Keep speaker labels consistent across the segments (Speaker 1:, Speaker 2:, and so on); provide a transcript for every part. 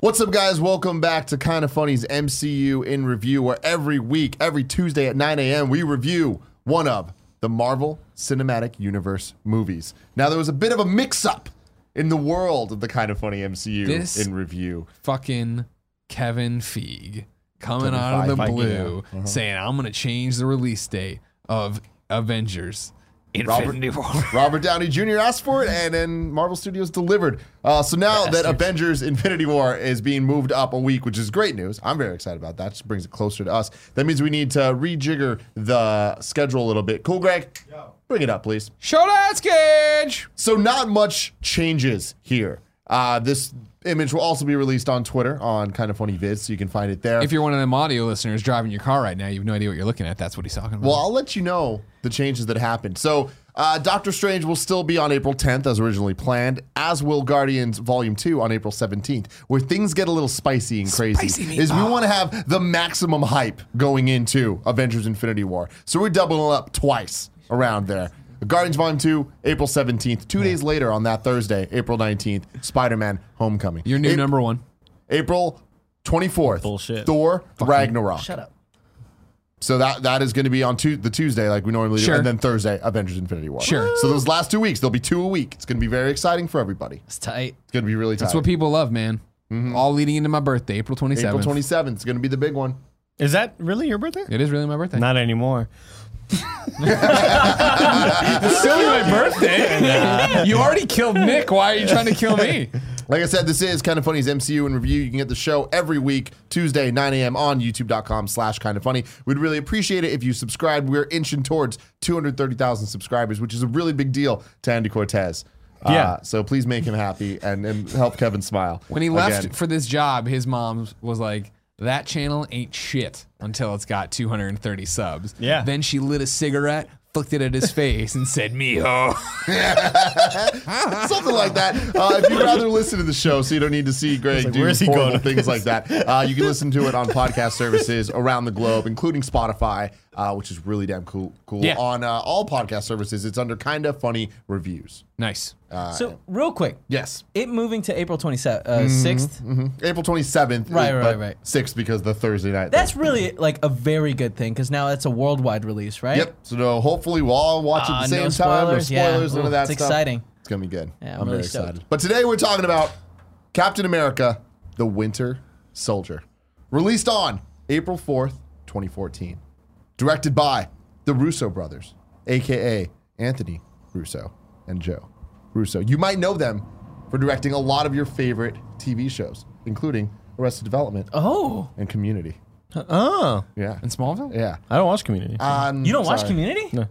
Speaker 1: What's up, guys? Welcome back to Kind of Funny's MCU in Review, where every week, every Tuesday at 9 a.m., we review one of the Marvel Cinematic Universe movies. Now, there was a bit of a mix up in the world of the Kind of Funny MCU
Speaker 2: This-
Speaker 1: in Review.
Speaker 2: fucking Kevin Feige coming
Speaker 1: Kevin Uh-huh.
Speaker 2: out of the
Speaker 1: Feige,
Speaker 2: blue saying, I'm going to change the release date of Avengers. Infinity War.
Speaker 1: Robert Downey Jr. asked for it, and then Marvel Studios delivered. Uh, so now that Avengers Infinity War is being moved up a week, which is great news. I'm very excited about that. Just brings it closer to us. That means we need to rejigger the schedule a little bit. Cool, Greg? Bring it up, please.
Speaker 2: Show that cage.
Speaker 1: So not much changes here. Uh, this image will also be released on Twitter on Kind of Funny Vids, so you can find it there.
Speaker 2: If you're one of them audio listeners driving your car right now, you have no idea what you're looking at. That's what he's talking about.
Speaker 1: Well, I'll let you know the changes that happened. So, uh, Doctor Strange will still be on April 10th as originally planned, as will Guardians Volume 2 on April 17th. Where things get a little spicy and crazy
Speaker 2: Spicy meatball.
Speaker 1: is we want to have the maximum hype going into Avengers Infinity War. So, we're doubling up twice around there. Guardians Volume 2, April 17th. Two days later on that Thursday, April 19th, Spider Man Homecoming.
Speaker 2: your new
Speaker 1: Ap-
Speaker 2: number one.
Speaker 1: April 24th.
Speaker 3: Bullshit.
Speaker 1: Thor Ragnarok.
Speaker 3: Shut up.
Speaker 1: So that that is going to be on tu- the Tuesday, like we normally do,
Speaker 2: Sure.
Speaker 1: and then Thursday, Avengers: Infinity War.
Speaker 2: Sure.
Speaker 1: So those last two weeks, there'll be two a week. It's going to be very exciting for everybody.
Speaker 3: It's tight.
Speaker 1: It's going to be really. Tight.
Speaker 2: That's what people love, man. All leading into my birthday, April 27th.
Speaker 1: Mm-hmm. April twenty seventh is going to be the big one.
Speaker 3: Is that really your birthday?
Speaker 2: It is really my birthday.
Speaker 3: Not anymore.
Speaker 2: It's still my birthday. you already killed Nick. Why are you trying to kill me?
Speaker 1: Like I said, this is Kind of Funny's MCU in review. You can get the show every week, Tuesday, 9 a.m. on youtube.com slash kind of funny. We'd really appreciate it if you subscribed. We're inching towards 230,000 subscribers, which is a really big deal to Andy Cortez. Uh,
Speaker 3: Yeah.
Speaker 1: so please make him happy and, and help Kevin smile.
Speaker 2: When he left
Speaker 1: Again.
Speaker 2: for this job, his mom was like, "That channel ain't shit until it's got 230 subs."
Speaker 3: Yeah.
Speaker 2: Then she lit a cigarette, flicked it at his face, and said, "Mijo."
Speaker 1: something like that. Uh, if you'd rather listen to the show, so you don't need to see Greg
Speaker 3: like,
Speaker 1: do
Speaker 3: where is he
Speaker 1: horrible
Speaker 3: going with
Speaker 1: things like that, uh, you can listen to it on podcast services around the globe, including Spotify, uh, which is really damn cool. Cool
Speaker 2: Yeah.
Speaker 1: on uh, all podcast services. It's under kinda funny reviews.
Speaker 2: Nice. Uh,
Speaker 3: so real quick,
Speaker 1: Yes,
Speaker 3: it moving to April twenty seventh,
Speaker 1: Mm-hmm,
Speaker 3: uh, 6th
Speaker 1: April twenty seventh.
Speaker 3: Right, right, right.
Speaker 1: Six because the Thursday night.
Speaker 3: That's really like a very good thing because now it's a worldwide release, right?
Speaker 1: thing. yep. So no, hopefully we'll all watch it at
Speaker 3: Uh,
Speaker 1: the same
Speaker 3: no
Speaker 1: time. No
Speaker 3: spoilers, yeah.
Speaker 1: spoilers, none
Speaker 3: Ooh,
Speaker 1: of that
Speaker 3: it's
Speaker 1: stuff.
Speaker 3: exciting.
Speaker 1: It's gonna be good.
Speaker 3: Yeah,
Speaker 1: I'm,
Speaker 3: I'm
Speaker 1: very
Speaker 3: really stoked.
Speaker 1: excited. But today we're talking about Captain America: The Winter Soldier, released on April 4th, 2014, directed by the Russo brothers, aka Anthony Russo and Joe Russo. You might know them for directing a lot of your favorite TV shows, including Arrested Development
Speaker 3: Oh,
Speaker 1: and Community.
Speaker 3: oh,
Speaker 1: Yeah,
Speaker 2: In Smallville.
Speaker 1: yeah.
Speaker 3: I don't watch Community.
Speaker 1: Um,
Speaker 3: you don't watch
Speaker 1: sorry.
Speaker 3: Community? No.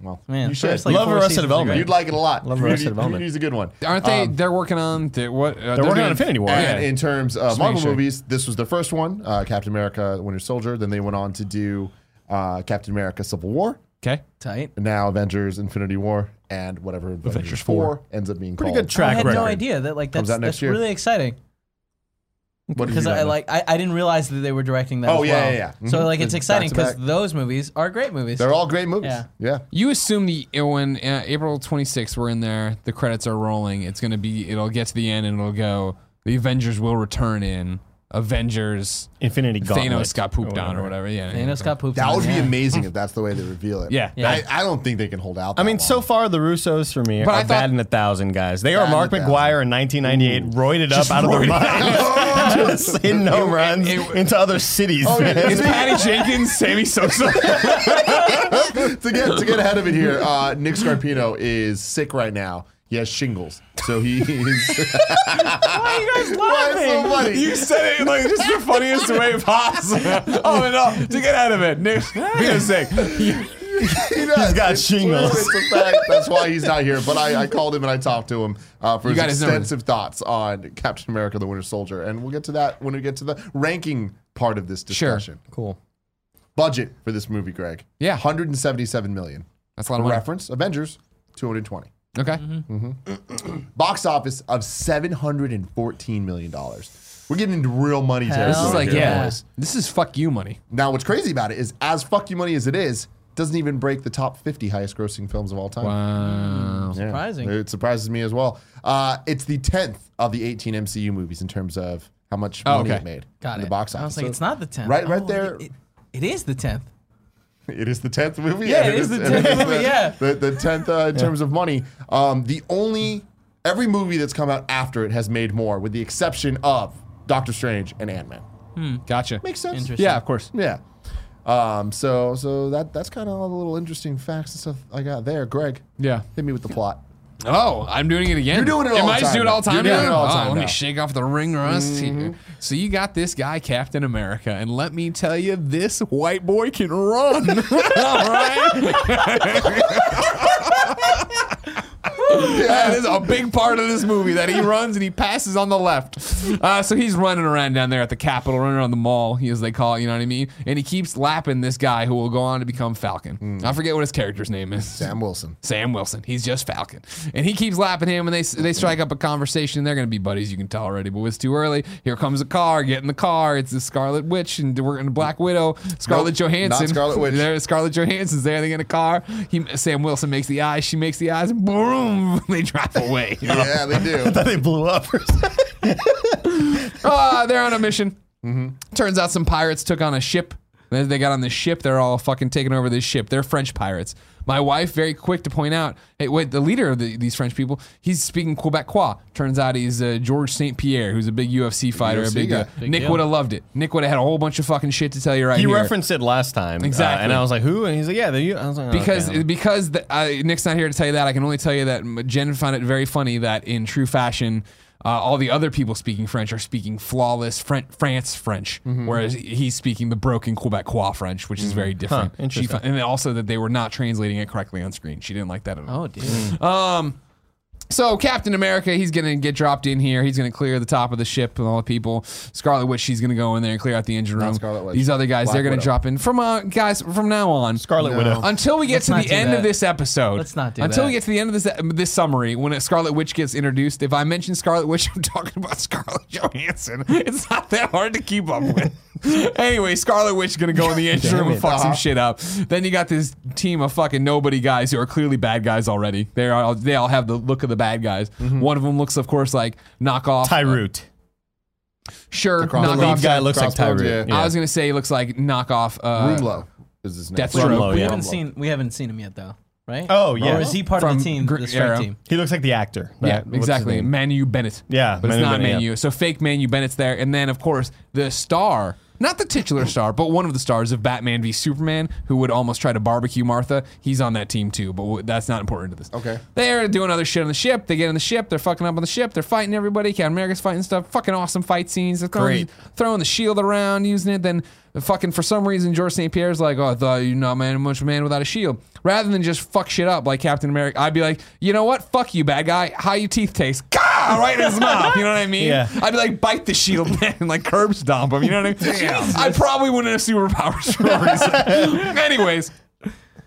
Speaker 1: Well,
Speaker 3: Man,
Speaker 1: you should.
Speaker 3: first, like,
Speaker 1: Love-
Speaker 3: Love
Speaker 4: four
Speaker 3: Arrested
Speaker 4: seasons
Speaker 3: Development.
Speaker 4: ago.
Speaker 1: You'd like it a lot.
Speaker 3: Love
Speaker 1: Community,
Speaker 3: Arrested Development.
Speaker 1: Community's a good one.
Speaker 2: Aren't they? they're working on the, what? Uh,
Speaker 3: Um, working
Speaker 2: doing-
Speaker 3: on Infinity War.
Speaker 2: Yeah.
Speaker 3: Yeah.
Speaker 1: And in terms of
Speaker 2: Just
Speaker 1: Marvel
Speaker 2: making sure.
Speaker 1: movies, this was their first one, uh, Captain America: Winter Soldier. Then they went on to do uh, Captain America: Civil War,
Speaker 2: Okay.
Speaker 3: Tight.
Speaker 1: and now Avengers: Infinity War, and whatever Avengers, 4, ends up being
Speaker 3: Pretty
Speaker 1: called.
Speaker 3: good track I had no
Speaker 4: record.
Speaker 3: idea that like
Speaker 1: Comes
Speaker 3: that's,
Speaker 1: out next
Speaker 3: that's
Speaker 1: year.
Speaker 3: really exciting
Speaker 1: What did
Speaker 3: because
Speaker 1: you
Speaker 3: I
Speaker 1: guys-
Speaker 3: like I, I didn't realize that they were directing that.
Speaker 1: Oh,
Speaker 3: as
Speaker 1: yeah,
Speaker 3: well.
Speaker 1: yeah, yeah. Mhm.
Speaker 3: So like it's
Speaker 1: The
Speaker 3: exciting because
Speaker 1: back-to-back.
Speaker 3: those movies are great movies.
Speaker 1: They're all great movies. Yeah.
Speaker 3: Yeah.
Speaker 2: You assume the when uh, April 26th we're in there, the credits are rolling. It's gonna be. It'll get to the end and it'll go. The Avengers will return in Avengers.
Speaker 4: Infinity Gauntlet.
Speaker 2: Thanos got
Speaker 3: Oh,
Speaker 2: pooped on or whatever. Yeah. yeah.
Speaker 3: Thanos got pooped.
Speaker 1: That
Speaker 3: on,
Speaker 1: would be
Speaker 3: yeah.
Speaker 1: amazing if that's the way they reveal it.
Speaker 2: Yeah.
Speaker 1: I, I don't think they can hold out.
Speaker 4: I
Speaker 1: that
Speaker 4: mean,
Speaker 1: long.
Speaker 4: so far the Russos for me
Speaker 2: But
Speaker 4: are
Speaker 2: I thought-
Speaker 4: bad in a thousand guys. They
Speaker 1: Bad
Speaker 4: are
Speaker 1: in
Speaker 4: Mark
Speaker 1: a thousand.
Speaker 4: McGuire in 1998, roided up out of their mind, just hitting home runs
Speaker 2: it-
Speaker 4: into other cities.
Speaker 2: It's Patty Jenkins, Sammy Sosa.
Speaker 1: to get to get ahead of it here, uh, Nick Scarpino is sick right now. He has shingles, so he's.
Speaker 3: Why are you guys
Speaker 1: Why is so
Speaker 3: laughing?
Speaker 1: funny?
Speaker 2: You said it like just the funniest way possible. Oh no, to get out of it, Nick. Be sick.
Speaker 1: He does.
Speaker 4: He's got
Speaker 1: It's
Speaker 4: shingles.
Speaker 1: true. It's a fact. That's why he's not here. But I, I called him and I talked to him uh, for
Speaker 2: You got
Speaker 1: his
Speaker 2: his number.
Speaker 1: extensive thoughts on Captain America: The Winter Soldier, and we'll get to that when we get to the ranking part of this
Speaker 2: Sure.
Speaker 1: discussion.
Speaker 4: cool.
Speaker 1: Budget for this movie, Greg.
Speaker 2: Yeah.
Speaker 1: 177 million.
Speaker 2: That's a lot of money.
Speaker 1: Reference Avengers 220.
Speaker 2: Okay.
Speaker 3: Mm-hmm.
Speaker 1: Box office of 714 million dollars. We're getting into real money
Speaker 3: Hell
Speaker 1: territory.
Speaker 2: This is like
Speaker 1: here,
Speaker 2: yeah.
Speaker 1: boys.
Speaker 2: This is fuck you money.
Speaker 1: Now, what's crazy about it is, as fuck you money as it is, doesn't even break the top 50 highest grossing films of all time.
Speaker 2: Wow.
Speaker 1: Yeah.
Speaker 3: Surprising.
Speaker 1: It surprises me as well. Uh, it's the tenth of the eighteen MCU movies in terms of how much
Speaker 2: Oh,
Speaker 1: money
Speaker 2: okay.
Speaker 1: it made
Speaker 3: Got
Speaker 1: in
Speaker 3: it.
Speaker 1: the box office.
Speaker 3: I was like,
Speaker 1: So
Speaker 3: it's not the tenth. Oh,
Speaker 1: Right- right there.
Speaker 3: It, it is the tenth.
Speaker 1: It is the tenth movie.
Speaker 3: Yeah,
Speaker 1: and
Speaker 3: it is the
Speaker 1: and it
Speaker 3: 10th
Speaker 1: is
Speaker 3: movie,
Speaker 1: the-
Speaker 3: yeah.
Speaker 1: the the tenth uh, in terms of money. Um, the only every movie that's come out after it has made more, with the exception of Doctor Strange and Ant Man.
Speaker 2: Gotcha.
Speaker 1: Makes sense.
Speaker 3: Interesting.
Speaker 2: Yeah, of course.
Speaker 1: Yeah. Um, so so that that's kind of all the little interesting facts and stuff I got there. Greg,
Speaker 2: Yeah.
Speaker 1: hit me with the plot.
Speaker 2: Oh, I'm doing it again. You're
Speaker 1: doing it all
Speaker 2: Am
Speaker 1: the
Speaker 2: I just
Speaker 1: time
Speaker 2: doing it all the
Speaker 1: now.
Speaker 2: time?
Speaker 1: You're doing
Speaker 2: now?
Speaker 1: it all the
Speaker 2: Oh,
Speaker 1: time
Speaker 2: let
Speaker 1: now. Mm-hmm.
Speaker 2: me shake off the ring rust here. So you got this guy, Captain America, and let me tell you, this white boy can run. all right. That is a big part of this movie that he runs and he passes on the left. Uh, so he's running around down there at the Capitol, running around the mall, as they call it, you know what I mean? And he keeps lapping this guy who will go on to become Falcon.
Speaker 1: Mm.
Speaker 2: I forget what his character's name is.
Speaker 1: Sam Wilson.
Speaker 2: Sam Wilson. He's just Falcon, and he keeps lapping him, and they they strike up a conversation. They're gonna be buddies, you can tell already. But it's too early. Here comes a car. Get in the car. It's the Scarlet Witch, and we're in Black Widow. Scarlet
Speaker 1: Nope,
Speaker 2: Johansson.
Speaker 1: not Scarlet Witch.
Speaker 2: There, Scarlet Johansson's there. They get in a car. He, Sam Wilson makes the eyes. She makes the eyes. And boom! They drive away.
Speaker 1: Yeah, they do.
Speaker 4: They blew up. or something.
Speaker 2: Ah, they're on a mission. Turns out some pirates took on a ship. As they got on this ship, they're all fucking taking over this ship. They're French pirates. My wife, very quick to point out, hey, wait, the leader of the, these French people, he's speaking Quebecois. Turns out he's uh, George St. Pierre, who's a big UFC fighter. a
Speaker 1: UFC
Speaker 2: big,
Speaker 1: guy.
Speaker 2: uh,
Speaker 3: Big
Speaker 2: Nick
Speaker 3: deal.
Speaker 2: would have loved it. Nick would have had a whole bunch of fucking shit to tell you right
Speaker 4: He
Speaker 2: here.
Speaker 4: referenced it last time. uh,
Speaker 2: Exactly.
Speaker 4: and I was like, who? And he's like, yeah, they're you. I was like, oh,
Speaker 2: because
Speaker 4: okay.
Speaker 2: because the, uh, Nick's not here to tell you that. I can only tell you that m- Jen found it very funny that in true fashion, uh, all the other people speaking French are speaking flawless French, France French,
Speaker 1: Mm-hmm,
Speaker 2: whereas he's speaking the broken Quebecois French, which is very different. And she
Speaker 4: interesting.
Speaker 2: found, and also that they were not translating it correctly on screen. She didn't like that at all.
Speaker 3: Oh, dude.
Speaker 2: So Captain America, he's gonna get dropped in here. He's gonna clear the top of the ship and all the people. Scarlet Witch, she's gonna go in there and clear out the engine room.
Speaker 1: Scarlet Witch.
Speaker 2: These other guys,
Speaker 1: Black
Speaker 2: they're gonna
Speaker 1: Widow.
Speaker 2: drop in. From uh, guys, from now on,
Speaker 4: Scarlet Widow.
Speaker 2: until we get
Speaker 3: Let's
Speaker 2: to
Speaker 3: not
Speaker 2: the
Speaker 3: do
Speaker 2: end of
Speaker 3: that.
Speaker 2: this episode.
Speaker 3: Let's not do
Speaker 2: until
Speaker 3: that.
Speaker 2: we get to the end of this this summary when a Scarlet Witch gets introduced. If I mention Scarlet Witch, I'm talking about Scarlet Johansson. It's not that hard to keep up with. anyway, Scarlet Witch is gonna go in the engine room and fuck
Speaker 3: uh-huh.
Speaker 2: some shit up. Then you got this team of fucking nobody guys who are clearly bad guys already. They are all, they all have the look of the bad guys.
Speaker 3: Mm-hmm.
Speaker 2: One of them looks, of course, like knockoff. uh,
Speaker 4: Tyroot.
Speaker 2: sure,
Speaker 1: cross- The lead
Speaker 2: knockoff.
Speaker 4: guy looks like
Speaker 1: Crossbones,
Speaker 4: Tyroot.
Speaker 1: yeah.
Speaker 2: I was gonna say he looks like knockoff. Uh,
Speaker 1: Rumlow is his name.
Speaker 2: Deathstroke.
Speaker 4: Rumlow,
Speaker 3: we
Speaker 4: yeah.
Speaker 3: haven't seen we haven't seen him yet though, right?
Speaker 4: Oh, yeah.
Speaker 3: Or is he part of
Speaker 2: From
Speaker 3: the team,
Speaker 2: Gr-
Speaker 3: the
Speaker 2: Arrow.
Speaker 3: strike team?
Speaker 4: He looks like the actor.
Speaker 2: Yeah,
Speaker 4: That- what's his
Speaker 2: exactly.
Speaker 4: name?
Speaker 2: Manu Bennett.
Speaker 4: Yeah,
Speaker 2: but
Speaker 4: Manu
Speaker 2: it's not
Speaker 4: Bennett,
Speaker 2: Manu. So fake Manu Bennett's there, and then of course the star, not the titular star, but one of the stars of Batman v Superman, who would almost try to barbecue Martha. He's on that team too, but w- that's not important to this.
Speaker 1: Okay.
Speaker 2: They're doing other shit on the ship. They get on the ship. They're fucking up on the ship. They're fighting everybody. Captain America's fighting stuff. Fucking awesome fight scenes. They're throwing,
Speaker 4: Great.
Speaker 2: throwing the shield around, using it. Then fucking for some reason, George St. Pierre's like, oh, I thought you're not man much man without a shield. Rather than just fuck shit up like Captain America, I'd be like, you know what? Fuck you, bad guy. How your teeth taste? Gah! Right in his mouth. You know what I mean?
Speaker 4: Yeah.
Speaker 2: I'd be like, bite the shield man and like curb stomp him. You know what I mean? I probably wouldn't have superpowers for a reason. Anyways.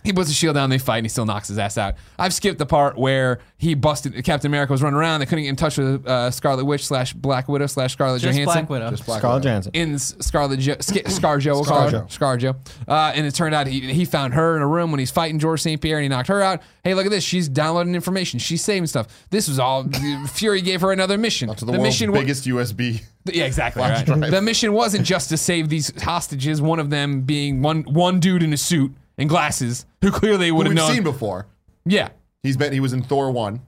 Speaker 2: He puts his shield down, they fight, and he still knocks his ass out. I've skipped the part where he busted Captain America was running around. They couldn't get in touch with uh, Scarlet Witch slash Black Widow slash Scarlet
Speaker 3: Just
Speaker 2: Johansson.
Speaker 3: Black Widow.
Speaker 1: Just Black
Speaker 4: Scarlett
Speaker 1: Widow.
Speaker 4: Johansson.
Speaker 2: In S- Scarlet jo- Sk- Scarjo, we'll call her Scarjo, uh, and it turned out he, he found her in a room when he's fighting George St. Pierre, and he knocked her out. Hey, look at this! She's downloading information. She's saving stuff. This was all Fury gave her another mission.
Speaker 1: To the, world's
Speaker 2: mission wa-
Speaker 1: biggest USB.
Speaker 2: yeah, exactly.
Speaker 1: Flash
Speaker 2: right.
Speaker 1: drive.
Speaker 2: The mission wasn't just to save these hostages. One of them being one one dude in a suit and glasses who clearly would
Speaker 1: We've
Speaker 2: have known.
Speaker 1: seen before.
Speaker 2: yeah,
Speaker 1: He's been he was in Thor one,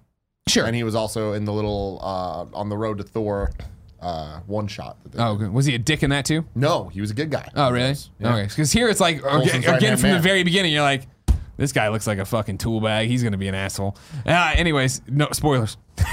Speaker 2: sure.
Speaker 1: and he was also in the little uh, on the road to Thor uh, one shot. that they-
Speaker 2: oh, okay. was he a dick in that too?
Speaker 1: No, he was a good guy.
Speaker 2: Oh, really? Okay, because here it's like again,
Speaker 1: right-hand
Speaker 2: again, from the
Speaker 1: man.
Speaker 2: very beginning, you're like, this guy looks like a fucking tool bag. He's gonna be an asshole. Uh, anyways, no spoilers.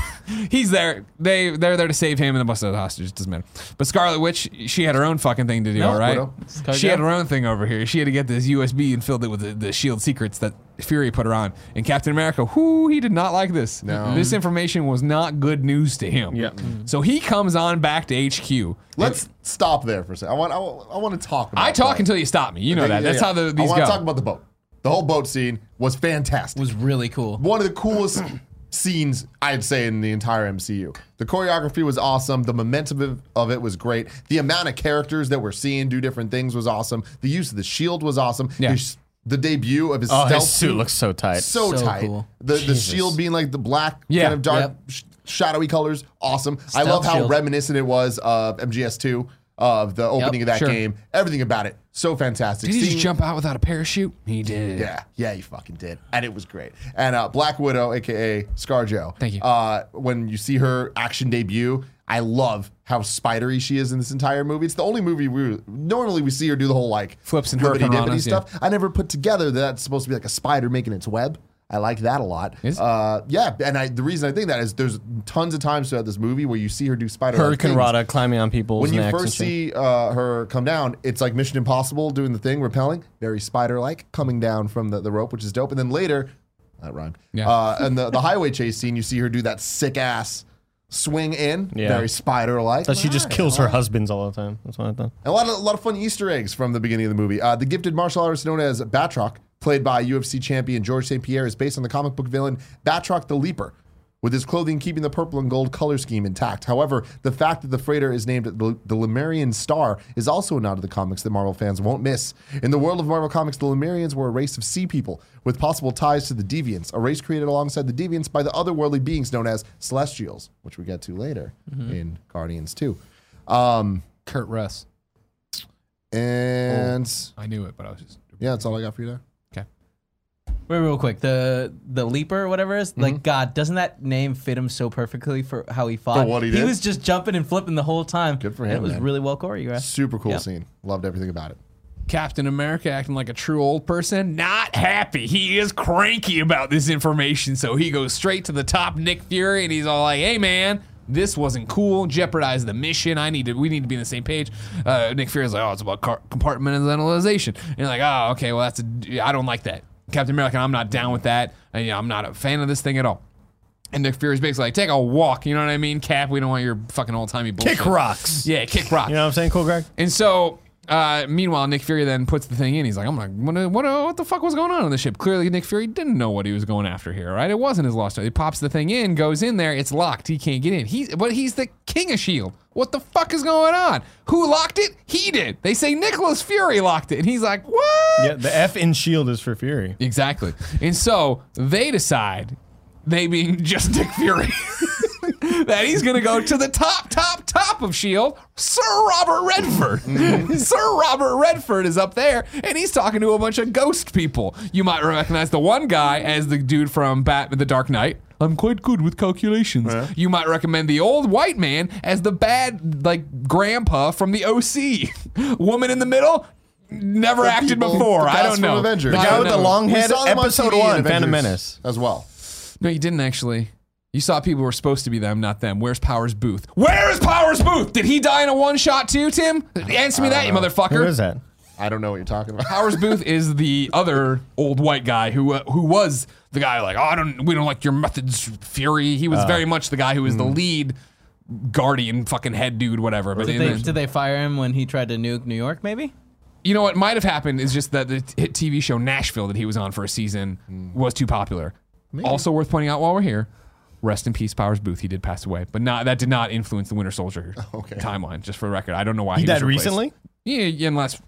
Speaker 2: He's there. They they're there to save him and the bust of the hostages. Doesn't matter. But Scarlet Witch, she had her own fucking thing to do. all right,
Speaker 1: Widow.
Speaker 2: she had her own thing over here. She had to get this USB and filled it with the, the shield secrets that Fury put her on. And Captain America, whoo, he did not like this.
Speaker 1: No.
Speaker 2: This information was not good news to him.
Speaker 4: Yeah.
Speaker 2: So he comes on back to HQ.
Speaker 1: Let's stop there for a second. I want I, want- I want to talk. About
Speaker 2: I talk
Speaker 1: that.
Speaker 2: until you stop me. You know
Speaker 1: Yeah,
Speaker 2: that. That's
Speaker 1: yeah.
Speaker 2: how the,
Speaker 1: I
Speaker 2: these
Speaker 1: want
Speaker 2: go.
Speaker 1: to talk about the boat. The whole boat scene was fantastic.
Speaker 3: was really cool.
Speaker 1: one of the coolest scenes I'd say in the entire MCU. The choreography was awesome. The momentum of- of it was great. The amount of characters that we're seeing do different things was awesome. The use of the shield was awesome.
Speaker 2: Yeah.
Speaker 1: His- the debut of his
Speaker 4: Oh,
Speaker 1: stealth
Speaker 4: his suit looks so tight.
Speaker 1: so,
Speaker 3: So
Speaker 1: tight.
Speaker 3: cool.
Speaker 1: The the shield being like the black
Speaker 2: Yeah.
Speaker 1: kind of dark
Speaker 3: Yep.
Speaker 1: sh- shadowy colors, awesome. I
Speaker 3: Stealth
Speaker 1: love how
Speaker 3: shield.
Speaker 1: reminiscent it was of MGS2, of the opening of that
Speaker 2: sure.
Speaker 1: game. Everything about it, so fantastic.
Speaker 2: Did he
Speaker 1: Seeing-
Speaker 2: just jump out without a parachute? He did.
Speaker 1: yeah, yeah, you fucking did, and it was great. And uh, Black Widow, aka ScarJo.
Speaker 2: Thank you.
Speaker 1: Uh, when you see her action debut, I love how spidery she is in this entire movie. It's the only movie we normally we see her do the whole like
Speaker 2: Flips and
Speaker 1: flippity
Speaker 2: hurricanranas,
Speaker 1: dippity stuff. I never put together that that's supposed to be like a spider making its web. I like that a lot.
Speaker 2: Is-
Speaker 1: Uh, yeah, and I, the reason I think that is there's tons of times throughout this movie where you see her do spider.
Speaker 4: Hurricane Rada climbing on people's
Speaker 1: When you
Speaker 4: necks and
Speaker 1: first
Speaker 4: shit.
Speaker 1: see uh, her come down, it's like Mission Impossible doing the thing, repelling, very spider like, coming down from the, the rope, which is dope. And then later, that rhymed.
Speaker 2: Yeah.
Speaker 1: Uh, and the, the highway chase scene, you see her do that sick ass swing in,
Speaker 4: Yeah.
Speaker 1: very spider like.
Speaker 4: that she just kills her husbands all the time. That's what I thought.
Speaker 1: And a lot of a lot of fun Easter eggs from the beginning of the movie. Uh, the gifted martial artist known as Batroc, played by UFC champion George St. Pierre, is based on the comic book villain Batroc the Leaper, with his clothing keeping the purple and gold color scheme intact. However, the fact that the freighter is named the, the Lemurian Star is also a nod to the comics that Marvel fans won't miss. In the world of Marvel Comics, the Lemurians were a race of sea people with possible ties to the Deviants, a race created alongside the Deviants by the otherworldly beings known as Celestials, which we get to later in Guardians 2. Um,
Speaker 2: Kurt Russ.
Speaker 1: and
Speaker 2: I knew it, but I was just.
Speaker 1: yeah, that's all I got for you there.
Speaker 2: Okay.
Speaker 3: Wait, real quick. The the leaper, whatever it is, like God, doesn't that name fit him so perfectly for how he fought?
Speaker 1: what he did?
Speaker 3: was just jumping and flipping the whole time.
Speaker 1: Good for
Speaker 3: And
Speaker 1: him,
Speaker 3: It was
Speaker 1: man.
Speaker 3: really well choreographed.
Speaker 1: Super cool
Speaker 3: Yeah.
Speaker 1: scene. Loved everything about it.
Speaker 2: Captain America acting like a true old person, not happy. He is cranky about this information, so he goes straight to the top Nick Fury and he's all like, "Hey man, this wasn't cool. Jeopardized the mission. I need to. We need to be on the same page." Uh, Nick Fury's like, "Oh, it's about car- compartmentalization." And you're like, "Oh, okay. Well, that's a, I don't like that, Captain America. I'm not down with that. I, you know, I'm not a fan of this thing at all." And Nick Fury's basically like, "Take a walk. You know what I mean, Cap? We don't want your fucking old timey bullshit."
Speaker 4: Kick rocks.
Speaker 2: Yeah, kick rock.
Speaker 4: You know what I'm saying, cool Greg?
Speaker 2: And so, uh, meanwhile, Nick Fury then puts the thing in. He's like, "I'm like, what, what, what the fuck was going on on the ship?" Clearly, Nick Fury didn't know what he was going after here, right? It wasn't his lost. He pops the thing in, goes in there. It's locked. He can't get in. He's but he's the king of Shield. E What the fuck is going on? Who locked it? He did. They say Nicholas Fury locked it, and he's like, "What?"
Speaker 4: Yeah, the F in Shield E is for Fury.
Speaker 2: Exactly. And so they decide, they being just Nick Fury, that he's going to go to the top, top, top of S.H.I.E.L.D., E Sir Robert Redford.
Speaker 1: Mm-hmm.
Speaker 2: Sir Robert Redford is up there, and he's talking to a bunch of ghost people. You might recognize the one guy as the dude from Batman The Dark Knight. I'm quite good with calculations. You might recommend the old white man as the bad, like, grandpa from the OC. Woman in the middle, never acted
Speaker 1: People-
Speaker 2: before.
Speaker 1: the
Speaker 2: I
Speaker 1: cast
Speaker 2: don't
Speaker 1: from
Speaker 2: know.
Speaker 1: Avengers.
Speaker 4: The
Speaker 2: I
Speaker 4: guy
Speaker 2: don't
Speaker 4: with the
Speaker 2: know.
Speaker 4: long-
Speaker 1: We
Speaker 4: Had
Speaker 1: saw them on
Speaker 4: episode
Speaker 1: TV in
Speaker 4: one,
Speaker 1: Avengers
Speaker 4: Phantom Menace.
Speaker 1: as well.
Speaker 2: No, you didn't actually. You saw people who were supposed to be them, not them. Where's Powers Booth? Where is Powers Booth? Did he die in a one shot too, Tim? Answer me that, you
Speaker 4: Who
Speaker 2: motherfucker.
Speaker 4: is that?
Speaker 1: I don't know what you're talking about.
Speaker 2: Powers Booth is the other old white guy who uh, who was the guy like, oh, I don't, we don't like your methods, Fury. He was
Speaker 4: Uh,
Speaker 2: very much the guy who was the
Speaker 4: hmm.
Speaker 2: lead guardian, fucking head dude, whatever. But
Speaker 3: Did
Speaker 2: and
Speaker 3: they,
Speaker 2: then-
Speaker 3: did they fire him when he tried to nuke New York? Maybe.
Speaker 2: you know what might have happened is just that the t- hit TV show Nashville that he was on for a season
Speaker 1: Hmm.
Speaker 2: was too popular. Also worth pointing out while we're here, rest in peace, Powers Booth. He did pass away, but not that did not influence the Winter Soldier
Speaker 1: Oh, Okay.
Speaker 2: timeline. Just for the record, I don't know why he, was
Speaker 4: That
Speaker 2: replaced.
Speaker 4: recently?
Speaker 2: Yeah, yeah, in the last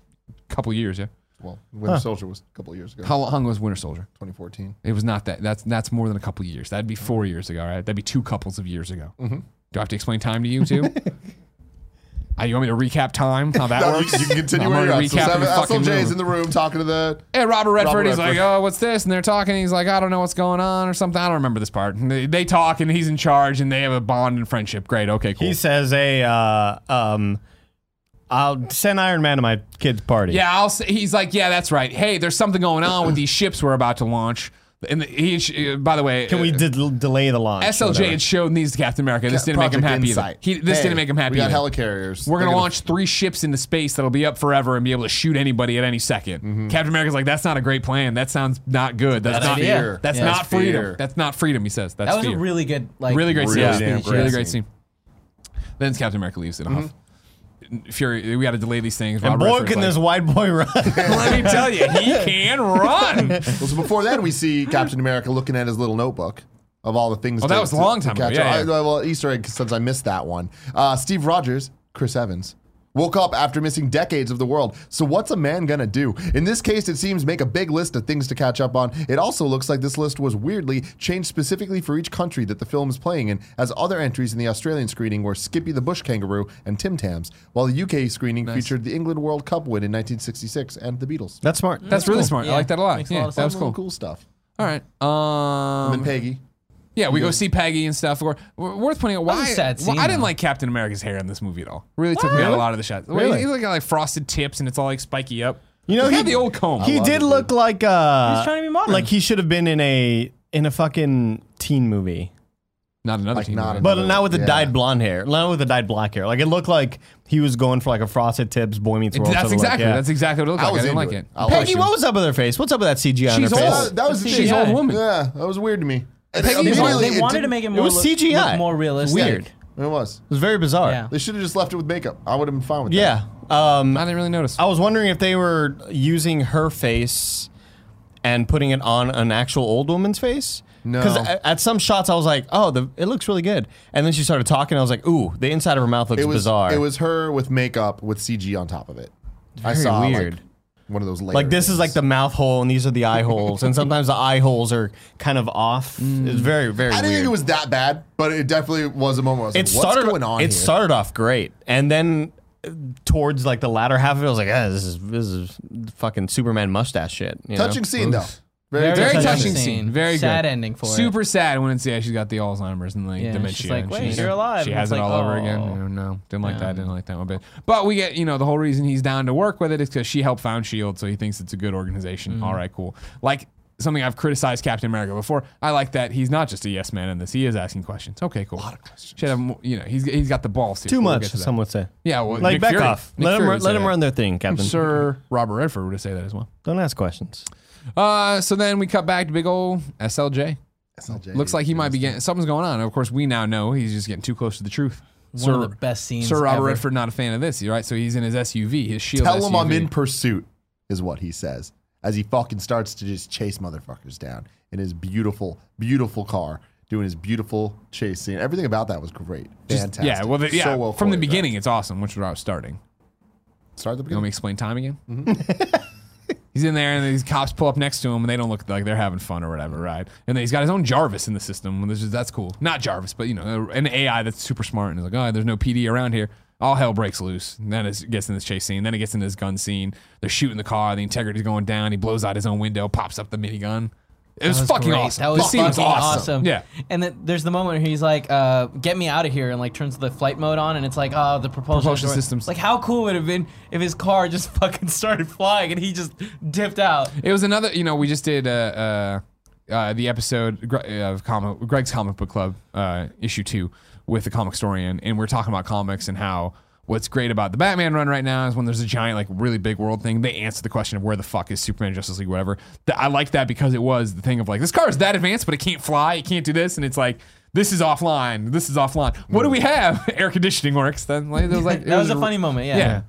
Speaker 2: couple years. Yeah,
Speaker 1: Well, Winter Soldier was a couple years ago,
Speaker 2: how long was Winter Soldier?
Speaker 1: 2014.
Speaker 2: It was not that. That's that's more than a couple years. That'd be four years ago, right? That'd be two couples of years ago.
Speaker 1: Mm-hmm.
Speaker 2: Do I have to explain time to you too? Uh, you want me to recap time? How that
Speaker 1: No, you,
Speaker 2: works?
Speaker 1: you can continue
Speaker 2: I'm
Speaker 1: where you're
Speaker 2: already
Speaker 1: at. So
Speaker 2: recapping
Speaker 1: Sam-
Speaker 2: the fucking
Speaker 1: SLJ is
Speaker 2: room.
Speaker 1: in the room talking to the.
Speaker 2: And Robert Redford,
Speaker 1: Robert
Speaker 2: he's like,
Speaker 1: Redford.
Speaker 2: oh, what's this? And they're talking. And he's like, I don't know what's going on or something. I don't remember this part. And they, they talk, and he's in charge, and they have a bond and friendship. Great. Okay, cool.
Speaker 4: He says a uh, um I'll send Iron Man to my kid's party.
Speaker 2: yeah, I'll say, he's like, yeah, that's right. Hey, there's something going on with these ships we're about to launch. And the, he, and she- uh, by the way,
Speaker 4: Can we
Speaker 2: uh,
Speaker 4: de- delay the launch? or
Speaker 2: SLJ
Speaker 4: whatever?
Speaker 2: had shown these to Captain America. This didn't make him
Speaker 1: Project
Speaker 2: happy
Speaker 1: Insight.
Speaker 2: either. He, this
Speaker 1: Hey,
Speaker 2: didn't make him happy
Speaker 1: We got
Speaker 2: either.
Speaker 1: helicarriers.
Speaker 2: We're
Speaker 1: They're
Speaker 2: gonna launch three ships into space that'll be up forever and be able to shoot anybody at any 2nd
Speaker 1: Mm-hmm.
Speaker 2: Captain America's like, that's not a great plan. That sounds not good. That's,
Speaker 3: That's
Speaker 2: not
Speaker 3: fear.
Speaker 2: That's
Speaker 3: Yeah.
Speaker 2: not
Speaker 1: That's
Speaker 2: freedom.
Speaker 1: fear.
Speaker 2: That's not freedom. He says. That's
Speaker 3: That was
Speaker 2: fear.
Speaker 3: a really good, like,
Speaker 2: really great
Speaker 1: Really
Speaker 2: scene.
Speaker 1: damn
Speaker 2: Yeah.
Speaker 1: great
Speaker 2: really great
Speaker 1: scene.
Speaker 2: scene. Then Captain America leaves in a huff. Fury, we got to delay these things.
Speaker 4: And
Speaker 2: Robert
Speaker 4: boy,
Speaker 2: Redford's
Speaker 4: can
Speaker 2: like,
Speaker 4: this wide boy run.
Speaker 2: Let me tell you, he can run.
Speaker 1: Well, so before then, we see Captain America looking at his little notebook of all the things.
Speaker 2: Oh, that was a long time ago.
Speaker 1: catch.
Speaker 2: Yeah,
Speaker 1: I-
Speaker 2: yeah.
Speaker 1: well, Easter egg since I missed that one. Uh, Steve Rogers, Chris Evans Woke up after missing decades of the world. So what's a man gonna do? In this case, it seems make a big list of things to catch up on. It also looks like this list was weirdly changed specifically for each country that the film is playing in, as other entries in the Australian screening were Skippy the Bush Kangaroo and Tim Tams, while the UK screening featured the England World Cup win in 1966 and the Beatles.
Speaker 4: That's smart.
Speaker 2: That's, really smart.
Speaker 3: Yeah.
Speaker 2: I like that a lot.
Speaker 3: Makes a
Speaker 2: yeah,
Speaker 3: lot of
Speaker 2: that was
Speaker 1: Some
Speaker 2: cool.
Speaker 1: cool stuff.
Speaker 2: All right. Um,
Speaker 1: and Peggy.
Speaker 2: Yeah, we go see Peggy and stuff. Or w- worth pointing out why
Speaker 3: was a sad
Speaker 2: why-
Speaker 3: scene,
Speaker 2: I didn't
Speaker 3: though.
Speaker 2: like Captain America's hair in this movie at all. Really took me out of a lot of the shots. Well,
Speaker 4: Really?
Speaker 2: He's like got like frosted tips and it's all like spiky up.
Speaker 4: You know,
Speaker 2: he,
Speaker 4: he-
Speaker 2: had the old comb.
Speaker 4: He
Speaker 1: love
Speaker 4: did
Speaker 1: it,
Speaker 4: look like uh
Speaker 3: He's trying to be modern.
Speaker 4: Like he should have been in a in a fucking teen movie.
Speaker 2: not another
Speaker 1: Like,
Speaker 2: team.
Speaker 1: not
Speaker 2: man.
Speaker 1: another-
Speaker 4: But not with the
Speaker 1: Yeah.
Speaker 4: dyed blonde hair. Not with the dyed black hair. Like it looked like he was going for like a frosted tips boy meets
Speaker 2: It-
Speaker 4: world. sort
Speaker 2: that's
Speaker 4: of look,
Speaker 2: exactly
Speaker 4: yeah.
Speaker 2: that's exactly what it looked
Speaker 1: I
Speaker 2: like. I,
Speaker 1: was
Speaker 2: didn't like
Speaker 1: into
Speaker 2: it.
Speaker 1: it. I
Speaker 4: Peggy,
Speaker 1: liked
Speaker 4: what was up with her face? What's up with that CGI on her
Speaker 2: She's
Speaker 4: face?
Speaker 2: old.
Speaker 1: That, that was the
Speaker 2: She's
Speaker 1: thing.
Speaker 2: old woman.
Speaker 1: Yeah, that was weird to me.
Speaker 3: They,
Speaker 1: Immediately,
Speaker 3: wanted, they
Speaker 1: it
Speaker 3: wanted to
Speaker 1: didn't-
Speaker 3: make it more
Speaker 4: It was
Speaker 3: look-
Speaker 4: CGI.
Speaker 3: look more realistic.
Speaker 4: Weird. It
Speaker 1: It was.
Speaker 4: was very bizarre.
Speaker 3: Yeah.
Speaker 1: They should have just left it with makeup. I would have been fine with that.
Speaker 4: Yeah. Um,
Speaker 2: I didn't really notice.
Speaker 4: I was wondering if they were using her face and putting it on an actual old woman's face.
Speaker 1: No.
Speaker 4: Because at some shots, I was like, "Oh, the, it looks really good," and then she started talking. I was like, "Ooh, the inside of her mouth looks
Speaker 1: It was
Speaker 4: bizarre."
Speaker 1: It was her with makeup with CG on top of it. I
Speaker 4: Very
Speaker 1: saw
Speaker 4: weird.
Speaker 1: Like, one of those layers.
Speaker 4: like this is like the mouth hole, and these are the eye holes, and sometimes the eye holes are kind of off. It's very, very.
Speaker 1: I didn't
Speaker 4: weird.
Speaker 1: think it was that bad, but it definitely was a moment. Where I was
Speaker 4: It
Speaker 1: like, What's
Speaker 4: started.
Speaker 1: going on
Speaker 4: it
Speaker 1: here?
Speaker 4: started off great, and then uh, towards like the latter half of it, I was like, "Yeah, this is this is fucking Superman mustache shit." you know?
Speaker 1: touching scene though. Very,
Speaker 3: Very
Speaker 2: very
Speaker 1: touching.
Speaker 2: touching,
Speaker 3: touching
Speaker 2: scene.
Speaker 3: scene.
Speaker 2: Very
Speaker 3: Sad
Speaker 2: good.
Speaker 3: ending for it.
Speaker 2: Super sad when it's yeah she's got the Alzheimer's and like
Speaker 3: Yeah,
Speaker 2: dementia.
Speaker 3: she's like,
Speaker 2: and
Speaker 3: "Wait,
Speaker 2: she's-
Speaker 3: you're alive."
Speaker 2: She
Speaker 3: And
Speaker 2: has
Speaker 3: it's
Speaker 2: it
Speaker 3: like,
Speaker 2: all over again.
Speaker 3: "Oh."
Speaker 2: No, no, didn't like that. Didn't like that one bit. But we get you know the whole reason he's down to work with it is because she helped found Shield, E so he thinks it's a good organization.
Speaker 3: Mm-hmm.
Speaker 2: All right, cool. Like. Something I've criticized Captain America before. I like that he's not just a yes man in this. He is asking questions. Okay, cool. A lot of questions. Should have, more- you know, he's, he's got the balls. here.
Speaker 4: Too
Speaker 2: We'll
Speaker 4: much,
Speaker 2: get to that.
Speaker 4: some would say.
Speaker 2: Yeah, well,
Speaker 4: Like
Speaker 2: Nick
Speaker 4: back
Speaker 2: Fury-
Speaker 4: off.
Speaker 2: Nick
Speaker 4: let
Speaker 2: Fury
Speaker 4: them
Speaker 2: would
Speaker 4: let
Speaker 2: say
Speaker 4: them
Speaker 2: that.
Speaker 4: run their thing, Captain.
Speaker 2: Sir Robert Redford would say that as well.
Speaker 4: Don't ask questions.
Speaker 2: Uh, so then we cut back to big old SLJ.
Speaker 1: SLJ.
Speaker 2: Looks like he might be getting something's going on. Of course, we now know he's just getting too close to the truth.
Speaker 3: One of the best scenes.
Speaker 2: Sir Robert
Speaker 3: ever.
Speaker 2: Redford not a fan of this, right? So he's in his SUV, his shield.
Speaker 1: Tell him I'm
Speaker 2: SUV.
Speaker 1: in pursuit, is what he says as he fucking starts to just chase motherfuckers down in his beautiful, beautiful car, doing his beautiful chase scene. Everything about that was great, fantastic.
Speaker 2: Yeah, well, the, yeah.
Speaker 1: So well
Speaker 2: from the
Speaker 1: choreographed.
Speaker 2: beginning, it's awesome, which is where I was starting.
Speaker 1: Start at the
Speaker 2: You want
Speaker 1: beginning.
Speaker 2: me to explain time again? he's in there, and these cops pull up next to him, and they don't look like they're having fun or whatever, right? And then he's got his own Jarvis in the system, which is that's cool. Not Jarvis, but you know, an AI that's super smart, and is like, oh, there's no PD around here. All hell breaks loose. And then it gets in this chase scene. Then it gets into this gun scene. They're shooting the car. The integrity's going down. He blows out his own window, pops up the minigun. It was,
Speaker 3: That was
Speaker 2: fucking
Speaker 3: great.
Speaker 2: awesome.
Speaker 3: That was
Speaker 2: The scene
Speaker 3: fucking
Speaker 2: was awesome. Yeah.
Speaker 3: And then there's the moment where he's like, uh, "Get me out of here!" and like turns the flight mode on, and it's like, "Oh, the propulsion,
Speaker 2: Propulsion
Speaker 3: door-
Speaker 2: systems.
Speaker 3: Like, how cool would it have been if his car just fucking started flying and he just dipped out?
Speaker 2: It was another. You know, we just did uh, uh, uh, the episode Gre- uh, of comic, Greg's Comic Book Club uh, issue two with the comic historian, and we are talking about comics and how what's great about the Batman run right now is when there's a giant, like, really big world thing. They answer the question of where the fuck is Superman, Justice League, whatever. Th- I like that because it was the thing of like this car is that advanced, but it can't fly, it can't do this, and it's like. This is offline. This is offline. What do we have? Air conditioning works. Then like, it was like it
Speaker 3: Mm. That was a funny moment. Yeah.
Speaker 2: yeah.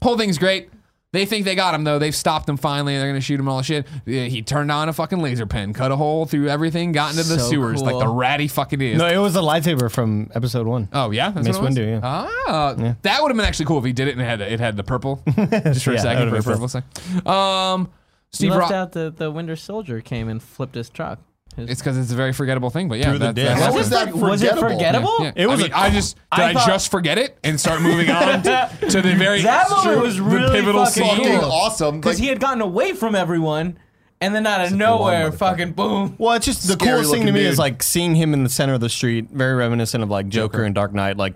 Speaker 2: Whole thing's great. They think they got him though. They've stopped him finally. They're gonna shoot him all the shit. Yeah, He turned on a fucking laser pen, cut a hole through everything, got into the
Speaker 3: So
Speaker 2: sewers like the
Speaker 3: cool.
Speaker 2: ratty fucking is.
Speaker 4: No, it was a lightsaber from episode one.
Speaker 2: Oh yeah, That's
Speaker 4: Mace
Speaker 2: what it was?
Speaker 4: Windu, yeah.
Speaker 2: Ah, that would have been actually cool if he did it and it had it had the purple just for a
Speaker 4: Yeah, that
Speaker 2: second
Speaker 4: would've
Speaker 2: for a purple
Speaker 4: been
Speaker 2: second. Um,
Speaker 3: He
Speaker 2: Steve
Speaker 3: left
Speaker 2: Rock.
Speaker 3: out the the Winter Soldier came and flipped his truck. His-
Speaker 2: It's because it's a very forgettable thing, but yeah,
Speaker 4: Through the
Speaker 2: that's,
Speaker 4: disc.
Speaker 2: that's
Speaker 1: How
Speaker 2: what
Speaker 1: was that
Speaker 2: happened.
Speaker 1: forgettable?
Speaker 3: was it forgettable?
Speaker 2: Yeah.
Speaker 4: It was
Speaker 2: I, mean,
Speaker 4: a-
Speaker 2: I just did I,
Speaker 3: I thought-
Speaker 2: just forget it and start moving on to, to the very
Speaker 3: That moment was
Speaker 2: the
Speaker 3: really
Speaker 2: pivotal
Speaker 3: fucking
Speaker 2: scene.
Speaker 1: Fucking
Speaker 3: Yeah.
Speaker 1: awesome.
Speaker 3: because
Speaker 1: Like,
Speaker 3: he had gotten away from everyone, and then out of nowhere, fucking boom.
Speaker 4: Well, it's just the
Speaker 1: Scary
Speaker 4: coolest thing to
Speaker 1: looking
Speaker 4: me
Speaker 1: dude.
Speaker 4: is like seeing him in the center of the street, very reminiscent of like Joker, and Dark Knight. Like,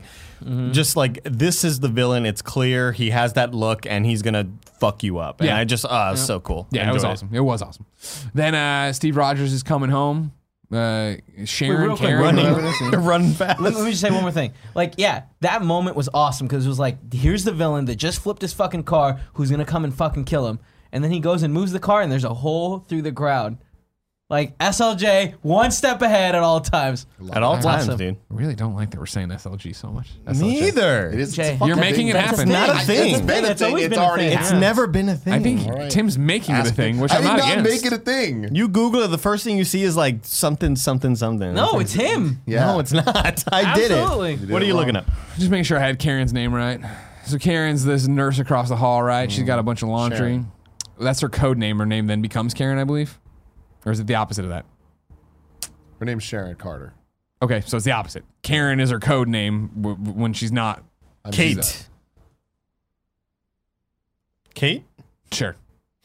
Speaker 4: just like this is the villain. It's clear he has that look, and he's gonna fuck you up. And
Speaker 2: Yeah.
Speaker 4: I just, ah, it's so cool.
Speaker 2: Yeah,
Speaker 4: I
Speaker 2: it was
Speaker 4: enjoyed
Speaker 2: awesome. It. was awesome. Then uh, Steve Rogers is coming home. Uh, Sharon,
Speaker 3: real quick,
Speaker 2: Karen, whatever it is.
Speaker 4: Running, run fast.
Speaker 3: Let me, let me just say one more thing. Like, yeah, that moment was awesome because it was like, here's the villain that just flipped his fucking car, who's gonna come and fucking kill him, and then he goes and moves the car, and there's a hole through the ground. Like SLJ, one step ahead at all times.
Speaker 4: At all times,
Speaker 3: Awesome.
Speaker 4: dude.
Speaker 2: I really don't like that we're saying SLG so much.
Speaker 4: Me
Speaker 2: SLJ.
Speaker 4: either.
Speaker 1: it is,
Speaker 3: Jay,
Speaker 1: it's a
Speaker 2: You're
Speaker 1: fucking
Speaker 2: making it
Speaker 1: thing.
Speaker 2: happen.
Speaker 4: not a thing.
Speaker 1: It's been a
Speaker 3: It's
Speaker 1: thing.
Speaker 3: always
Speaker 1: It's
Speaker 3: been a
Speaker 1: already
Speaker 3: thing.
Speaker 1: happened.
Speaker 4: It's never been a thing.
Speaker 2: I think
Speaker 1: right.
Speaker 2: Tim's making it a thing, which
Speaker 1: I
Speaker 2: I'm
Speaker 1: did
Speaker 2: not,
Speaker 1: not
Speaker 2: against.
Speaker 1: make it a thing.
Speaker 4: you Google it. The first thing you see is like something, something, something.
Speaker 3: No, it's him.
Speaker 1: Yeah.
Speaker 4: No, it's not. I did it.
Speaker 3: Absolutely. You
Speaker 1: did
Speaker 4: What are
Speaker 1: it
Speaker 4: you
Speaker 1: wrong.
Speaker 4: looking up?
Speaker 2: Just making sure I had Karen's name right. So Karen's this nurse across the hall, right? She's got a bunch of laundry.
Speaker 4: Sharon.
Speaker 2: That's her code name. Her name then becomes Karen, I believe, or is it the opposite of that?
Speaker 1: Her name's Sharon Carter.
Speaker 2: Okay, so it's the opposite. Karen is her code name w- w- when she's not.
Speaker 1: I'm Zeta.
Speaker 4: Kate. Kate?
Speaker 2: Sure.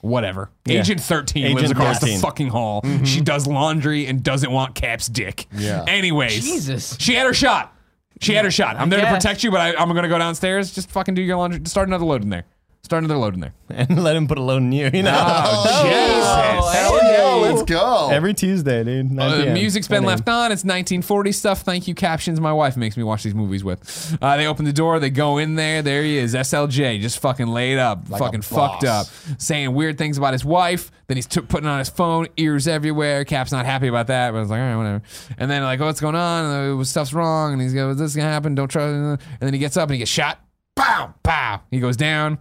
Speaker 2: Whatever.
Speaker 4: Yeah.
Speaker 2: Agent 13 lives
Speaker 4: Agent Mm-hmm.
Speaker 2: across
Speaker 4: 13.
Speaker 2: the fucking hall. She does laundry and doesn't want Cap's dick.
Speaker 1: Yeah.
Speaker 2: Anyways.
Speaker 3: Jesus.
Speaker 2: She had her shot. She had her shot. I'm there to
Speaker 3: guess.
Speaker 2: protect you, but I, I'm going to go downstairs. Just fucking do your laundry. Start another load in there. Start another load in there.
Speaker 4: And let him put a load in you, you know?
Speaker 1: uh,
Speaker 2: Oh, Jesus.
Speaker 3: hey.
Speaker 1: Oh, let's go.
Speaker 4: Every Tuesday, dude. 9
Speaker 2: Uh,
Speaker 4: PM.
Speaker 2: music's been
Speaker 4: 9
Speaker 2: left on. It's 1940 stuff. Thank you, captions. My wife makes me watch these movies with. Uh, they open the door. They go in there. There he is, SLJ, just fucking laid up,
Speaker 1: a
Speaker 2: fucking
Speaker 1: boss.
Speaker 2: fucked up, saying weird things about his wife. Then he's took putting on his phone, ears everywhere. Cap's not happy about that, but I was like, all right, whatever. And then like, oh, what's going on? And, uh, stuff's wrong. And he's like, this is gonna happen. Don't trust. And then he gets up and he gets shot. Pow, pow. He goes down.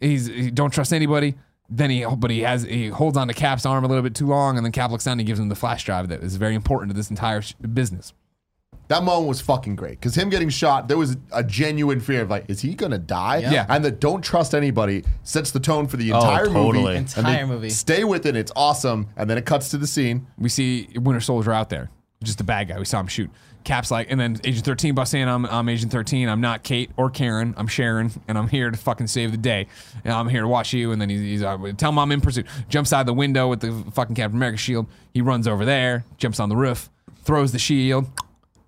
Speaker 2: He's he don't trust anybody. Then he but he has he holds on to Cap's arm a little bit too long, and then Cap looks down and he gives him the flash drive that is very important to this entire sh- business.
Speaker 1: That moment was fucking great because him getting shot, there was a genuine fear of like, is he gonna die?
Speaker 2: Yeah.
Speaker 1: And the don't trust anybody sets the tone for the entire movie.
Speaker 4: Oh, totally.
Speaker 1: And
Speaker 3: Entire
Speaker 1: they
Speaker 3: movie.
Speaker 1: Stay with it. It's awesome. And then it cuts to the scene.
Speaker 2: We see Winter Soldier out there, just a bad guy. We saw him shoot. Cap's like, and then Agent 13 busts in. I'm, I'm Agent 13. I'm not Kate or Karen. I'm Sharon, and I'm here to fucking save the day. And I'm here to watch you. And then he's, he's uh, tell mom in pursuit. Jumps out the window with the fucking Captain America shield. He runs over there, jumps on the roof, throws the shield.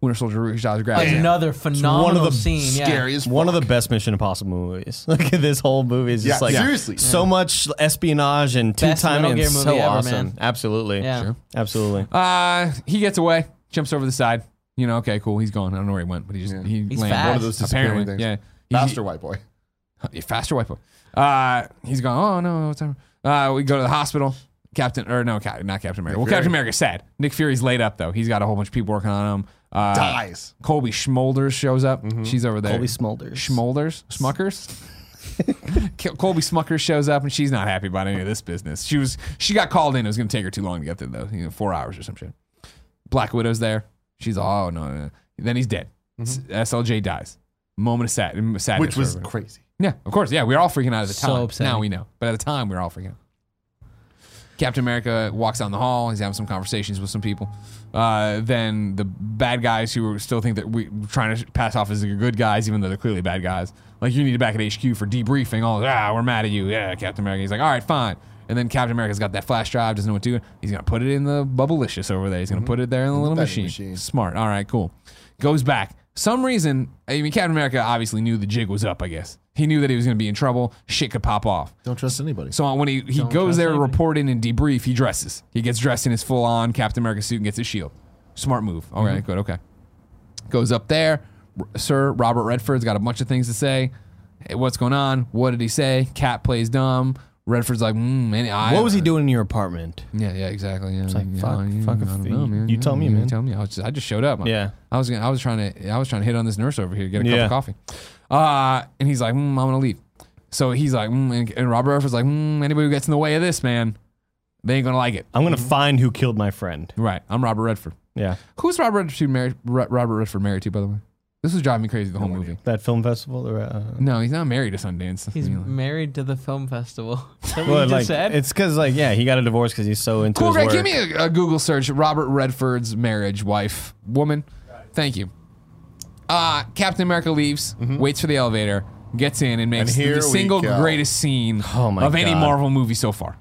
Speaker 2: Winter Soldier reaches out, grabs it.
Speaker 3: Another phenomenal
Speaker 4: the
Speaker 3: scene.
Speaker 1: Scary
Speaker 3: Yeah.
Speaker 1: as
Speaker 4: One of
Speaker 1: fuck.
Speaker 4: the best Mission Impossible movies. Like this whole movie is just
Speaker 1: Yeah,
Speaker 4: like
Speaker 1: seriously.
Speaker 4: so much espionage and two
Speaker 3: Best
Speaker 4: time
Speaker 3: Metal
Speaker 4: and
Speaker 3: Gear movie
Speaker 4: so
Speaker 3: ever,
Speaker 4: awesome.
Speaker 3: man.
Speaker 4: Absolutely,
Speaker 3: Yeah. Sure.
Speaker 4: absolutely.
Speaker 2: Uh, he gets away, jumps over the side. You know, okay, cool. He's gone. I don't know where he went, but he just he
Speaker 3: He's
Speaker 2: landed.
Speaker 3: fast.
Speaker 1: One of those disappearing
Speaker 2: Apparently, yeah.
Speaker 1: things.
Speaker 2: He-
Speaker 1: Faster white boy.
Speaker 2: he- faster wipe up. Uh, he's gone. Oh no, what's happening? Uh, we go to the hospital. Captain, or no, Cap- not Captain America. well,
Speaker 1: Fury.
Speaker 2: Captain America's sad. Nick Fury's laid up though. He's got a whole bunch of people working on him. Uh,
Speaker 1: Dies.
Speaker 2: Colby Schmolders shows up.
Speaker 1: Mm-hmm.
Speaker 2: She's over there.
Speaker 4: Colby Smulders.
Speaker 2: Schmolders? Smuckers? Col- Colby Smuckers shows up and she's not happy about any of this business. She was she got called in. It was gonna take her too long to get there though. You know, four hours or some shit. Black Widow's there. She's oh no, no, no. Then he's dead. S- SLJ dies. Moment of sad, sadness.
Speaker 1: Mm-hmm. Which
Speaker 2: for
Speaker 1: was
Speaker 2: everyone.
Speaker 1: crazy.
Speaker 2: yeah, of course. Yeah, we were all freaking out at the
Speaker 3: So
Speaker 2: time.
Speaker 3: upsetting.
Speaker 2: Now we know, but at the time we were all freaking out. Captain America walks down the hall. He's having some conversations with some people. Uh, then the bad guys who were still think that we we're trying to pass off as the good guys, even though they're clearly bad guys. Like you need to back at HQ for debriefing. All ah, we're mad at you. Yeah, Captain America. He's like, all right, fine. And then Captain America's got that flash drive. Doesn't know what to do. He's gonna put it in the bubblicious over there. He's gonna put it there in the little
Speaker 1: vending
Speaker 2: machine.
Speaker 1: machine.
Speaker 2: Smart. All right, cool. Goes back. Some reason, I mean, Captain America obviously knew the jig was up. I guess he knew that he was going to be in trouble. Shit could pop off.
Speaker 1: Don't trust anybody.
Speaker 2: So when he, he goes
Speaker 3: trust
Speaker 2: there to
Speaker 3: anybody.
Speaker 2: report in and debrief, he dresses. He gets dressed in his full on Captain America suit and gets his shield. Smart move. All
Speaker 4: Mm-hmm.
Speaker 2: right, good. Okay. Goes up there. R- Sir Robert Redford's got a bunch of things to say. Hey, what's going on? What did he say? Cat plays dumb. Redford's like, mm, any, I,
Speaker 4: What was he doing in your apartment?
Speaker 2: Yeah, yeah, exactly. Yeah,
Speaker 4: like,
Speaker 2: yeah,
Speaker 4: fuck-
Speaker 2: yeah,
Speaker 4: fuck
Speaker 2: I
Speaker 4: if
Speaker 2: don't
Speaker 4: you-
Speaker 2: know, man.
Speaker 4: you
Speaker 2: Yeah,
Speaker 4: tell me,
Speaker 2: yeah,
Speaker 4: man.
Speaker 2: Tell me. I was just, I just showed up.
Speaker 4: Yeah.
Speaker 2: I was gonna, I was trying to I was trying to hit on this nurse over here, get a
Speaker 4: Yeah.
Speaker 2: cup of coffee. Uh, and he's like, mm, I'm gonna leave. So he's like, mm, and, and Robert Redford's like, mm, anybody who gets in the way of this man, they ain't gonna like it.
Speaker 4: I'm gonna find who killed my friend.
Speaker 2: Right. I'm Robert Redford.
Speaker 4: Yeah,
Speaker 2: Who's Robert Redford married? Ro- Robert Redford married to, by the way. This was driving me crazy the whole movie.
Speaker 4: that film festival. Or, uh,
Speaker 2: No, he's not married to Sundance.
Speaker 3: He's
Speaker 2: You know.
Speaker 3: married to the film festival. Is that what
Speaker 4: well,
Speaker 3: you just
Speaker 4: like,
Speaker 3: said?
Speaker 4: it's because like yeah, he got a divorce because he's so into
Speaker 2: Cool,
Speaker 4: his
Speaker 2: Greg.
Speaker 4: work.
Speaker 2: Give me a, a Google search. Robert Redford's marriage, wife, woman. Thank you. Uh, Captain America leaves, waits for the elevator, gets in, and makes
Speaker 1: Mm-hmm. And here
Speaker 2: the
Speaker 1: we
Speaker 2: single
Speaker 1: go.
Speaker 2: greatest scene
Speaker 4: Oh my
Speaker 2: of any
Speaker 4: God.
Speaker 2: Marvel movie so far.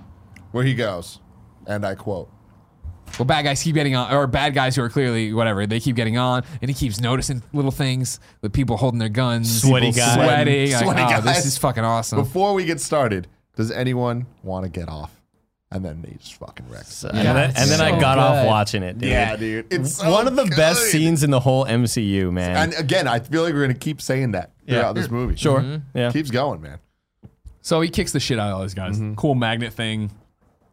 Speaker 1: Where he goes, and I quote,
Speaker 2: Well, bad guys keep getting on, or bad guys who are clearly whatever. They keep getting on, and he keeps noticing little things. The people holding their guns,
Speaker 4: Sweaty
Speaker 2: people
Speaker 4: guys.
Speaker 2: sweating. like,
Speaker 1: Sweaty
Speaker 2: oh, this
Speaker 1: guys.
Speaker 2: is fucking awesome.
Speaker 1: Before we get started, does anyone want to get off? And then they just fucking wrecks.
Speaker 4: And then,
Speaker 3: it's
Speaker 4: and then I
Speaker 3: so
Speaker 4: got off
Speaker 3: good.
Speaker 4: watching it. Dude.
Speaker 1: Yeah, dude. It's so
Speaker 4: one of the best
Speaker 1: good.
Speaker 4: scenes in the whole MCU, man.
Speaker 1: And again, I feel like we're gonna keep saying that
Speaker 4: Yeah.
Speaker 1: throughout this movie. Mm-hmm.
Speaker 4: sure.
Speaker 2: Mm-hmm.
Speaker 4: Yeah.
Speaker 1: Keeps going, man.
Speaker 2: so he kicks the shit out of all these guys.
Speaker 1: Mm-hmm.
Speaker 2: Cool magnet thing,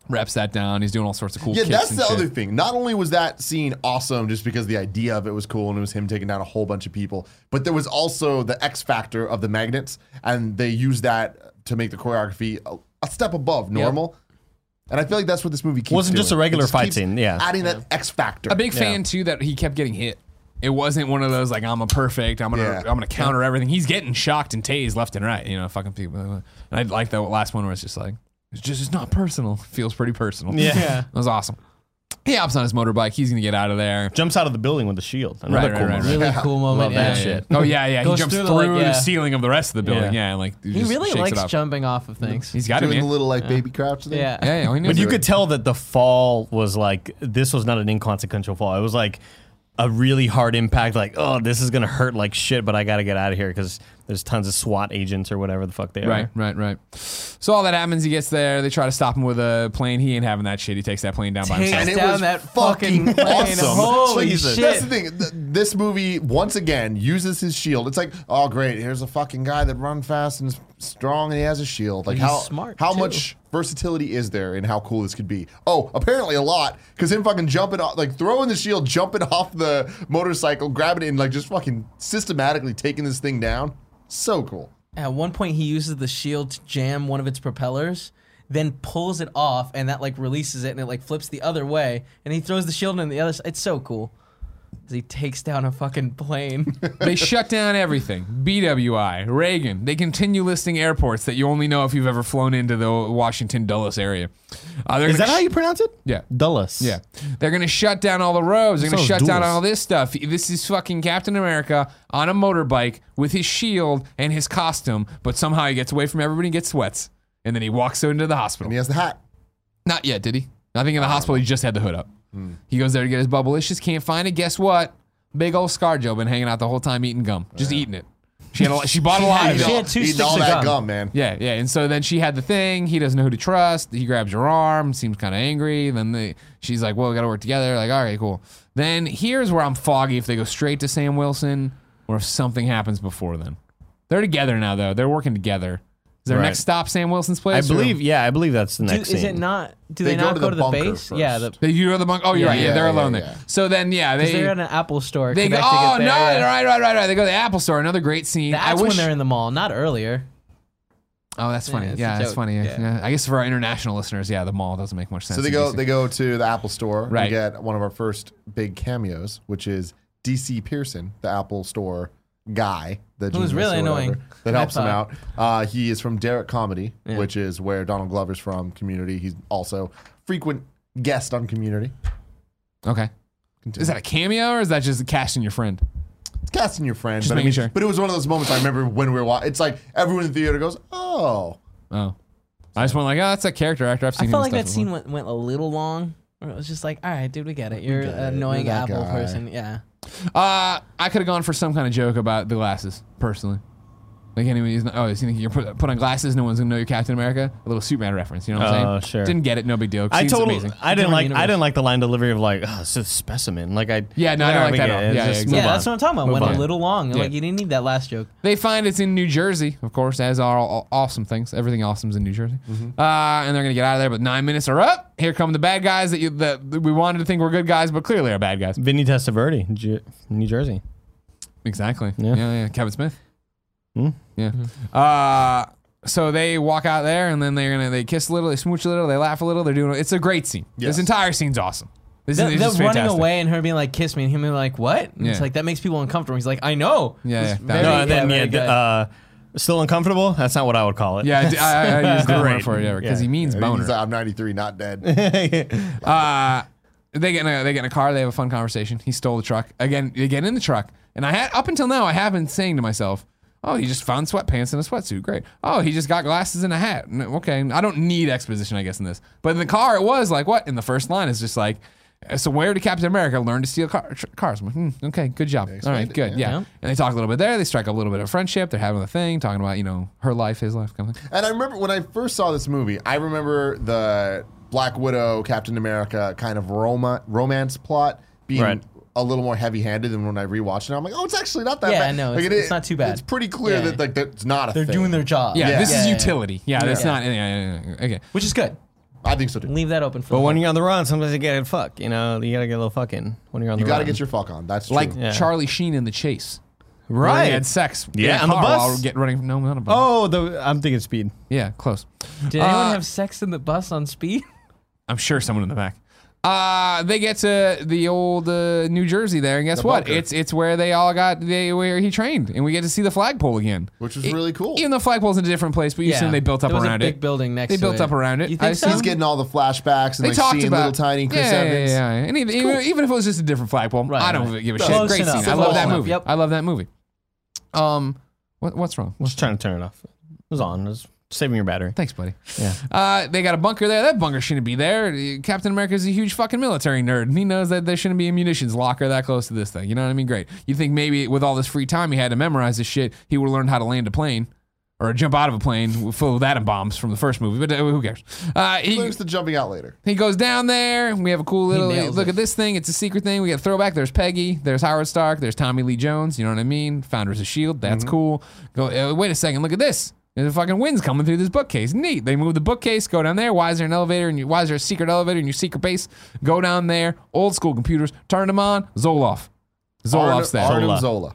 Speaker 2: wraps that down. He's doing all sorts of cool.
Speaker 1: Yeah,
Speaker 2: kicks
Speaker 1: that's
Speaker 2: and
Speaker 1: the
Speaker 2: shit.
Speaker 1: other thing. Not only was that scene awesome just because the idea of it was cool and it was him taking down a whole bunch of people, but there was also the X factor of the magnets, and they used that to make the choreography a, a step above normal. And I feel like that's what this movie keeps
Speaker 4: Wasn't just
Speaker 1: doing.
Speaker 4: a regular
Speaker 1: It just
Speaker 4: fight
Speaker 1: keeps
Speaker 4: scene, yeah.
Speaker 1: Adding that X factor.
Speaker 2: A big fan too that he kept getting hit. It wasn't one of those like I'm a perfect. I'm gonna
Speaker 1: Yeah.
Speaker 2: I'm gonna counter everything. He's getting shocked and tased left and right. You know, fucking people. And I like that last one where it's just like it's just it's not personal. Feels pretty personal.
Speaker 4: Yeah.
Speaker 2: that was awesome. He hops on his motorbike. He's gonna get out of there.
Speaker 4: Jumps out of the building with a shield. Another
Speaker 2: Right,
Speaker 4: cool
Speaker 2: right, right,
Speaker 4: moment.
Speaker 2: right.
Speaker 3: Really cool moment.
Speaker 4: Love that
Speaker 3: yeah.
Speaker 4: shit.
Speaker 2: Oh yeah, yeah. He
Speaker 3: Goes
Speaker 2: jumps
Speaker 3: through
Speaker 2: through,
Speaker 3: the, like,
Speaker 2: the
Speaker 3: yeah.
Speaker 2: ceiling of the rest of the building.
Speaker 4: Yeah.
Speaker 2: Yeah, like
Speaker 3: He
Speaker 2: just
Speaker 3: really
Speaker 2: shakes it
Speaker 3: likes
Speaker 2: up.
Speaker 3: jumping off of things.
Speaker 2: He's got it,
Speaker 1: Doing
Speaker 2: man.
Speaker 1: the little like baby crouch thing.
Speaker 3: Yeah.
Speaker 2: yeah, yeah, he knows
Speaker 4: But you
Speaker 2: it.
Speaker 4: could tell that the fall was like this was not an inconsequential fall. It was like a really hard impact. Like, oh, this is gonna hurt like shit, but I gotta get out of here because there's tons of SWAT agents or whatever the fuck they
Speaker 2: Right,
Speaker 4: are.
Speaker 2: right, right. So all that happens, he gets there. They try to stop him with a plane. He ain't having that shit. He takes that plane down by
Speaker 3: Takes
Speaker 2: himself.
Speaker 1: And it
Speaker 3: down
Speaker 1: was
Speaker 3: that fucking
Speaker 1: fucking
Speaker 3: plane.
Speaker 1: awesome.
Speaker 3: Holy
Speaker 1: Jesus.
Speaker 3: shit.
Speaker 1: That's the thing. Th- This movie once again uses his shield. It's like, oh great, here's a fucking guy that run fast and is strong, and he has a shield. Like
Speaker 3: But he's
Speaker 1: how
Speaker 3: smart,
Speaker 1: how
Speaker 3: too.
Speaker 1: much versatility is there in how cool this could be? Oh, apparently a lot because him fucking jumping off, like throwing the shield, jumping off the motorcycle, grabbing it, and like just fucking systematically taking this thing down. So cool.
Speaker 3: At one point, he uses the shield to jam one of its propellers, then pulls it off, and that like releases it, and it like flips the other way, and he throws the shield on the other side. It's so cool. 'Cause He takes down a fucking plane.
Speaker 2: they shut down everything. BWI, Reagan. They continue listing airports that you only know if you've ever flown into the Washington Dulles area. Uh, they're
Speaker 4: Is
Speaker 2: gonna
Speaker 4: that how
Speaker 2: sh-
Speaker 4: you pronounce it?
Speaker 2: Yeah.
Speaker 4: Dulles.
Speaker 2: Yeah, they're gonna shut down all the roads. They're gonna
Speaker 4: Sounds
Speaker 2: shut down
Speaker 4: duelist.
Speaker 2: all this stuff. This is fucking Captain America on a motorbike with his shield and his costume, but somehow he gets away from everybody and gets sweats, and then he walks into the hospital.
Speaker 1: And he has the hat.
Speaker 2: Not yet, did he? I think in the hospital he just had the hood up. He goes there to get his bubblicious, can't find it. Guess what? Big old ScarJo been hanging out the whole time eating gum, just eating it. She had a, lot- she bought a lot of
Speaker 3: she
Speaker 2: it.
Speaker 3: had two
Speaker 1: Eating
Speaker 3: sticks
Speaker 1: all
Speaker 3: of
Speaker 1: that
Speaker 3: gum.
Speaker 1: man.
Speaker 2: Yeah, yeah. And so then she had the thing. He doesn't know who to trust. He grabs her arm, seems kind of angry. Then they, she's like, well, we got to work together. Like, all right, cool. Then here's where I'm foggy if they go straight to Sam Wilson or if something happens before then. They're together now, though. They're working together. Is their
Speaker 4: Right.
Speaker 2: next stop Sam Wilson's
Speaker 4: I
Speaker 2: place? or-
Speaker 4: believe. Yeah, I believe that's the
Speaker 3: Do,
Speaker 4: next.
Speaker 3: is
Speaker 4: scene.
Speaker 3: it not? Do
Speaker 1: They
Speaker 3: they,
Speaker 1: go
Speaker 3: not
Speaker 1: to
Speaker 3: go
Speaker 1: the
Speaker 3: to the
Speaker 1: bunker
Speaker 3: base? Yeah, the,
Speaker 1: first.
Speaker 2: They- You know the bunk. Oh, you're
Speaker 3: Yeah,
Speaker 2: right. Yeah,
Speaker 1: yeah,
Speaker 2: they're
Speaker 1: yeah,
Speaker 2: alone
Speaker 1: yeah.
Speaker 2: there. So then, yeah, they
Speaker 3: they're at an Apple store.
Speaker 2: they go.
Speaker 3: connected
Speaker 2: Oh
Speaker 3: it
Speaker 2: no!
Speaker 3: there, yeah.
Speaker 2: Right, right, right, right. They go to the Apple Store. Another great scene.
Speaker 3: That's
Speaker 2: I wish.
Speaker 3: when they're in the mall, not earlier.
Speaker 2: oh, that's funny. Yeah,
Speaker 3: Yeah, it's a
Speaker 2: that's
Speaker 3: joke.
Speaker 2: funny.
Speaker 3: Yeah.
Speaker 2: Yeah. I guess for our international listeners, yeah, the mall doesn't make much sense.
Speaker 1: So they
Speaker 2: in
Speaker 1: go
Speaker 2: DC.
Speaker 1: they go to the Apple store
Speaker 2: Right.
Speaker 1: and get one of our first big cameos, which is DC Pearson, the Apple store guy. The
Speaker 3: Who's
Speaker 1: genius
Speaker 3: really
Speaker 1: or whatever,
Speaker 3: annoying.
Speaker 1: That
Speaker 3: I
Speaker 1: helps him
Speaker 3: thought.
Speaker 1: out. Uh, he is from Derek Comedy, which is where Donald Glover's from Community. He's also frequent guest on Community.
Speaker 2: Okay.
Speaker 1: Continue.
Speaker 2: Is that a cameo or is that just cashing your friend?
Speaker 1: It's casting your friend.
Speaker 2: Just
Speaker 1: but, I
Speaker 2: making
Speaker 1: mean-
Speaker 2: sure.
Speaker 1: but it was one of those moments I remember when we were watching. It's like everyone in the theater goes, "Oh,
Speaker 2: Oh. I just went like, oh, that's a character actor. I've seen
Speaker 3: I
Speaker 2: him
Speaker 3: felt
Speaker 2: in
Speaker 3: like
Speaker 2: stuff
Speaker 3: that
Speaker 2: before.
Speaker 3: scene went, went a little long. Where it was just like, all right, dude, we get it. You're
Speaker 1: get it.
Speaker 3: an annoying
Speaker 1: You're that
Speaker 3: Apple
Speaker 1: guy."
Speaker 3: person. Yeah.
Speaker 2: Uh, I could have gone for some kind of joke about the glasses, personally. Like anybody's not, oh, you think you're put, put on glasses, no one's gonna know you're Captain America. A little Superman reference, you know what I'm
Speaker 4: Oh,
Speaker 2: saying?
Speaker 4: sure.
Speaker 2: Didn't get it, no big deal.
Speaker 4: I
Speaker 2: Scene's
Speaker 4: totally.
Speaker 2: amazing.
Speaker 4: I didn't
Speaker 3: Different
Speaker 4: like. I
Speaker 3: universe.
Speaker 4: didn't like the line delivery of like, oh, it's a specimen. Like I.
Speaker 2: Yeah, no, I don't like that at all. Yeah,
Speaker 4: Yeah,
Speaker 2: yeah,
Speaker 4: just
Speaker 2: exactly.
Speaker 4: move
Speaker 3: yeah,
Speaker 4: on.
Speaker 3: that's what I'm talking about.
Speaker 4: Move
Speaker 3: Went
Speaker 4: on.
Speaker 3: a little long.
Speaker 2: Yeah.
Speaker 3: Like you didn't need that last joke.
Speaker 2: They find it's in New Jersey, of course, as are all, all awesome things. Everything awesome's in New Jersey,
Speaker 4: Mm-hmm.
Speaker 2: uh, and they're gonna get out of there. But nine minutes are up. Here come the bad guys that, you, that we wanted to think were good guys, but clearly are bad guys.
Speaker 4: Vinny Testaverde, Ju- New Jersey.
Speaker 2: Exactly.
Speaker 4: Yeah.
Speaker 2: Yeah, yeah. Kevin Smith.
Speaker 4: Hmm?
Speaker 2: Yeah.
Speaker 3: Mm-hmm.
Speaker 2: Uh, so they walk out there, and then they're gonna they kiss a little, they smooch a little, they laugh a little. They're doing. It's a great scene.
Speaker 1: Yes.
Speaker 2: This entire scene's awesome. This
Speaker 3: The,
Speaker 2: is it's
Speaker 3: the
Speaker 2: just
Speaker 3: running
Speaker 2: fantastic.
Speaker 3: away and her being like, "Kiss me," and him being like, "What?" And It's
Speaker 2: Yeah.
Speaker 3: like that makes people uncomfortable. He's like, "I know."
Speaker 2: Yeah,
Speaker 3: It's
Speaker 2: yeah, that-
Speaker 3: very-
Speaker 4: No, and then
Speaker 3: very
Speaker 4: yeah,
Speaker 3: good.
Speaker 4: the, uh, still uncomfortable. That's not what I would call it.
Speaker 2: Yeah, I, I, I used that word
Speaker 4: Great.
Speaker 2: for it. Yeah, because he
Speaker 4: Yeah.
Speaker 2: means boner.
Speaker 1: He's like, I'm 93, not dead."
Speaker 2: Uh, they get in a, they get in a car. They have a fun conversation. He stole the truck again. They get in the truck, and I had up until now I have been saying to myself, "Oh, he just found sweatpants and a sweatsuit. Great. Oh, he just got glasses and a hat. N- Okay. I don't need exposition, I guess, in this. But in the car, it was like what? In the first line, is just like. uh, So where did Captain America learn to steal car- tr- cars? I'm like, hmm, okay, good job. All right,
Speaker 1: explained it,
Speaker 2: good,
Speaker 1: yeah.
Speaker 2: yeah. And they talk a little bit there. They strike up a little bit of friendship. They're having a thing, talking about you know her life, his life, kind of thing.
Speaker 1: And I remember when I first saw this movie, I remember the Black Widow, Captain America kind of Roma, romance plot being
Speaker 4: Right.
Speaker 1: a little more heavy handed than when I rewatched it. I'm like, oh, it's actually not that
Speaker 3: Yeah,
Speaker 1: bad.
Speaker 3: no,
Speaker 1: Like,
Speaker 3: it's- it's not too bad.
Speaker 1: It's pretty clear
Speaker 3: Yeah.
Speaker 1: that like that's not a
Speaker 3: they're
Speaker 1: thing.
Speaker 3: doing their job.
Speaker 2: Yeah,
Speaker 1: Yeah.
Speaker 2: this is
Speaker 3: Yeah.
Speaker 2: utility. Yeah, that's
Speaker 1: Yeah.
Speaker 2: not. Yeah, yeah, yeah, yeah. Okay.
Speaker 3: which is good.
Speaker 1: I think so too.
Speaker 3: Leave that open for.
Speaker 4: But
Speaker 3: the
Speaker 4: when you're on the run, sometimes you gotta fuck. You know, you gotta get a little fucking when you're on
Speaker 1: You
Speaker 4: the
Speaker 1: got to
Speaker 4: run.
Speaker 1: get your fuck on. That's true.
Speaker 2: like
Speaker 1: Like,
Speaker 4: Yeah.
Speaker 2: Charlie Sheen in The Chase. where
Speaker 4: right.
Speaker 2: They had sex. in
Speaker 4: Yeah,
Speaker 2: a
Speaker 4: on the
Speaker 2: car
Speaker 4: bus.
Speaker 2: While get running. No, not a bus.
Speaker 4: oh, the I'm thinking speed.
Speaker 2: yeah, close.
Speaker 3: Did anyone
Speaker 2: Uh,
Speaker 3: have sex in the bus on speed?
Speaker 2: I'm sure someone in the back. Uh, they get to the old uh, New Jersey there, and guess
Speaker 1: The
Speaker 2: what?
Speaker 1: bunker.
Speaker 2: It's it's where they all got they where he trained, and we get to see the flagpole again,
Speaker 1: Which is
Speaker 2: E-
Speaker 1: really cool.
Speaker 2: Even the flagpole's in a different place, but you assume they built up
Speaker 3: there was
Speaker 2: around
Speaker 3: a
Speaker 2: it.
Speaker 3: big building next
Speaker 2: They
Speaker 3: to
Speaker 2: built
Speaker 3: it.
Speaker 2: up around it.
Speaker 3: You
Speaker 2: I
Speaker 3: think so?
Speaker 2: assume-
Speaker 1: He's getting all the flashbacks and
Speaker 2: They
Speaker 1: like
Speaker 2: talked
Speaker 1: seeing
Speaker 2: about
Speaker 1: little tiny Chris
Speaker 2: yeah,
Speaker 1: Evans.
Speaker 2: Yeah, yeah, yeah. And even, even, even if it was just a different flagpole,
Speaker 3: Right,
Speaker 2: I don't
Speaker 3: right.
Speaker 2: give a
Speaker 1: Close
Speaker 2: shit. Great
Speaker 3: enough.
Speaker 2: scene. I love
Speaker 3: Close
Speaker 2: that
Speaker 3: enough.
Speaker 2: movie.
Speaker 3: Yep.
Speaker 2: I love that movie. Um, what, what's wrong?
Speaker 4: just trying to turn it off. It was on. It was saving your battery.
Speaker 2: Thanks, buddy.
Speaker 4: Yeah.
Speaker 2: Uh, they got a bunker there. That bunker shouldn't be there. Captain America is a huge fucking military nerd, and he knows that there shouldn't be a munitions locker that close to this thing. You know what I mean? Great. You think maybe with all this free time he had to memorize this shit, he would have learned how to land a plane or jump out of a plane full of atom bombs from the first movie? But uh, who cares? Uh, he,
Speaker 1: There's the jumping out later.
Speaker 2: he goes down there. We have a cool little
Speaker 3: nails
Speaker 2: look
Speaker 3: it.
Speaker 2: at this thing. It's a secret thing. We got a throwback. There's Peggy. There's Howard Stark. There's Tommy Lee Jones. You know what I mean? Founders of Shield. That's cool. Go. Uh, wait a second. Look at this. There's a fucking wind's coming through this bookcase. Neat. They move the bookcase. Go down there. Why is there an elevator? And you, why is there a secret elevator in your secret base? Go down there. Old school computers. Turn them on. Zoloff. Zoloff's there.
Speaker 1: Arnim Zola.
Speaker 4: Zola.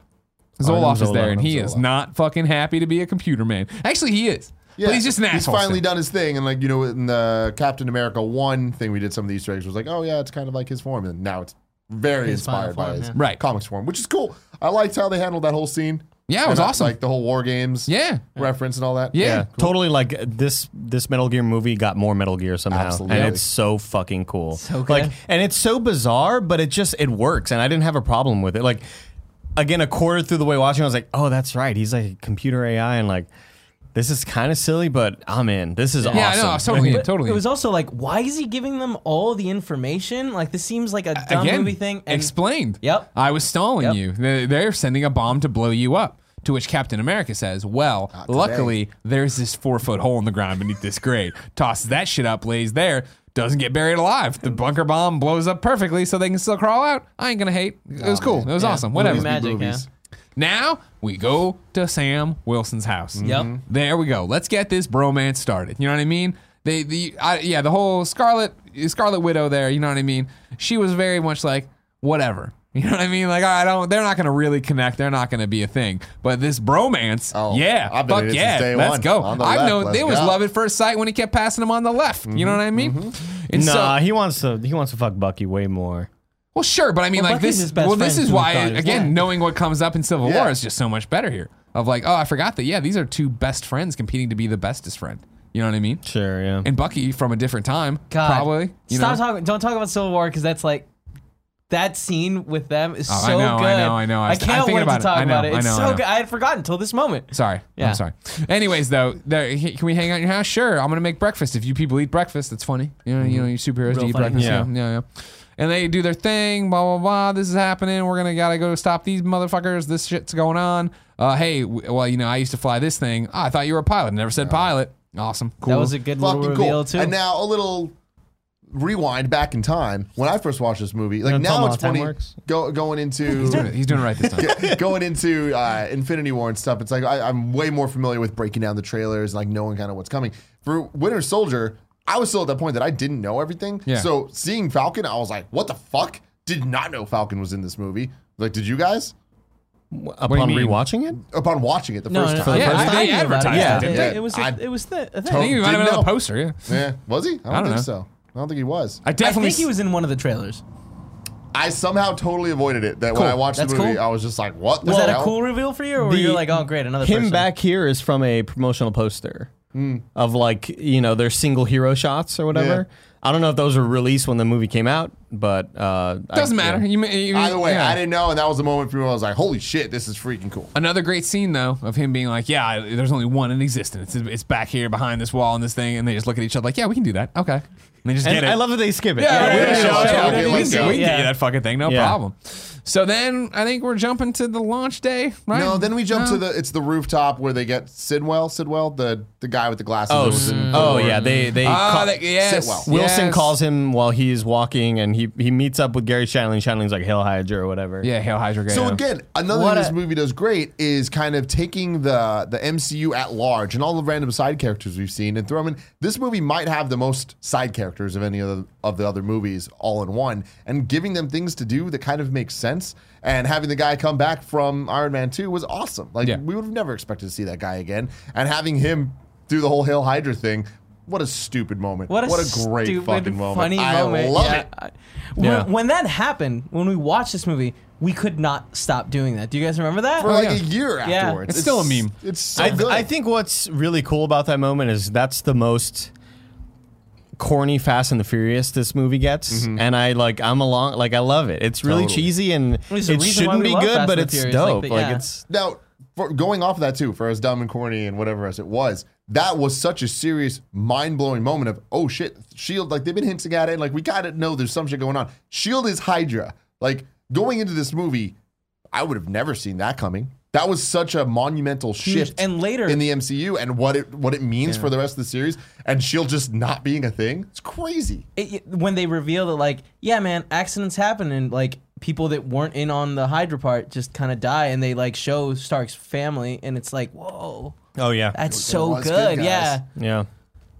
Speaker 2: Zoloff is
Speaker 4: Arnim
Speaker 2: there,
Speaker 4: Zola.
Speaker 2: and he
Speaker 1: Arnim
Speaker 2: is
Speaker 1: Zola.
Speaker 2: not fucking happy to be a computer man. Actually, he is. but he's just an asshole.
Speaker 1: He's finally
Speaker 2: still.
Speaker 1: done his thing, and like you know, in the Captain America one thing we did, some of the Easter eggs was like, oh yeah, it's kind of like his form, and now it's very
Speaker 3: His final
Speaker 1: inspired by
Speaker 3: form,
Speaker 1: his
Speaker 3: yeah.
Speaker 2: Right.
Speaker 1: comics form, which is cool. I liked how they handled that whole scene.
Speaker 2: Yeah, it was
Speaker 1: And, uh,
Speaker 2: awesome.
Speaker 1: Like the whole war games,
Speaker 2: Yeah.
Speaker 1: reference and all that.
Speaker 2: Yeah.
Speaker 4: Totally like uh, this this Metal Gear movie got more Metal Gear somehow.
Speaker 1: Absolutely.
Speaker 4: And it's so fucking cool.
Speaker 3: So good.
Speaker 4: Like and it's so bizarre, but it just it works and I didn't have a problem with it. Like again, a quarter through the way watching, I was like, Oh, that's right. He's like a computer AI and like this is kind of silly, but I'm in. This is awesome.
Speaker 2: Yeah, I know. I was totally in.
Speaker 4: Like,
Speaker 2: Totally.
Speaker 3: It
Speaker 2: in.
Speaker 3: was also like, why is he giving them all the information? Like, this seems like a dumb
Speaker 2: Again,
Speaker 3: movie thing. And
Speaker 2: explained.
Speaker 3: Yep.
Speaker 2: I was stalling
Speaker 3: Yep.
Speaker 2: you. They- They're sending a bomb to blow you up. To which Captain America says, Well,
Speaker 1: today.
Speaker 2: luckily, there's this four foot hole in the ground beneath this grate. Tosses that shit up, lays there, doesn't get buried alive. The bunker bomb blows up perfectly so they can still crawl out. I ain't going to hate. It
Speaker 3: Oh,
Speaker 2: was cool. It was awesome. Whatever.
Speaker 3: Movies be Magic, yeah.
Speaker 2: Now we go to Sam Wilson's house. Mm-hmm.
Speaker 3: Yep. Mhm.
Speaker 2: There we go. Let's get this bromance started. You know what I mean? They the I, yeah the whole Scarlet Scarlet Widow there. You know what I mean? She was very much like whatever. You know what I mean? Like I don't. They're not gonna really connect. They're not gonna be a thing. But this bromance.
Speaker 1: Oh,
Speaker 2: yeah.
Speaker 1: I've been in it
Speaker 2: fuck
Speaker 1: since
Speaker 2: yeah.
Speaker 1: day
Speaker 2: let's
Speaker 1: one.
Speaker 2: go.
Speaker 1: On the
Speaker 2: I
Speaker 1: left,
Speaker 2: know
Speaker 1: let's
Speaker 2: it was
Speaker 1: go. Mm-hmm.
Speaker 2: love at first sight when he kept passing him on the left. You know what I mean? And so-
Speaker 4: nah, he wants to he wants to fuck Bucky way more.
Speaker 2: well, sure, but I mean,
Speaker 3: Well,
Speaker 2: like
Speaker 3: Bucky's
Speaker 2: this.
Speaker 3: his best
Speaker 2: Well, this
Speaker 3: friend
Speaker 2: is
Speaker 3: who
Speaker 2: why,
Speaker 3: thought he was
Speaker 2: again,
Speaker 3: dead.
Speaker 2: knowing what comes up in Civil
Speaker 1: Yeah.
Speaker 2: War is just so much better here. Of like, oh, I forgot that. Yeah, these are two best friends competing to be the bestest friend. You know what I mean?
Speaker 4: Sure, yeah.
Speaker 2: And Bucky from a different time,
Speaker 3: God,
Speaker 2: probably. You
Speaker 3: stop
Speaker 2: know?
Speaker 3: talking. Don't talk about Civil War because that's like that scene with them is
Speaker 2: Oh, I
Speaker 3: so
Speaker 2: know, I
Speaker 3: good.
Speaker 2: know, I know. I
Speaker 3: I,
Speaker 2: was- I'm
Speaker 3: can't
Speaker 2: thinking
Speaker 3: wait
Speaker 2: about it.
Speaker 3: to talk
Speaker 2: I know,
Speaker 3: about it.
Speaker 2: I
Speaker 3: It's
Speaker 2: know, I
Speaker 3: so
Speaker 2: know.
Speaker 3: good. I had forgotten until this moment.
Speaker 2: Sorry,
Speaker 3: Yeah.
Speaker 2: I'm sorry. Anyways, though, there, he- can we hang out in your house? Sure, I'm gonna make breakfast. If you people eat breakfast, that's funny. You know, you know, you superheroes
Speaker 3: Mm-hmm. Real
Speaker 2: do eat
Speaker 3: funny.
Speaker 2: breakfast.
Speaker 4: Yeah.
Speaker 2: yeah, yeah. yeah. And they do their thing, blah blah blah. This is happening. We're gonna gotta go stop these motherfuckers. This shit's going on. Uh, hey, w- well, you know, I used to fly this thing. Ah, I thought you were a pilot. Never said pilot. Awesome, cool.
Speaker 3: That was a good little
Speaker 1: Fucking
Speaker 3: reveal
Speaker 1: cool.
Speaker 3: too.
Speaker 1: And now a little rewind back in time when I first watched this movie. Like
Speaker 4: You know, tell
Speaker 1: now
Speaker 4: them
Speaker 1: it's
Speaker 4: how time
Speaker 1: funny
Speaker 4: works.
Speaker 1: go, going
Speaker 2: He's doing,
Speaker 1: into
Speaker 2: it. He's doing it right this time.
Speaker 1: going into uh, Infinity War and stuff, it's like I, I'm way more familiar with breaking down the trailers, like knowing kind of what's coming. For Winter Soldier, I was still at that point that I didn't know everything.
Speaker 2: Yeah.
Speaker 1: So seeing Falcon, I was like, what the fuck? Did not know Falcon was in this movie. Like, did you guys?
Speaker 2: you
Speaker 4: Upon
Speaker 2: mean?
Speaker 4: rewatching it?
Speaker 1: Upon watching it the
Speaker 3: no,
Speaker 1: first
Speaker 3: no, no,
Speaker 1: time.
Speaker 2: Yeah,
Speaker 3: first
Speaker 2: they
Speaker 3: time you knew about
Speaker 2: advertised
Speaker 4: it,
Speaker 3: it. Yeah,
Speaker 4: didn't
Speaker 1: they?
Speaker 3: it, it was
Speaker 1: I-
Speaker 3: it was the a
Speaker 2: I
Speaker 3: thing.
Speaker 2: think he might
Speaker 1: Didn't
Speaker 2: have been on the
Speaker 1: know.
Speaker 2: poster. Yeah,
Speaker 1: Yeah. Was he? I don't,
Speaker 2: I don't
Speaker 1: think
Speaker 2: know.
Speaker 1: so. I don't think he was.
Speaker 2: I
Speaker 3: I
Speaker 2: definitely.
Speaker 3: think he was in one of the trailers.
Speaker 1: I somehow totally avoided it. That
Speaker 2: Cool.
Speaker 1: when I watched
Speaker 3: That's
Speaker 1: the movie,
Speaker 3: cool.
Speaker 1: I was just like, "What?
Speaker 3: Was
Speaker 1: the
Speaker 3: that a
Speaker 1: hell?
Speaker 3: cool reveal for you, or were
Speaker 4: The-
Speaker 3: you like, oh great, another
Speaker 4: him
Speaker 3: person?
Speaker 4: back here is from a promotional poster of like you know their single hero shots or whatever. I don't know if those were released when the movie came out, but uh,
Speaker 2: Doesn't
Speaker 4: I,
Speaker 2: matter. You, may- you,
Speaker 1: Either way,
Speaker 2: yeah.
Speaker 1: I didn't know, and that was the moment for me. Where I was like, "Holy shit, this is freaking cool."
Speaker 2: Another great scene though of him being like, "Yeah, I- there's only one in existence. It's, it's back here behind this wall and this thing." And they just look at each other like, "Yeah, we can do that. Okay." And they just
Speaker 4: And
Speaker 2: get it.
Speaker 4: I love that they skip it.
Speaker 2: Yeah,
Speaker 1: yeah,
Speaker 2: we
Speaker 1: yeah,
Speaker 2: can show
Speaker 1: yeah,
Speaker 2: it.
Speaker 1: yeah,
Speaker 2: We
Speaker 1: yeah,
Speaker 2: can-
Speaker 1: let's
Speaker 2: we
Speaker 1: go.
Speaker 2: can get
Speaker 3: Yeah.
Speaker 2: you that fucking thing, no
Speaker 4: Yeah.
Speaker 2: problem. So then I think we're jumping to the launch day, right?
Speaker 1: No, then we jump
Speaker 2: No.
Speaker 1: to the it's the rooftop where they get Sidwell, Sidwell, the the guy with the glasses.
Speaker 4: Oh,
Speaker 1: that was in
Speaker 2: Mm-hmm.
Speaker 4: s-
Speaker 1: the
Speaker 4: oh
Speaker 1: war.
Speaker 4: yeah, they they.
Speaker 2: Ah,
Speaker 4: ca-
Speaker 2: that- yes,
Speaker 1: Sitwell.
Speaker 4: Wilson
Speaker 2: yes.
Speaker 4: calls him while he's walking, and he he meets up with Gary Shandling. Shandling's like Hail Hydra or whatever.
Speaker 2: Yeah, Hail Hydra.
Speaker 1: So
Speaker 2: Gaia.
Speaker 1: again, another
Speaker 3: What
Speaker 1: thing this
Speaker 3: a-
Speaker 1: movie does great is kind of taking the the MCU at large and all the random side characters we've seen and throw them in. This movie might have the most side characters of any of the, of the other movies all in one, and giving them things to do that kind of makes sense. And having the guy come back from Iron Man Two was awesome. Like
Speaker 2: Yeah.
Speaker 1: we would have never expected to see that guy again, and having him do the whole Hail Hydra thing What a stupid moment.
Speaker 3: What a,
Speaker 1: great
Speaker 3: stupid,
Speaker 1: fucking moment.
Speaker 3: funny
Speaker 1: I
Speaker 3: moment.
Speaker 1: love
Speaker 3: Yeah.
Speaker 1: it.
Speaker 3: I- When,
Speaker 4: Yeah.
Speaker 3: when that happened, when we watched this movie, we could not stop doing that. Do you guys remember that?
Speaker 1: For like a year
Speaker 3: Oh, Yeah.
Speaker 1: afterwards.
Speaker 2: It's still a meme.
Speaker 1: It's so
Speaker 4: I,
Speaker 1: good.
Speaker 4: I think what's really cool about that moment is that's the most corny Fast and the Furious this movie gets, and I like I'm along like I love it. It's really
Speaker 1: Totally.
Speaker 4: cheesy and
Speaker 3: There's a
Speaker 4: it
Speaker 3: reason why
Speaker 4: shouldn't
Speaker 3: we
Speaker 4: be
Speaker 3: love
Speaker 4: good,
Speaker 3: Fast
Speaker 4: but
Speaker 3: and the
Speaker 4: it's
Speaker 3: Furious, like,
Speaker 4: dope.
Speaker 3: but
Speaker 4: Like,
Speaker 3: yeah.
Speaker 4: it's
Speaker 1: Now, for going off of that too, for as dumb and corny and whatever as it was, that was such a serious, mind blowing moment of oh shit, Shield. Like they've been hinting at it, and like we gotta know there's some shit going on. Shield E is Hydra. Like going into this movie, I would have never seen that coming. That was such a monumental
Speaker 3: Huge.
Speaker 1: shift
Speaker 3: And later,
Speaker 1: in the MCU and what it what it means for the rest of the series, and Shield E just not being a thing. It's crazy.
Speaker 3: it, when they reveal that, like, yeah, man, accidents happen, and like people that weren't in on the Hydra part just kind of die, and they like show Stark's family, and it's like, whoa,
Speaker 4: oh yeah,
Speaker 3: that's
Speaker 1: It
Speaker 3: so
Speaker 1: was
Speaker 3: good,
Speaker 1: good, guys.
Speaker 3: yeah,
Speaker 4: yeah.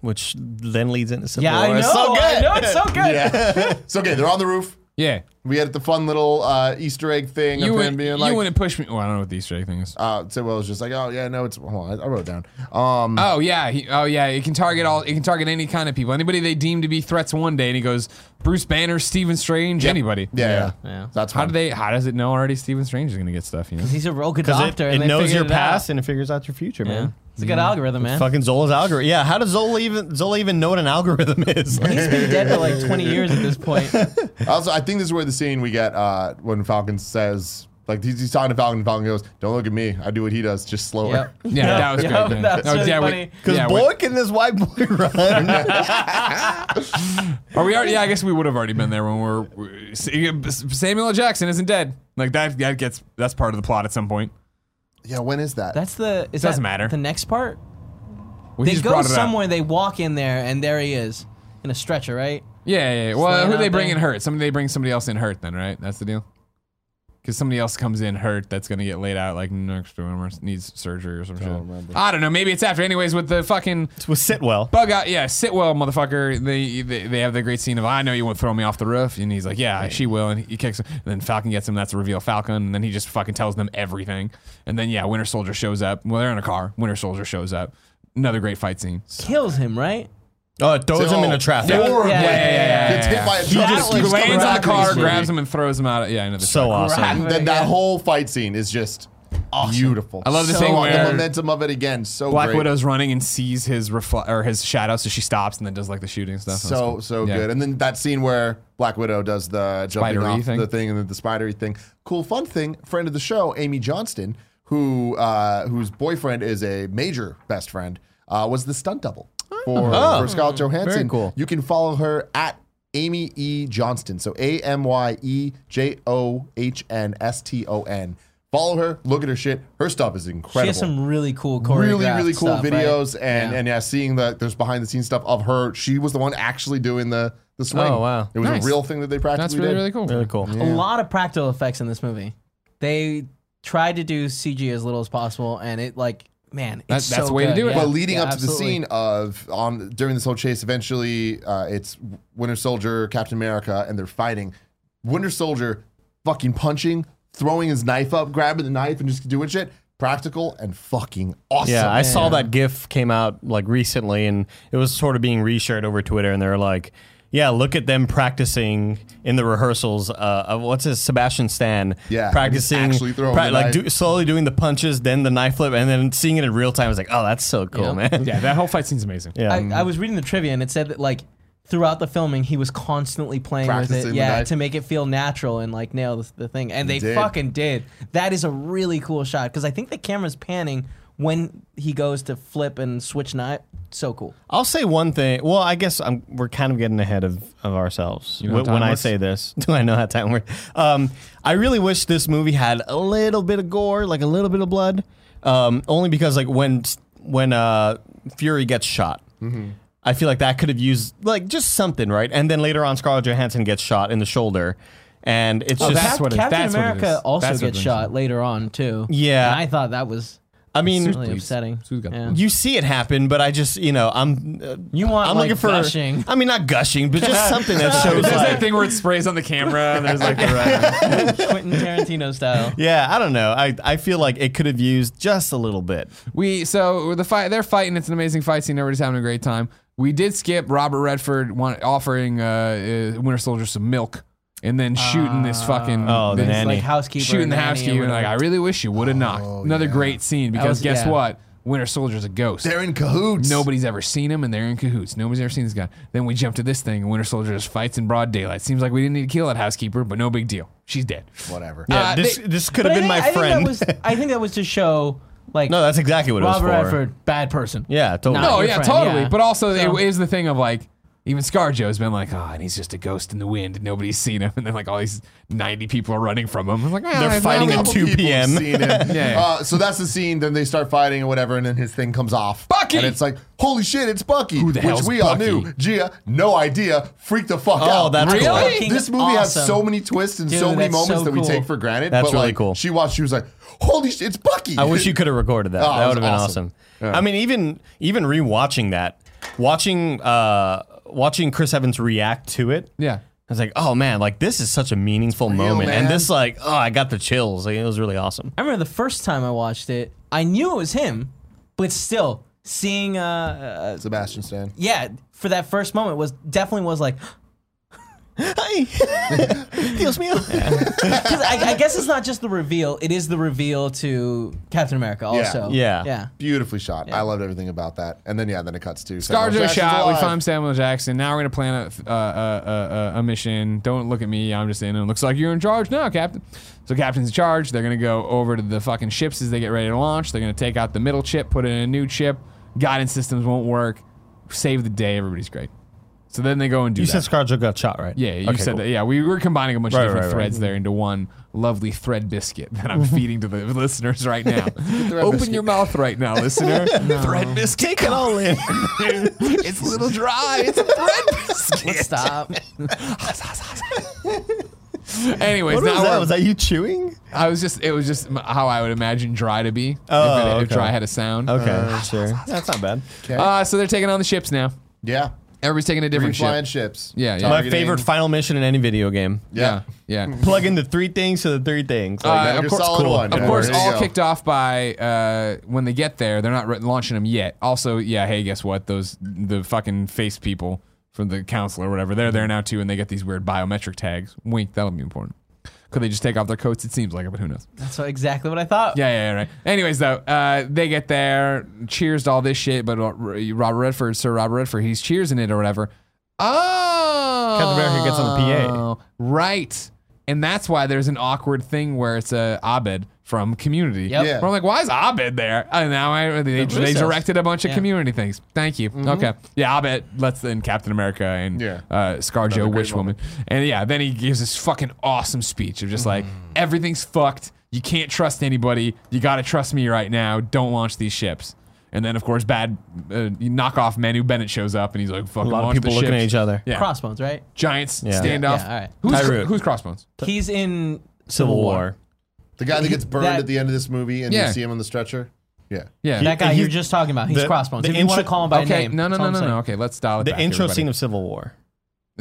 Speaker 4: Which then leads into Civil
Speaker 3: yeah,
Speaker 4: War.
Speaker 3: I know,
Speaker 4: It's so good.
Speaker 3: I know, it's so good.
Speaker 1: Yeah. it's okay. They're on the roof.
Speaker 2: Yeah.
Speaker 1: We had the fun little uh, Easter egg thing
Speaker 2: You
Speaker 1: of him
Speaker 2: wouldn't,
Speaker 1: being like,
Speaker 2: you wouldn't push me. Well, I don't know what the Easter egg thing is.
Speaker 1: Uh, so well, it was just like, oh yeah, no, it's. Hold on, I, I wrote it down. Um,
Speaker 2: Oh yeah, he, oh yeah. It can target all. It can target any kind of people. Anybody they deem to be threats one day, and he goes Bruce Banner, Stephen Strange, anybody.
Speaker 1: yeah, yeah,
Speaker 3: Yeah.
Speaker 1: That's
Speaker 2: How
Speaker 1: fun.
Speaker 2: do they? How does it know already? Stephen Strange is gonna get stuff. You know.
Speaker 3: He's a rogue
Speaker 4: Because it,
Speaker 3: doctor,
Speaker 4: it
Speaker 3: and they
Speaker 4: knows your
Speaker 3: figured it out.
Speaker 4: past Mm. and it figures out your future,
Speaker 3: Yeah.
Speaker 4: man.
Speaker 3: It's a good algorithm, man.
Speaker 4: Fucking Zola's algorithm. Yeah, how does Zola even Zola even know what an algorithm is?
Speaker 3: He's been dead for like 20 years at this point.
Speaker 1: Also, I think this is where the scene we get uh, when Falcon says, like, he's, he's talking to Falcon. and Falcon goes, "Don't look at me. I do what he does, just slower."
Speaker 3: Yep.
Speaker 2: Yeah, that was
Speaker 3: Yeah,
Speaker 2: good. man.
Speaker 3: that's
Speaker 2: Oh,
Speaker 3: really
Speaker 2: yeah, we-
Speaker 3: funny.
Speaker 4: Because
Speaker 2: yeah, we-
Speaker 4: boy, can this white boy run.
Speaker 2: Are we already? Yeah, I guess we would have already been there when we're- we're. Samuel L. Jackson isn't dead. Like that. That gets. That's part of the plot at some point.
Speaker 1: Yeah. When is that?
Speaker 3: That's the. Is
Speaker 2: Doesn't
Speaker 3: that
Speaker 2: matter.
Speaker 3: The next part.
Speaker 2: Well, he
Speaker 3: They
Speaker 2: just
Speaker 3: go
Speaker 2: brought it up.
Speaker 3: somewhere. They walk in there, and there he is in a stretcher, right?
Speaker 2: Yeah, yeah. yeah. Well,
Speaker 3: laying
Speaker 2: who
Speaker 3: out
Speaker 2: they bring
Speaker 3: there.
Speaker 2: in hurt? Somebody they bring somebody else in hurt. Then right. That's the deal. Because somebody else comes in hurt, that's gonna get laid out like next to him or s- needs surgery or something.
Speaker 1: remember.
Speaker 2: I don't know. Maybe it's after. Anyways, with the fucking
Speaker 4: With Sitwell.
Speaker 2: Bug out, yeah. Sit well, motherfucker. They, they they have the great scene of I know you won't throw me off the roof, and he's like, yeah, she will, and he kicks him. And then Falcon gets him. That's a reveal, Falcon, and then he just fucking tells them everything. And then yeah, Winter Soldier shows up. Well, they're in a car. Winter Soldier shows up. Another great fight scene.
Speaker 3: Kills him, right?
Speaker 4: Oh, it throws him in a traffic.
Speaker 1: Horribly.
Speaker 3: Yeah, yeah, yeah,
Speaker 2: yeah,
Speaker 1: Gets
Speaker 2: yeah.
Speaker 1: hit by a
Speaker 4: He
Speaker 1: truck.
Speaker 4: just
Speaker 1: keeps
Speaker 2: Lands
Speaker 1: coming
Speaker 2: on the
Speaker 1: back in
Speaker 2: car,
Speaker 1: this movie.
Speaker 2: grabs him, and throws him out. Yeah, I know this.
Speaker 4: So
Speaker 1: And
Speaker 4: awesome.
Speaker 1: then that
Speaker 3: Yeah.
Speaker 1: whole fight scene is just beautiful.
Speaker 2: I love the
Speaker 1: so
Speaker 2: thing where-
Speaker 1: the momentum of it again. So
Speaker 2: Black
Speaker 1: great.
Speaker 2: Widow's running and sees his refle- or his shadow, so she stops and then does like the shooting stuff. That's
Speaker 1: so
Speaker 2: cool.
Speaker 1: so
Speaker 2: Yeah.
Speaker 1: good. And then that scene where Black Widow does the jumping
Speaker 2: Spidery
Speaker 1: off
Speaker 2: thing.
Speaker 1: the thing and then the spidery thing. Cool fun thing. Friend of the show, Amy Johnston, who uh, whose boyfriend is a major best friend, uh, was the stunt double
Speaker 2: Ah.
Speaker 1: for, for Scarlett Johansson.
Speaker 4: Very cool.
Speaker 1: You can follow her at Amy E Johnston. So A M Y E J O H N S T O N. Follow her. Look at her shit. Her stuff is incredible
Speaker 3: She has some really cool choreographed
Speaker 1: really really cool
Speaker 3: stuff, right?
Speaker 1: videos and and yeah seeing the there's behind the scenes stuff of her she was the one actually doing the the swing
Speaker 4: Oh, wow.
Speaker 1: it was
Speaker 2: Nice.
Speaker 1: a real thing that they practically
Speaker 2: That's really
Speaker 1: did
Speaker 2: really cool.
Speaker 4: Really cool.
Speaker 3: A lot of practical effects in this movie. They tried to do CG as little as possible, and it like man, it's
Speaker 2: That- that's
Speaker 3: so
Speaker 2: the way to
Speaker 3: good.
Speaker 2: do it.
Speaker 3: Yeah,
Speaker 2: Well,
Speaker 1: but leading
Speaker 3: yeah,
Speaker 1: up to the
Speaker 3: absolutely.
Speaker 1: scene of on during this whole chase eventually uh, it's winter soldier captain america and they're fighting winter soldier fucking punching throwing his knife up grabbing the knife and just doing shit practical and fucking awesome
Speaker 4: Yeah, I saw that GIF came out like recently, and it was sort of being reshared over Twitter, and they were like, "Yeah, look at them practicing in the rehearsals uh, of what's his Sebastian Stan,
Speaker 1: Yeah,
Speaker 4: practicing
Speaker 1: actually throwing the
Speaker 4: like
Speaker 1: knife.
Speaker 4: do, slowly doing the punches, then the knife flip, and then seeing it in real time. I was like, oh, that's so cool,
Speaker 3: Yeah.
Speaker 4: man.
Speaker 2: Yeah, that whole fight scene's amazing.
Speaker 4: Yeah.
Speaker 1: Um,
Speaker 3: I, I was reading the trivia and it said that like throughout the filming he was constantly playing
Speaker 1: Practicing
Speaker 3: with
Speaker 1: the
Speaker 3: it, yeah,
Speaker 1: knife.
Speaker 3: to make it feel natural and like nail the, the thing. And they
Speaker 1: did.
Speaker 3: fucking did. That is a really cool shot because I think the camera's panning when he goes to flip and switch knife. So cool.
Speaker 4: I'll say one thing. Well, I guess I'm, we're kind of getting ahead of, of ourselves
Speaker 2: know how
Speaker 4: wh- when
Speaker 2: time
Speaker 4: I
Speaker 2: works?
Speaker 4: say this. Do I know how time works? Um, I really wish this movie had a little bit of gore, like a little bit of blood, um, only because like when when uh, Fury gets shot, I feel like that could have used like just something, right? And then later on, Scarlett Johansson gets shot in the shoulder, and it's just
Speaker 2: Oh, that's
Speaker 3: Cap-
Speaker 2: what it-
Speaker 3: Captain
Speaker 2: that's what it
Speaker 3: America
Speaker 2: is.
Speaker 3: also
Speaker 2: That's what
Speaker 3: gets
Speaker 2: it is.
Speaker 3: shot later on too.
Speaker 4: Yeah.
Speaker 3: and I thought that was
Speaker 4: I mean.
Speaker 3: really upsetting.
Speaker 2: Sue's got-
Speaker 3: Yeah.
Speaker 4: You see it happen, but I just, you know, I'm. Uh,
Speaker 3: You want
Speaker 4: I'm
Speaker 3: like
Speaker 4: looking for.
Speaker 3: gushing.
Speaker 4: I mean, not gushing, but just something that shows.
Speaker 2: There's
Speaker 4: like,
Speaker 2: that thing where it sprays on the camera. And there's like the
Speaker 3: Quentin Tarantino style.
Speaker 4: Yeah, I don't know. I, I feel like it could have used just a little bit.
Speaker 2: Uh, We so the fight they're fighting. It's an amazing fight scene. Everybody's having a great time. We did skip Robert Redford want, offering uh, uh, Winter Soldier some milk and then shooting this fucking
Speaker 4: Oh, the
Speaker 2: this,
Speaker 4: nanny.
Speaker 3: like housekeeper,
Speaker 2: shooting the
Speaker 3: nanny, or
Speaker 2: housekeeper. and
Speaker 3: whatever. Oh,
Speaker 2: Like I really wish you would have knocked. Another great scene because
Speaker 3: was-
Speaker 2: guess
Speaker 3: yeah.
Speaker 2: what? Winter Soldier's a ghost.
Speaker 1: They're in cahoots.
Speaker 2: Nobody's ever seen him, and they're in cahoots. Nobody's ever seen this guy. Then we jump to this thing, and Winter Soldier just fights in broad daylight. Seems like we didn't need to kill that housekeeper, but no big deal. She's dead.
Speaker 1: Whatever.
Speaker 4: Yeah,
Speaker 2: Uh,
Speaker 4: this
Speaker 2: they-
Speaker 4: this could
Speaker 3: But
Speaker 4: have
Speaker 3: I
Speaker 4: been
Speaker 3: think-
Speaker 4: my
Speaker 3: I think that
Speaker 4: friend.
Speaker 3: was- I think that was to show like
Speaker 4: no, that's exactly what
Speaker 3: Robert
Speaker 4: it was for.
Speaker 3: Redford, bad person.
Speaker 4: Yeah, totally.
Speaker 3: No,
Speaker 2: Oh
Speaker 3: your
Speaker 2: yeah,
Speaker 3: friend,
Speaker 2: totally.
Speaker 3: yeah.
Speaker 2: But also,
Speaker 3: So-
Speaker 2: it is the thing of like even ScarJo's been like, oh, and he's just a ghost in the wind, and nobody's seen him, and then like all these ninety people are running from him. I'm like,
Speaker 4: They're
Speaker 2: "Ah,
Speaker 4: fighting
Speaker 2: well,
Speaker 4: at
Speaker 1: Couple
Speaker 4: 2
Speaker 1: people have
Speaker 4: p.m.
Speaker 1: seen him.
Speaker 2: Yeah.
Speaker 1: Uh, so that's the scene. Then they start fighting or whatever, and then his thing comes off.
Speaker 2: Bucky!
Speaker 1: And it's like, holy shit, it's Bucky.
Speaker 2: Who the
Speaker 1: which
Speaker 2: hell's
Speaker 1: we
Speaker 2: Bucky?
Speaker 1: all knew. Gia, no idea. Freak the fuck
Speaker 4: Oh,
Speaker 1: out.
Speaker 4: that's
Speaker 2: Really?
Speaker 4: cool.
Speaker 2: Fucking
Speaker 1: This movie has
Speaker 3: awesome.
Speaker 1: so many twists and
Speaker 3: Dude,
Speaker 1: so many
Speaker 3: that's
Speaker 1: moments
Speaker 3: so
Speaker 1: that we
Speaker 3: cool.
Speaker 1: take for granted.
Speaker 4: That's
Speaker 1: but
Speaker 4: really
Speaker 1: like,
Speaker 4: cool.
Speaker 1: She watched. She was like, holy shit, it's Bucky.
Speaker 4: I wish you could have recorded that.
Speaker 1: Oh,
Speaker 4: that
Speaker 1: it was
Speaker 4: would have been
Speaker 1: awesome.
Speaker 4: awesome. I mean, even even rewatching that, watching uh, watching Chris Evans react to it.
Speaker 2: Yeah.
Speaker 4: I was like, oh man, like this is such a meaningful moment, and
Speaker 1: man.
Speaker 4: this like, oh, I got the chills. Like, it was really awesome.
Speaker 3: I remember the first time I watched it, I knew it was him, but still seeing uh, uh
Speaker 1: Sebastian Stan.
Speaker 3: yeah, for that first moment was definitely was like
Speaker 4: Hi, Dios mío.
Speaker 3: cuz I, I guess it's not just the reveal, it is the reveal to Captain America also.
Speaker 4: Yeah.
Speaker 3: Yeah.
Speaker 1: Beautifully shot. I loved everything about that. And then yeah, then it cuts to Samuel
Speaker 2: ScarJo
Speaker 1: Jackson's
Speaker 2: shot. We
Speaker 1: alive.
Speaker 2: find Samuel Jackson. Now we're gonna plan a, uh, uh, uh, uh, a mission. Don't look at me. I'm just in. And it looks like you're in charge now, Captain. So Captain's in charge. They're gonna go over to the fucking ships as they get ready to launch. They're gonna take out the middle chip, put in a new chip. Guidance systems won't work. Save the day. Everybody's great. So then they go and do
Speaker 4: You
Speaker 2: that.
Speaker 4: said ScarJo got shot, right?
Speaker 2: Yeah, you
Speaker 4: Okay,
Speaker 2: said
Speaker 4: cool.
Speaker 2: that. Yeah, we were combining a bunch
Speaker 4: Right,
Speaker 2: of different
Speaker 4: right, right.
Speaker 2: threads there into one lovely thread biscuit that I'm feeding to the listeners right now. Open
Speaker 1: biscuit.
Speaker 2: your mouth right now, listener. Thread biscuit.
Speaker 4: Take it all in.
Speaker 2: It's a little dry. It's a thread biscuit.
Speaker 3: Let's stop.
Speaker 2: Anyways,
Speaker 4: what was
Speaker 2: now
Speaker 4: that?
Speaker 2: we're-
Speaker 4: Was that you chewing?
Speaker 2: I was just it was just m- how I would imagine dry to be if,
Speaker 4: Oh,
Speaker 2: it- if
Speaker 4: okay.
Speaker 2: dry had a sound.
Speaker 4: Okay, sure. Uh, That's not bad.
Speaker 2: Uh, so they're taking on the ships now.
Speaker 1: Yeah.
Speaker 2: Everybody's taking a
Speaker 1: Free
Speaker 2: different
Speaker 1: flying
Speaker 2: ship.
Speaker 1: ships.
Speaker 2: Yeah, yeah.
Speaker 4: My
Speaker 1: Targeting-
Speaker 4: favorite final mission in any video game.
Speaker 1: Yeah.
Speaker 2: yeah. yeah.
Speaker 4: Plug into three things to the three things. Like,
Speaker 1: Metal
Speaker 2: Uh, of
Speaker 4: that-
Speaker 1: Gear
Speaker 2: course-
Speaker 1: Solid
Speaker 4: cool.
Speaker 1: 1,
Speaker 4: Of
Speaker 1: yeah,
Speaker 2: Of course,
Speaker 1: there you
Speaker 2: all
Speaker 1: go.
Speaker 2: kicked off by uh, when they get there. They're not re- launching them yet. Also, yeah, hey, guess what? Those the fucking face people from the council or whatever. They're there now too, and they get these weird biometric tags. Wink, that'll be important. Could they just take off their coats? It seems like it, but who knows?
Speaker 3: That's what- exactly what I thought.
Speaker 2: Yeah, yeah, yeah, right. Anyways, though, uh, they get there, cheers to all this shit, but uh, Robert Redford, Sir Robert Redford, he's cheersing it or whatever. Oh,
Speaker 4: Captain America gets on the PA.
Speaker 2: right? And that's why there's an awkward thing where it's uh, Abed from Community.
Speaker 3: Yep.
Speaker 1: Yeah.
Speaker 2: Where I'm like, why is Abed there? And now I, they, they
Speaker 3: Russos.
Speaker 2: directed a bunch of
Speaker 3: Yeah.
Speaker 2: Community things. Thank you.
Speaker 4: Mm-hmm.
Speaker 2: Okay, yeah, Abed lets in Captain America and
Speaker 1: Yeah.
Speaker 2: uh, ScarJo Witch Woman, and yeah, then he gives this fucking awesome speech of just like
Speaker 4: Mm-hmm.
Speaker 2: everything's fucked. You can't trust anybody. You gotta trust me right now. Don't launch these ships. And then of course, bad uh, knockoff Manu Bennett shows up, and he's like, "Fucking
Speaker 4: A lot of
Speaker 2: launch
Speaker 4: people
Speaker 2: the
Speaker 4: looking
Speaker 2: ships.
Speaker 4: at each other.
Speaker 2: Yeah,
Speaker 3: Crossbones, right?
Speaker 2: Giants
Speaker 4: Yeah.
Speaker 2: standoff.
Speaker 3: Yeah, all right.
Speaker 2: Who's
Speaker 4: Tyrut.
Speaker 2: who's Crossbones?
Speaker 3: He's in
Speaker 4: Civil War.
Speaker 1: The guy that gets burned
Speaker 3: That-
Speaker 1: at the end of this movie and
Speaker 2: Yeah.
Speaker 1: you see him on the stretcher. Yeah.
Speaker 2: Yeah.
Speaker 3: That guy
Speaker 4: He's-
Speaker 3: you were just talking about. He's
Speaker 4: the-
Speaker 3: Crossbones.
Speaker 4: the
Speaker 3: If you want to
Speaker 4: intro-
Speaker 3: call him by
Speaker 2: okay.
Speaker 3: name.
Speaker 2: no, no,
Speaker 3: that's
Speaker 2: no,
Speaker 3: all
Speaker 2: no,
Speaker 3: I'm
Speaker 2: no. Okay, let's dial it
Speaker 4: The
Speaker 2: back.
Speaker 4: intro
Speaker 2: everybody.
Speaker 4: scene of Civil War.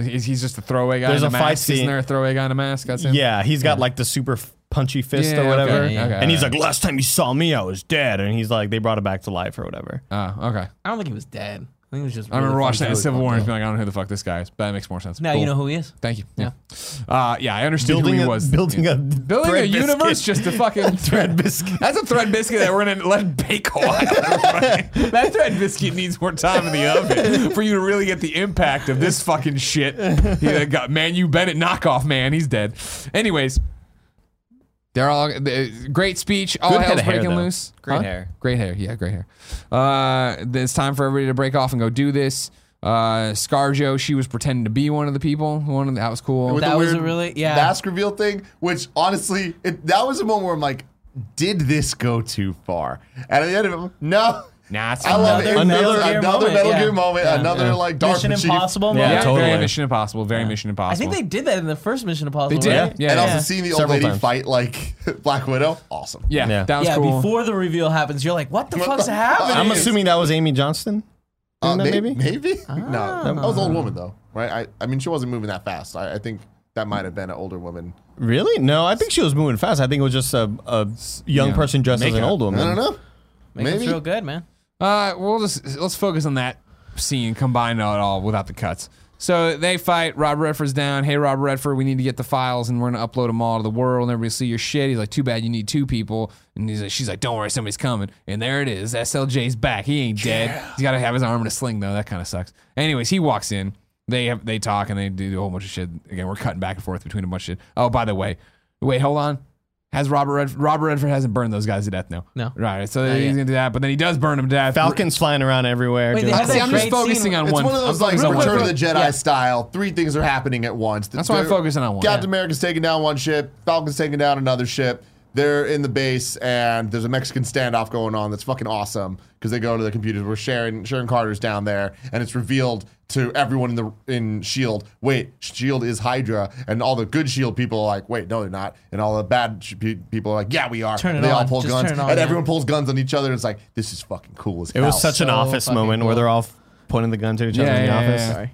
Speaker 2: He's, he's just a throwaway guy.
Speaker 4: There's
Speaker 2: in
Speaker 4: a
Speaker 2: a,
Speaker 4: fight
Speaker 2: mask. Isn't
Speaker 4: scene.
Speaker 2: there a throwaway guy in a mask? That's him.
Speaker 4: Yeah, he's got like the super f- punchy fist
Speaker 2: Yeah,
Speaker 4: or whatever.
Speaker 2: okay, yeah. Okay,
Speaker 4: and he's
Speaker 2: alright.
Speaker 4: like, last time you saw me, I was dead. And he's like, they brought it back to life or whatever.
Speaker 2: Oh, okay.
Speaker 3: I don't think he was dead. I think he was just.
Speaker 2: I remember
Speaker 3: really
Speaker 2: watching that
Speaker 3: fucked
Speaker 2: in
Speaker 3: up.
Speaker 2: Civil War and being like, I don't know who the fuck this guy is, but that makes more sense.
Speaker 3: Now
Speaker 2: Cool.
Speaker 3: you know who he is.
Speaker 2: Thank you. Yeah. Uh, yeah, I understood who
Speaker 4: Building
Speaker 2: he
Speaker 4: a-
Speaker 2: was.
Speaker 4: building a
Speaker 2: building a
Speaker 4: bread biscuit.
Speaker 2: universe just to fucking thread biscuit. That's a thread biscuit that we're gonna let bake a while. everybody. that thread biscuit needs more time in the oven for you to really get the impact of this fucking shit. He uh, got man, you Bennett knockoff man. He's dead. Anyways, they're all the, great speech. All
Speaker 4: Good head
Speaker 2: hell's
Speaker 4: of hair,
Speaker 2: breaking
Speaker 4: though.
Speaker 2: loose.
Speaker 4: Great hair.
Speaker 2: Great hair. Yeah, great hair. Uh, it's time for everybody to break off and go do this. Uh, Scarjo, she was pretending to be one of the people. One of the, that was cool.
Speaker 1: With
Speaker 3: That
Speaker 1: the
Speaker 3: was a
Speaker 1: weird
Speaker 3: really- yeah.
Speaker 1: mask reveal thing, which honestly, it, that was a moment where I'm like, did this go too far? And at the end of it, no.
Speaker 2: Nah, it's
Speaker 1: I love it. Another,
Speaker 3: Another Metal Gear
Speaker 1: another
Speaker 3: moment,
Speaker 1: Metal
Speaker 3: yeah.
Speaker 1: Gear moment.
Speaker 3: Yeah.
Speaker 1: Another like dark
Speaker 3: Mission
Speaker 1: Chief.
Speaker 3: Impossible.
Speaker 4: Yeah,
Speaker 3: moment.
Speaker 2: Yeah,
Speaker 4: totally.
Speaker 2: very Mission Impossible. Very Mission Impossible.
Speaker 3: I think they did that in the first Mission Impossible.
Speaker 2: did.
Speaker 3: Right?
Speaker 2: Yeah,
Speaker 1: and
Speaker 2: yeah.
Speaker 1: also seeing the old
Speaker 4: Several
Speaker 1: lady
Speaker 4: times.
Speaker 1: fight like Black Widow, awesome.
Speaker 2: Yeah,
Speaker 4: Yeah.
Speaker 2: that was
Speaker 3: yeah,
Speaker 2: cool.
Speaker 3: before the reveal happens, you're like, "What the fuck's
Speaker 1: the
Speaker 3: happening?"
Speaker 1: fuck?
Speaker 4: I'm assuming that was Amy Johnston.
Speaker 1: Uh,
Speaker 4: Isn't that
Speaker 1: may-
Speaker 4: maybe?
Speaker 1: maybe. No, that was an old woman though, right? I, I mean, she wasn't moving that fast. I, I think that might have been an older woman.
Speaker 4: Really? No, I think she was moving fast. I think it was just a, a young
Speaker 2: Yeah.
Speaker 4: person dressed as an
Speaker 2: Makeup.
Speaker 4: old woman.
Speaker 1: I don't know.
Speaker 3: Makeup's
Speaker 1: Maybe.
Speaker 3: real good, man.
Speaker 2: uh, we'll just let's focus on that scene combined at all without the cuts. So they fight. Rob Redford's down. Hey, Rob Redford, we need to get the files and we're gonna upload them all to the world and everybody see your shit. He's like, too bad you need two people. And he's like, she's like, don't worry, somebody's coming. And there it is. SLJ's back. He ain't dead. He's got to have his arm in a sling though. That kind of sucks. Anyways, he walks in. They have they talk and they do a whole bunch of shit. Again, we're cutting back and forth between a bunch of shit. Oh, by the way, wait, hold on. Has Robert Redford, Robert Redford hasn't burned those guys to death? No.
Speaker 3: No.
Speaker 2: Right. So he's gonna do that, but then he does burn them to death.
Speaker 4: Falcons flying around everywhere.
Speaker 3: Wait, they
Speaker 4: just-
Speaker 3: have
Speaker 2: See,
Speaker 3: that
Speaker 2: I'm just
Speaker 3: great scene
Speaker 2: focusing on
Speaker 3: where-
Speaker 1: It's
Speaker 2: one.
Speaker 1: one of those
Speaker 2: I'm
Speaker 1: like
Speaker 2: focusing on one
Speaker 1: Return of
Speaker 2: thing.
Speaker 1: the Jedi
Speaker 3: Yeah.
Speaker 1: style. Three things are happening at once.
Speaker 2: That's why I'm
Speaker 1: They're-
Speaker 2: focusing on one.
Speaker 1: Captain America's taking down one ship. Falcon's taking down another ship. They're in the base, and there's a Mexican standoff going on. That's fucking awesome because they go to the computers. Where Sharon Sharon Carter's down there, and it's revealed to everyone in the in Shield. E Wait, Shield E is Hydra, and all the good Shield E people are like, wait, no, they're not. And all the bad sh- E pe- people are like, yeah, we are.
Speaker 3: Turn it
Speaker 1: they all
Speaker 3: on.
Speaker 1: pull
Speaker 3: Just
Speaker 1: guns,
Speaker 3: turn it on,
Speaker 1: and
Speaker 3: yeah.
Speaker 1: everyone pulls guns on each other. It's like this is fucking cool as
Speaker 4: It
Speaker 1: hell.
Speaker 4: was such an
Speaker 3: So
Speaker 4: office
Speaker 3: fucking
Speaker 4: moment where
Speaker 3: cool.
Speaker 4: they're all pointing the gun to each other in the
Speaker 2: Yeah, yeah,
Speaker 4: office.
Speaker 2: yeah, yeah.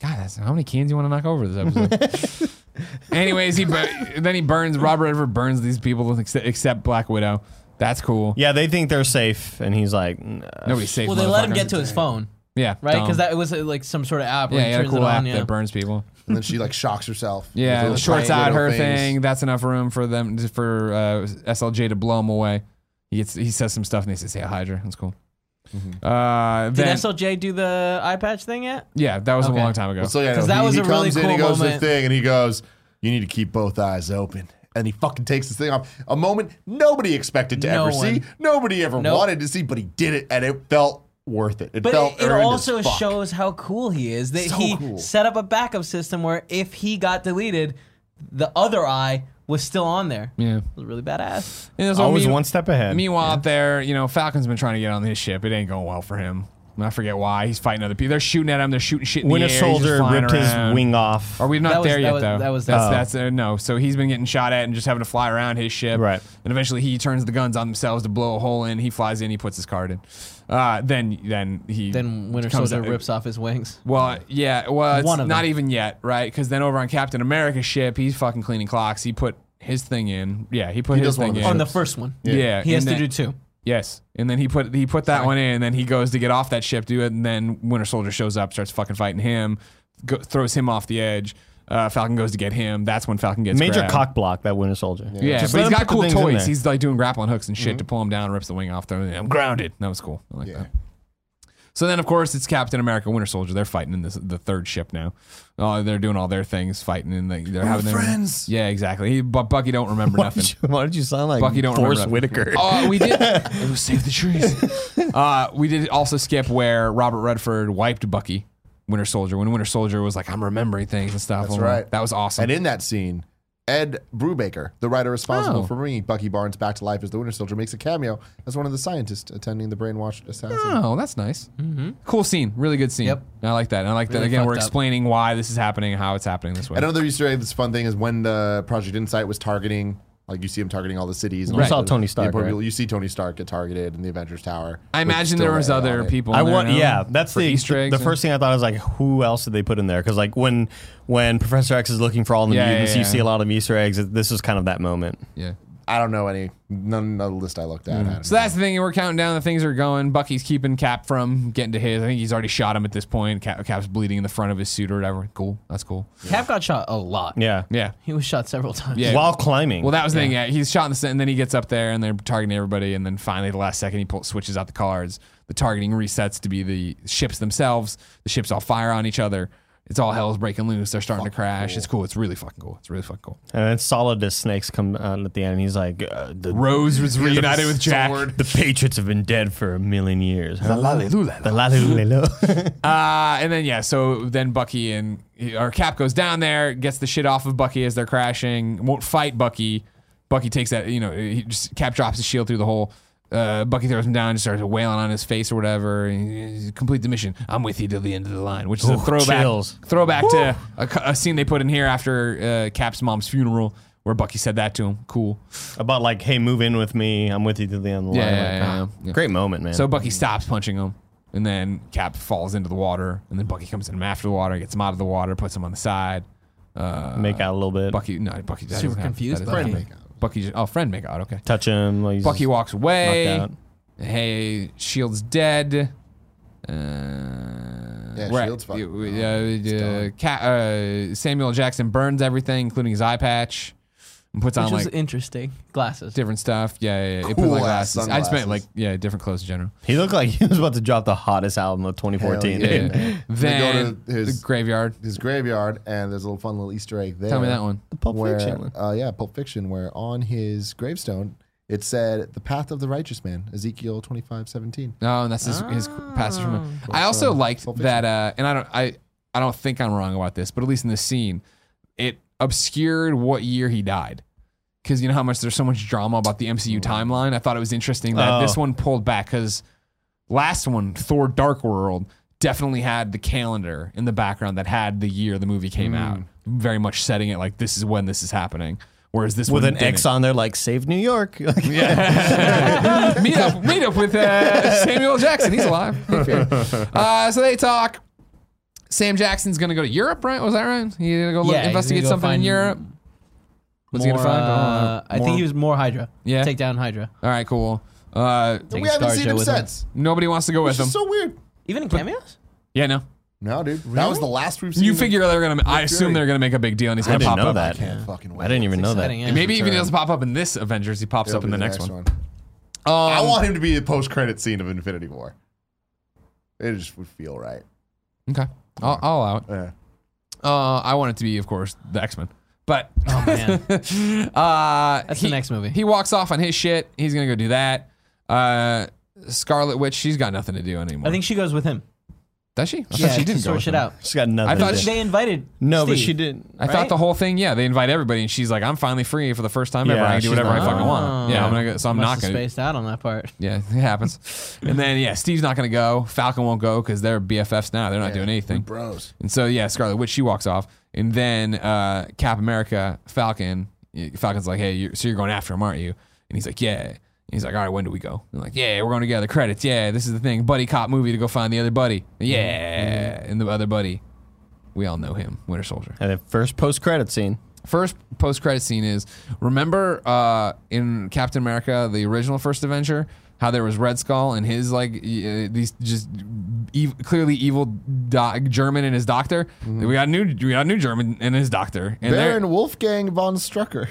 Speaker 2: God, that's, how many cans you want to knock over this episode? Anyways, he bur- then he burns. Robert Redford burns these people except, except Black Widow. That's cool.
Speaker 4: Yeah, they think they're safe, and he's like, nah.
Speaker 2: Nobody's safe.
Speaker 3: Well, they let him
Speaker 2: motherfucker.
Speaker 3: get to his phone,
Speaker 2: Yeah,
Speaker 3: right?
Speaker 2: dumb.
Speaker 3: Because that was uh, like some sort of app. Where
Speaker 2: yeah,
Speaker 3: he
Speaker 2: he had a
Speaker 3: turns
Speaker 2: cool
Speaker 3: it
Speaker 2: app
Speaker 3: on, yeah.
Speaker 2: that burns people.
Speaker 1: and then she like shocks herself. with
Speaker 2: Yeah,
Speaker 1: little
Speaker 2: the shorts
Speaker 1: tiny
Speaker 2: out
Speaker 1: little
Speaker 2: her
Speaker 1: things.
Speaker 2: thing. That's enough room for them to, for uh, SLJ to blow him away. He gets he says some stuff and they says, "Yeah, Hydra." That's cool.
Speaker 1: Mm-hmm.
Speaker 2: Uh,
Speaker 3: Did
Speaker 2: then,
Speaker 3: SLJ do the eye patch thing yet?
Speaker 2: yeah, that was
Speaker 3: Okay.
Speaker 2: a long time ago.
Speaker 1: Well, so yeah,
Speaker 3: 'Cause
Speaker 1: no,
Speaker 3: that
Speaker 1: he,
Speaker 3: was
Speaker 1: he
Speaker 3: a really
Speaker 1: comes in, he
Speaker 3: cool
Speaker 1: goes to
Speaker 3: moment.
Speaker 1: the thing, and he goes, "You need to keep both eyes open." And he fucking takes this thing off. A moment nobody expected to
Speaker 3: No
Speaker 1: ever
Speaker 3: one.
Speaker 1: see, nobody ever
Speaker 3: Nope.
Speaker 1: wanted to see, but he did it, and it felt worth it. It
Speaker 3: But
Speaker 1: felt
Speaker 3: it, it
Speaker 1: earned as
Speaker 3: also
Speaker 1: fuck.
Speaker 3: shows how cool he is that
Speaker 1: So
Speaker 3: he
Speaker 1: cool.
Speaker 3: set up a backup system where if he got deleted, the other eye was still on there.
Speaker 2: yeah,
Speaker 3: It was really badass.
Speaker 2: And that's what
Speaker 4: always
Speaker 2: me-
Speaker 4: one step ahead.
Speaker 2: Meanwhile, out there, you know, Falcon's been trying to get on his ship. It ain't going well for him. And I forget why. He's fighting other people. They're shooting at him. They're shooting shit in
Speaker 4: Winter
Speaker 2: the air. He's just
Speaker 4: Soldier
Speaker 2: flying
Speaker 4: ripped
Speaker 2: around.
Speaker 4: his wing off.
Speaker 2: Are we not
Speaker 3: That was-
Speaker 2: there
Speaker 3: that
Speaker 2: yet,
Speaker 3: was-
Speaker 2: though?
Speaker 3: that was-
Speaker 2: that's,
Speaker 3: Oh.
Speaker 2: that's uh, no. So he's been getting shot at and just having to fly around his ship.
Speaker 4: Right.
Speaker 2: And eventually he turns the guns on themselves to blow a hole in. He flies in. He puts his card in. Uh, then then he
Speaker 3: Then Winter
Speaker 2: comes
Speaker 3: Soldier
Speaker 2: out-
Speaker 3: rips off his wings.
Speaker 2: Well, yeah. Well, it's
Speaker 3: One of
Speaker 2: not
Speaker 3: them.
Speaker 2: even yet, right? Because then over on Captain America's ship, he's fucking cleaning clocks. He put his thing in. Yeah, he put his
Speaker 1: does one
Speaker 2: thing
Speaker 1: of
Speaker 2: in.
Speaker 1: the
Speaker 3: On the first one,
Speaker 2: yeah.
Speaker 3: he has
Speaker 2: and then-
Speaker 3: to do two.
Speaker 2: Yes, and then he put he put that one in, and then he goes to get off that ship, do it, and then Winter Soldier shows up, starts fucking fighting him, go, throws him off the edge. Uh, Falcon goes to get him. That's when Falcon gets
Speaker 4: Major
Speaker 2: grabbed.
Speaker 4: cock block that Winter Soldier.
Speaker 2: Yeah,
Speaker 4: Just
Speaker 2: but
Speaker 4: let
Speaker 2: he's
Speaker 4: him
Speaker 2: got
Speaker 4: put the
Speaker 2: cool
Speaker 4: things in
Speaker 2: toys.
Speaker 4: there. Mm-hmm.
Speaker 2: He's like doing grappling hooks and shit to pull him down, rips the wing off. Throw I'm grounded. That was cool. I like that. So then, of course, it's Captain America, Winter Soldier. They're fighting in this, the third ship now. Oh, they're doing all their things, fighting, and they, they're having their
Speaker 1: friends.
Speaker 2: Yeah, exactly. He, but Bucky don't remember nothing.
Speaker 4: Why did you sound like
Speaker 2: Bucky don't
Speaker 4: Forrest
Speaker 2: remember.
Speaker 4: Whitaker?
Speaker 2: Oh, we did. it was save the trees. Uh, we did also skip where Robert Redford wiped Bucky, Winter Soldier. When Winter Soldier was like, "I'm remembering things and stuff."
Speaker 1: That's
Speaker 2: I'm like,
Speaker 1: right.
Speaker 2: That was awesome.
Speaker 1: And in that scene, Ed Brubaker, the writer responsible
Speaker 2: Oh.
Speaker 1: for bringing Bucky Barnes back to life as the Winter Soldier, makes a cameo as one of the scientists attending the brainwashed assassin.
Speaker 2: Oh, that's nice.
Speaker 4: Mm-hmm.
Speaker 2: Cool scene. Really good scene.
Speaker 3: Yep.
Speaker 2: I like that. And I like that.
Speaker 3: Really
Speaker 2: Again, we're
Speaker 3: fucked up.
Speaker 2: explaining why this is happening and how it's happening this way.
Speaker 1: And another Easter egg that's a fun thing is when the Project Insight was targeting, like you see him targeting all the cities. And all
Speaker 4: Right. saw
Speaker 1: the-
Speaker 4: Tony
Speaker 1: the
Speaker 4: Stark,
Speaker 1: important
Speaker 4: right?
Speaker 1: people. You see Tony Stark get targeted in the Avengers Tower.
Speaker 2: I
Speaker 1: with
Speaker 2: imagine
Speaker 1: still
Speaker 2: there was
Speaker 1: AI
Speaker 2: other
Speaker 1: on it.
Speaker 2: people.
Speaker 4: I
Speaker 2: in there
Speaker 4: want,
Speaker 2: now
Speaker 4: yeah, that's
Speaker 2: for
Speaker 4: the
Speaker 2: Easter
Speaker 4: the
Speaker 2: eggs. and-
Speaker 4: first thing I thought was like, who else did they put in there? Because like when when Professor X is looking for all the
Speaker 2: Yeah, yeah,
Speaker 4: mutants, you
Speaker 2: yeah.
Speaker 4: see a lot of Easter eggs. This is kind of that moment.
Speaker 2: Yeah.
Speaker 1: I don't know any. None of the list I looked at.
Speaker 4: Mm.
Speaker 1: had
Speaker 2: So that's the thing. We're counting down the things that are going. Bucky's keeping Cap from getting to his. I think he's already shot him at this point. Cap, Cap's bleeding in the front of his suit or whatever. Cool. That's cool.
Speaker 3: Cap got shot a lot.
Speaker 4: Yeah,
Speaker 2: Yeah.
Speaker 3: he was shot several times.
Speaker 2: Yeah.
Speaker 4: while climbing.
Speaker 2: Well, that was the thing. Yeah, he's shot in the center, and then he gets up there, and they're targeting everybody. And then finally, at the last second, he pull, switches out the cards. The targeting resets to be the ships themselves. The ships all fire on each other. It's all hell's breaking loose. They're starting to crash. It's cool. It's really fucking cool. It's really fucking cool.
Speaker 4: and then Solid as snakes come out at the end. And he's like, uh, the,
Speaker 2: Rose was reunited with Jack.
Speaker 4: the Patriots have been dead for a million years. huh?
Speaker 2: Hallelujah.
Speaker 4: The la- la- la- la.
Speaker 2: Uh, and then yeah, so then Bucky and or Cap goes down there, gets the shit off of Bucky as they're crashing, won't fight Bucky. Bucky takes that, you know, he just Cap drops his shield through the hole. Uh, Bucky throws him down, just starts wailing on his face or whatever. And he- complete the mission. I'm with you till the end of the line, which is a
Speaker 4: Ooh,
Speaker 2: throwback,
Speaker 4: chills.
Speaker 2: throwback to a, cu- a scene they put in here after uh, Cap's mom's funeral, where Bucky said that to him. Cool.
Speaker 4: about like, hey, move in with me. I'm with you to the end of the
Speaker 2: Yeah,
Speaker 4: line.
Speaker 2: yeah,
Speaker 4: Like,
Speaker 2: yeah,
Speaker 4: ah,
Speaker 2: yeah.
Speaker 4: Great moment, man.
Speaker 2: So Bucky stops punching him, and then Cap falls into the water, and then Bucky comes in him after the water, gets him out of the water, puts him on the side. Uh,
Speaker 4: make out a little bit.
Speaker 2: Bucky, no, Bucky. that
Speaker 3: Super
Speaker 2: doesn't happen.
Speaker 3: confused,
Speaker 2: That doesn't
Speaker 3: Bucky.
Speaker 2: happen. Bucky, just, oh, friend make out. Okay.
Speaker 4: Touch him. while he's-
Speaker 2: Bucky walks away.
Speaker 4: knocked
Speaker 2: Hey, Shield's dead. Uh,
Speaker 1: Yeah,
Speaker 2: Right.
Speaker 1: Shield's Oh,
Speaker 2: Yeah,
Speaker 1: fine.
Speaker 2: we- uh, uh, Ca- uh, Samuel Jackson burns everything, including his eye patch, and puts on
Speaker 3: Which was
Speaker 2: like
Speaker 3: interesting. Glasses.
Speaker 2: different stuff. Yeah, yeah, yeah. It put,
Speaker 1: Cool
Speaker 2: like,
Speaker 1: ass
Speaker 2: I just meant
Speaker 1: sunglasses.
Speaker 2: like yeah, different clothes in general.
Speaker 4: He looked like he was about to drop the hottest album of 2014.
Speaker 1: Hell yeah.
Speaker 2: Yeah. Then
Speaker 1: to his-
Speaker 2: the graveyard.
Speaker 1: His graveyard, and there's a little fun little Easter egg there.
Speaker 2: Tell me that one.
Speaker 4: The Pulp
Speaker 1: where,
Speaker 4: Fiction one.
Speaker 1: Uh, yeah, Pulp Fiction, where on his gravestone it said, "The path of the righteous man," Ezekiel 25, 17.
Speaker 2: No, and that's his, his passage from. I also liked that, uh, and I don't, I, I don't think I'm wrong about this, but at least in this scene, it obscured what year he died, because you know how much there's so much drama about the MCU timeline. I thought it was interesting that
Speaker 4: Oh.
Speaker 2: this one pulled back because last one, Thor: Dark World, definitely had the calendar in the background that had the year the movie came out, very much setting it like this is when this is happening. Whereas this
Speaker 4: With
Speaker 2: one
Speaker 4: an X on there, like "Save New York."
Speaker 2: meet up, meet up with uh, Samuel Jackson. He's alive. Uh, so they talk. Sam Jackson's gonna go to Europe, right? Was that right? He gonna go look,
Speaker 3: Yeah, he's
Speaker 2: investigate
Speaker 3: gonna go
Speaker 2: something in
Speaker 3: find
Speaker 2: Europe. What's he
Speaker 3: more,
Speaker 2: gonna find?
Speaker 3: uh, I think he
Speaker 2: More-
Speaker 3: was more Hydra.
Speaker 2: Yeah.
Speaker 3: Take down Hydra.
Speaker 2: All right, cool. Uh,
Speaker 1: We
Speaker 3: Taking
Speaker 1: haven't
Speaker 3: Scarjo
Speaker 1: seen him
Speaker 3: with him.
Speaker 1: since.
Speaker 2: nobody wants to go with
Speaker 1: It's
Speaker 2: him.
Speaker 1: just so weird.
Speaker 3: Even in cameos?
Speaker 2: yeah, no.
Speaker 1: No, dude, that was the last we've seen.
Speaker 2: You
Speaker 1: him.
Speaker 2: figure they're gonna. I assume
Speaker 1: Fury.
Speaker 2: they're gonna make a big deal, and he's
Speaker 4: I
Speaker 2: gonna
Speaker 4: didn't
Speaker 2: pop
Speaker 4: know
Speaker 2: up.
Speaker 4: that.
Speaker 1: Can't fucking wait.
Speaker 4: I didn't even know that.
Speaker 3: Exciting, yeah.
Speaker 2: Maybe even if he
Speaker 1: Return.
Speaker 2: doesn't pop up in this Avengers, he pops
Speaker 1: It'll
Speaker 2: up in
Speaker 1: be
Speaker 2: the, next, one.
Speaker 1: I
Speaker 2: Um,
Speaker 1: want him to be the post-credit scene of Infinity War. It just would feel right.
Speaker 2: Okay, I'll, I'll allow it.
Speaker 1: Yeah.
Speaker 2: Uh, I want it to be, of course, the X Men. But
Speaker 3: Oh, man.
Speaker 2: Uh,
Speaker 3: That's
Speaker 2: he,
Speaker 3: the next movie.
Speaker 2: He walks off on his shit. He's gonna go do that. Uh, Scarlet Witch, she's got nothing to do anymore.
Speaker 3: I think she goes with him.
Speaker 2: does she? I thought
Speaker 3: Yeah,
Speaker 2: she
Speaker 3: to
Speaker 2: didn't go
Speaker 3: sort
Speaker 2: with
Speaker 3: shit
Speaker 2: him.
Speaker 3: out.
Speaker 4: She's got nothing.
Speaker 2: I thought
Speaker 4: to
Speaker 2: she-
Speaker 4: do.
Speaker 3: They invited.
Speaker 4: no, but
Speaker 3: Steve.
Speaker 4: she didn't.
Speaker 2: I thought
Speaker 3: right?
Speaker 2: the whole thing. Yeah, they invite everybody, and she's like, "I'm finally free for the first time ever.
Speaker 4: Yeah,
Speaker 2: I can do
Speaker 4: she's
Speaker 2: whatever I
Speaker 4: not-
Speaker 2: fucking want." Yeah,
Speaker 4: Oh.
Speaker 2: I'm gonna go, so I'm
Speaker 3: Must
Speaker 2: not
Speaker 3: have
Speaker 2: gonna.
Speaker 3: spaced out on that part.
Speaker 2: Yeah, it happens. and then yeah, Steve's not gonna go. Falcon won't go because they're BFFs now. They're not doing anything.
Speaker 1: Bros.
Speaker 2: And so yeah, Scarlet Witch she walks off, and then uh, Cap America Falcon Falcon's like, hey, you're, so you're going after him, aren't you? And he's like, yeah. And he's like, all right, when do we go? And like, yeah, we're going together. Credits, yeah. This is the thing, buddy cop movie to go find the other buddy. Yeah, and the other buddy, we all know him, Winter Soldier.
Speaker 4: And the first post-credit scene.
Speaker 2: First post credit scene is remember uh, in Captain America, the original first Avenger, how there was Red Skull and his like e- uh, these just ev- clearly evil doc- German and his doctor.
Speaker 1: Mm-hmm.
Speaker 2: We got a new we got a new German and his doctor, and
Speaker 1: Baron
Speaker 2: they're
Speaker 1: Wolfgang von Strucker.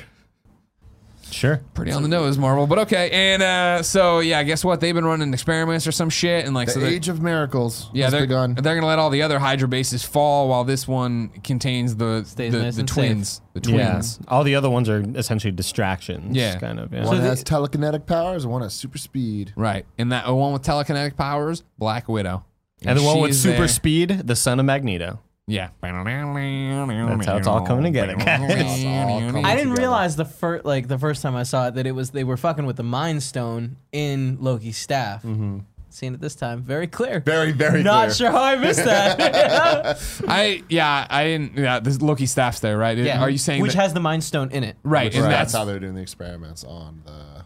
Speaker 4: Sure.
Speaker 2: pretty on the nose, Marvel. But okay, and uh, so yeah, guess what? They've been running experiments or some shit, and like
Speaker 1: The
Speaker 2: so they're-
Speaker 1: Age of Miracles.
Speaker 2: Yeah,
Speaker 1: has
Speaker 2: they're,
Speaker 1: begun.
Speaker 2: they're gonna let all the other Hydra bases fall while this one contains the
Speaker 3: Stays
Speaker 2: the,
Speaker 3: nice
Speaker 2: the
Speaker 3: and safe.
Speaker 2: twins, the
Speaker 4: Yeah.
Speaker 2: twins.
Speaker 4: All the other ones are essentially distractions.
Speaker 2: Yeah.
Speaker 4: Kind of. Yeah.
Speaker 1: One has telekinetic powers, one has super speed.
Speaker 2: Right. And that one with telekinetic powers, Black Widow.
Speaker 4: and the one with
Speaker 2: she's
Speaker 4: super
Speaker 2: there.
Speaker 4: speed, the son of Magneto.
Speaker 2: Yeah.
Speaker 4: That's
Speaker 2: That's
Speaker 4: how it's all coming together, guys.
Speaker 3: I
Speaker 1: Together.
Speaker 3: didn't realize the first like the first time I saw it that it was they were fucking with the Mind Stone in Loki's staff. Mm-hmm. Seeing it this time, very clear.
Speaker 1: Very, very
Speaker 3: Not
Speaker 1: clear.
Speaker 3: sure how I missed that.
Speaker 2: I yeah, I didn't yeah, this Loki staff's there, right?
Speaker 3: yeah.
Speaker 2: Are you saying
Speaker 3: which
Speaker 2: that,
Speaker 3: has the Mind Stone in it?
Speaker 2: right, and
Speaker 1: Right.
Speaker 2: that's
Speaker 1: That's how they were doing the experiments on the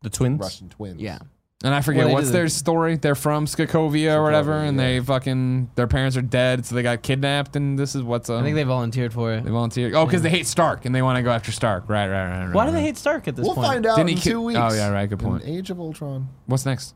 Speaker 4: The twins.
Speaker 1: Russian twins.
Speaker 3: Yeah.
Speaker 2: and I forget
Speaker 3: Well, they
Speaker 2: what's
Speaker 3: did
Speaker 2: their
Speaker 3: the-
Speaker 2: story. They're from Skakovia or whatever,
Speaker 1: Sokovia,
Speaker 2: and
Speaker 1: yeah.
Speaker 2: they fucking their parents are dead, so they got kidnapped and this is what's um,
Speaker 3: I think they volunteered for it.
Speaker 2: they volunteered. Oh, because they hate Stark and they want to go after Stark. Right, right, right, right.
Speaker 3: Why do
Speaker 2: right.
Speaker 3: they hate Stark at this
Speaker 1: We'll
Speaker 3: point?
Speaker 1: find out
Speaker 2: Didn't he
Speaker 1: in
Speaker 2: ki-
Speaker 1: two weeks.
Speaker 2: Oh, yeah, right, good
Speaker 1: In
Speaker 2: point.
Speaker 1: Age of Ultron.
Speaker 2: What's next?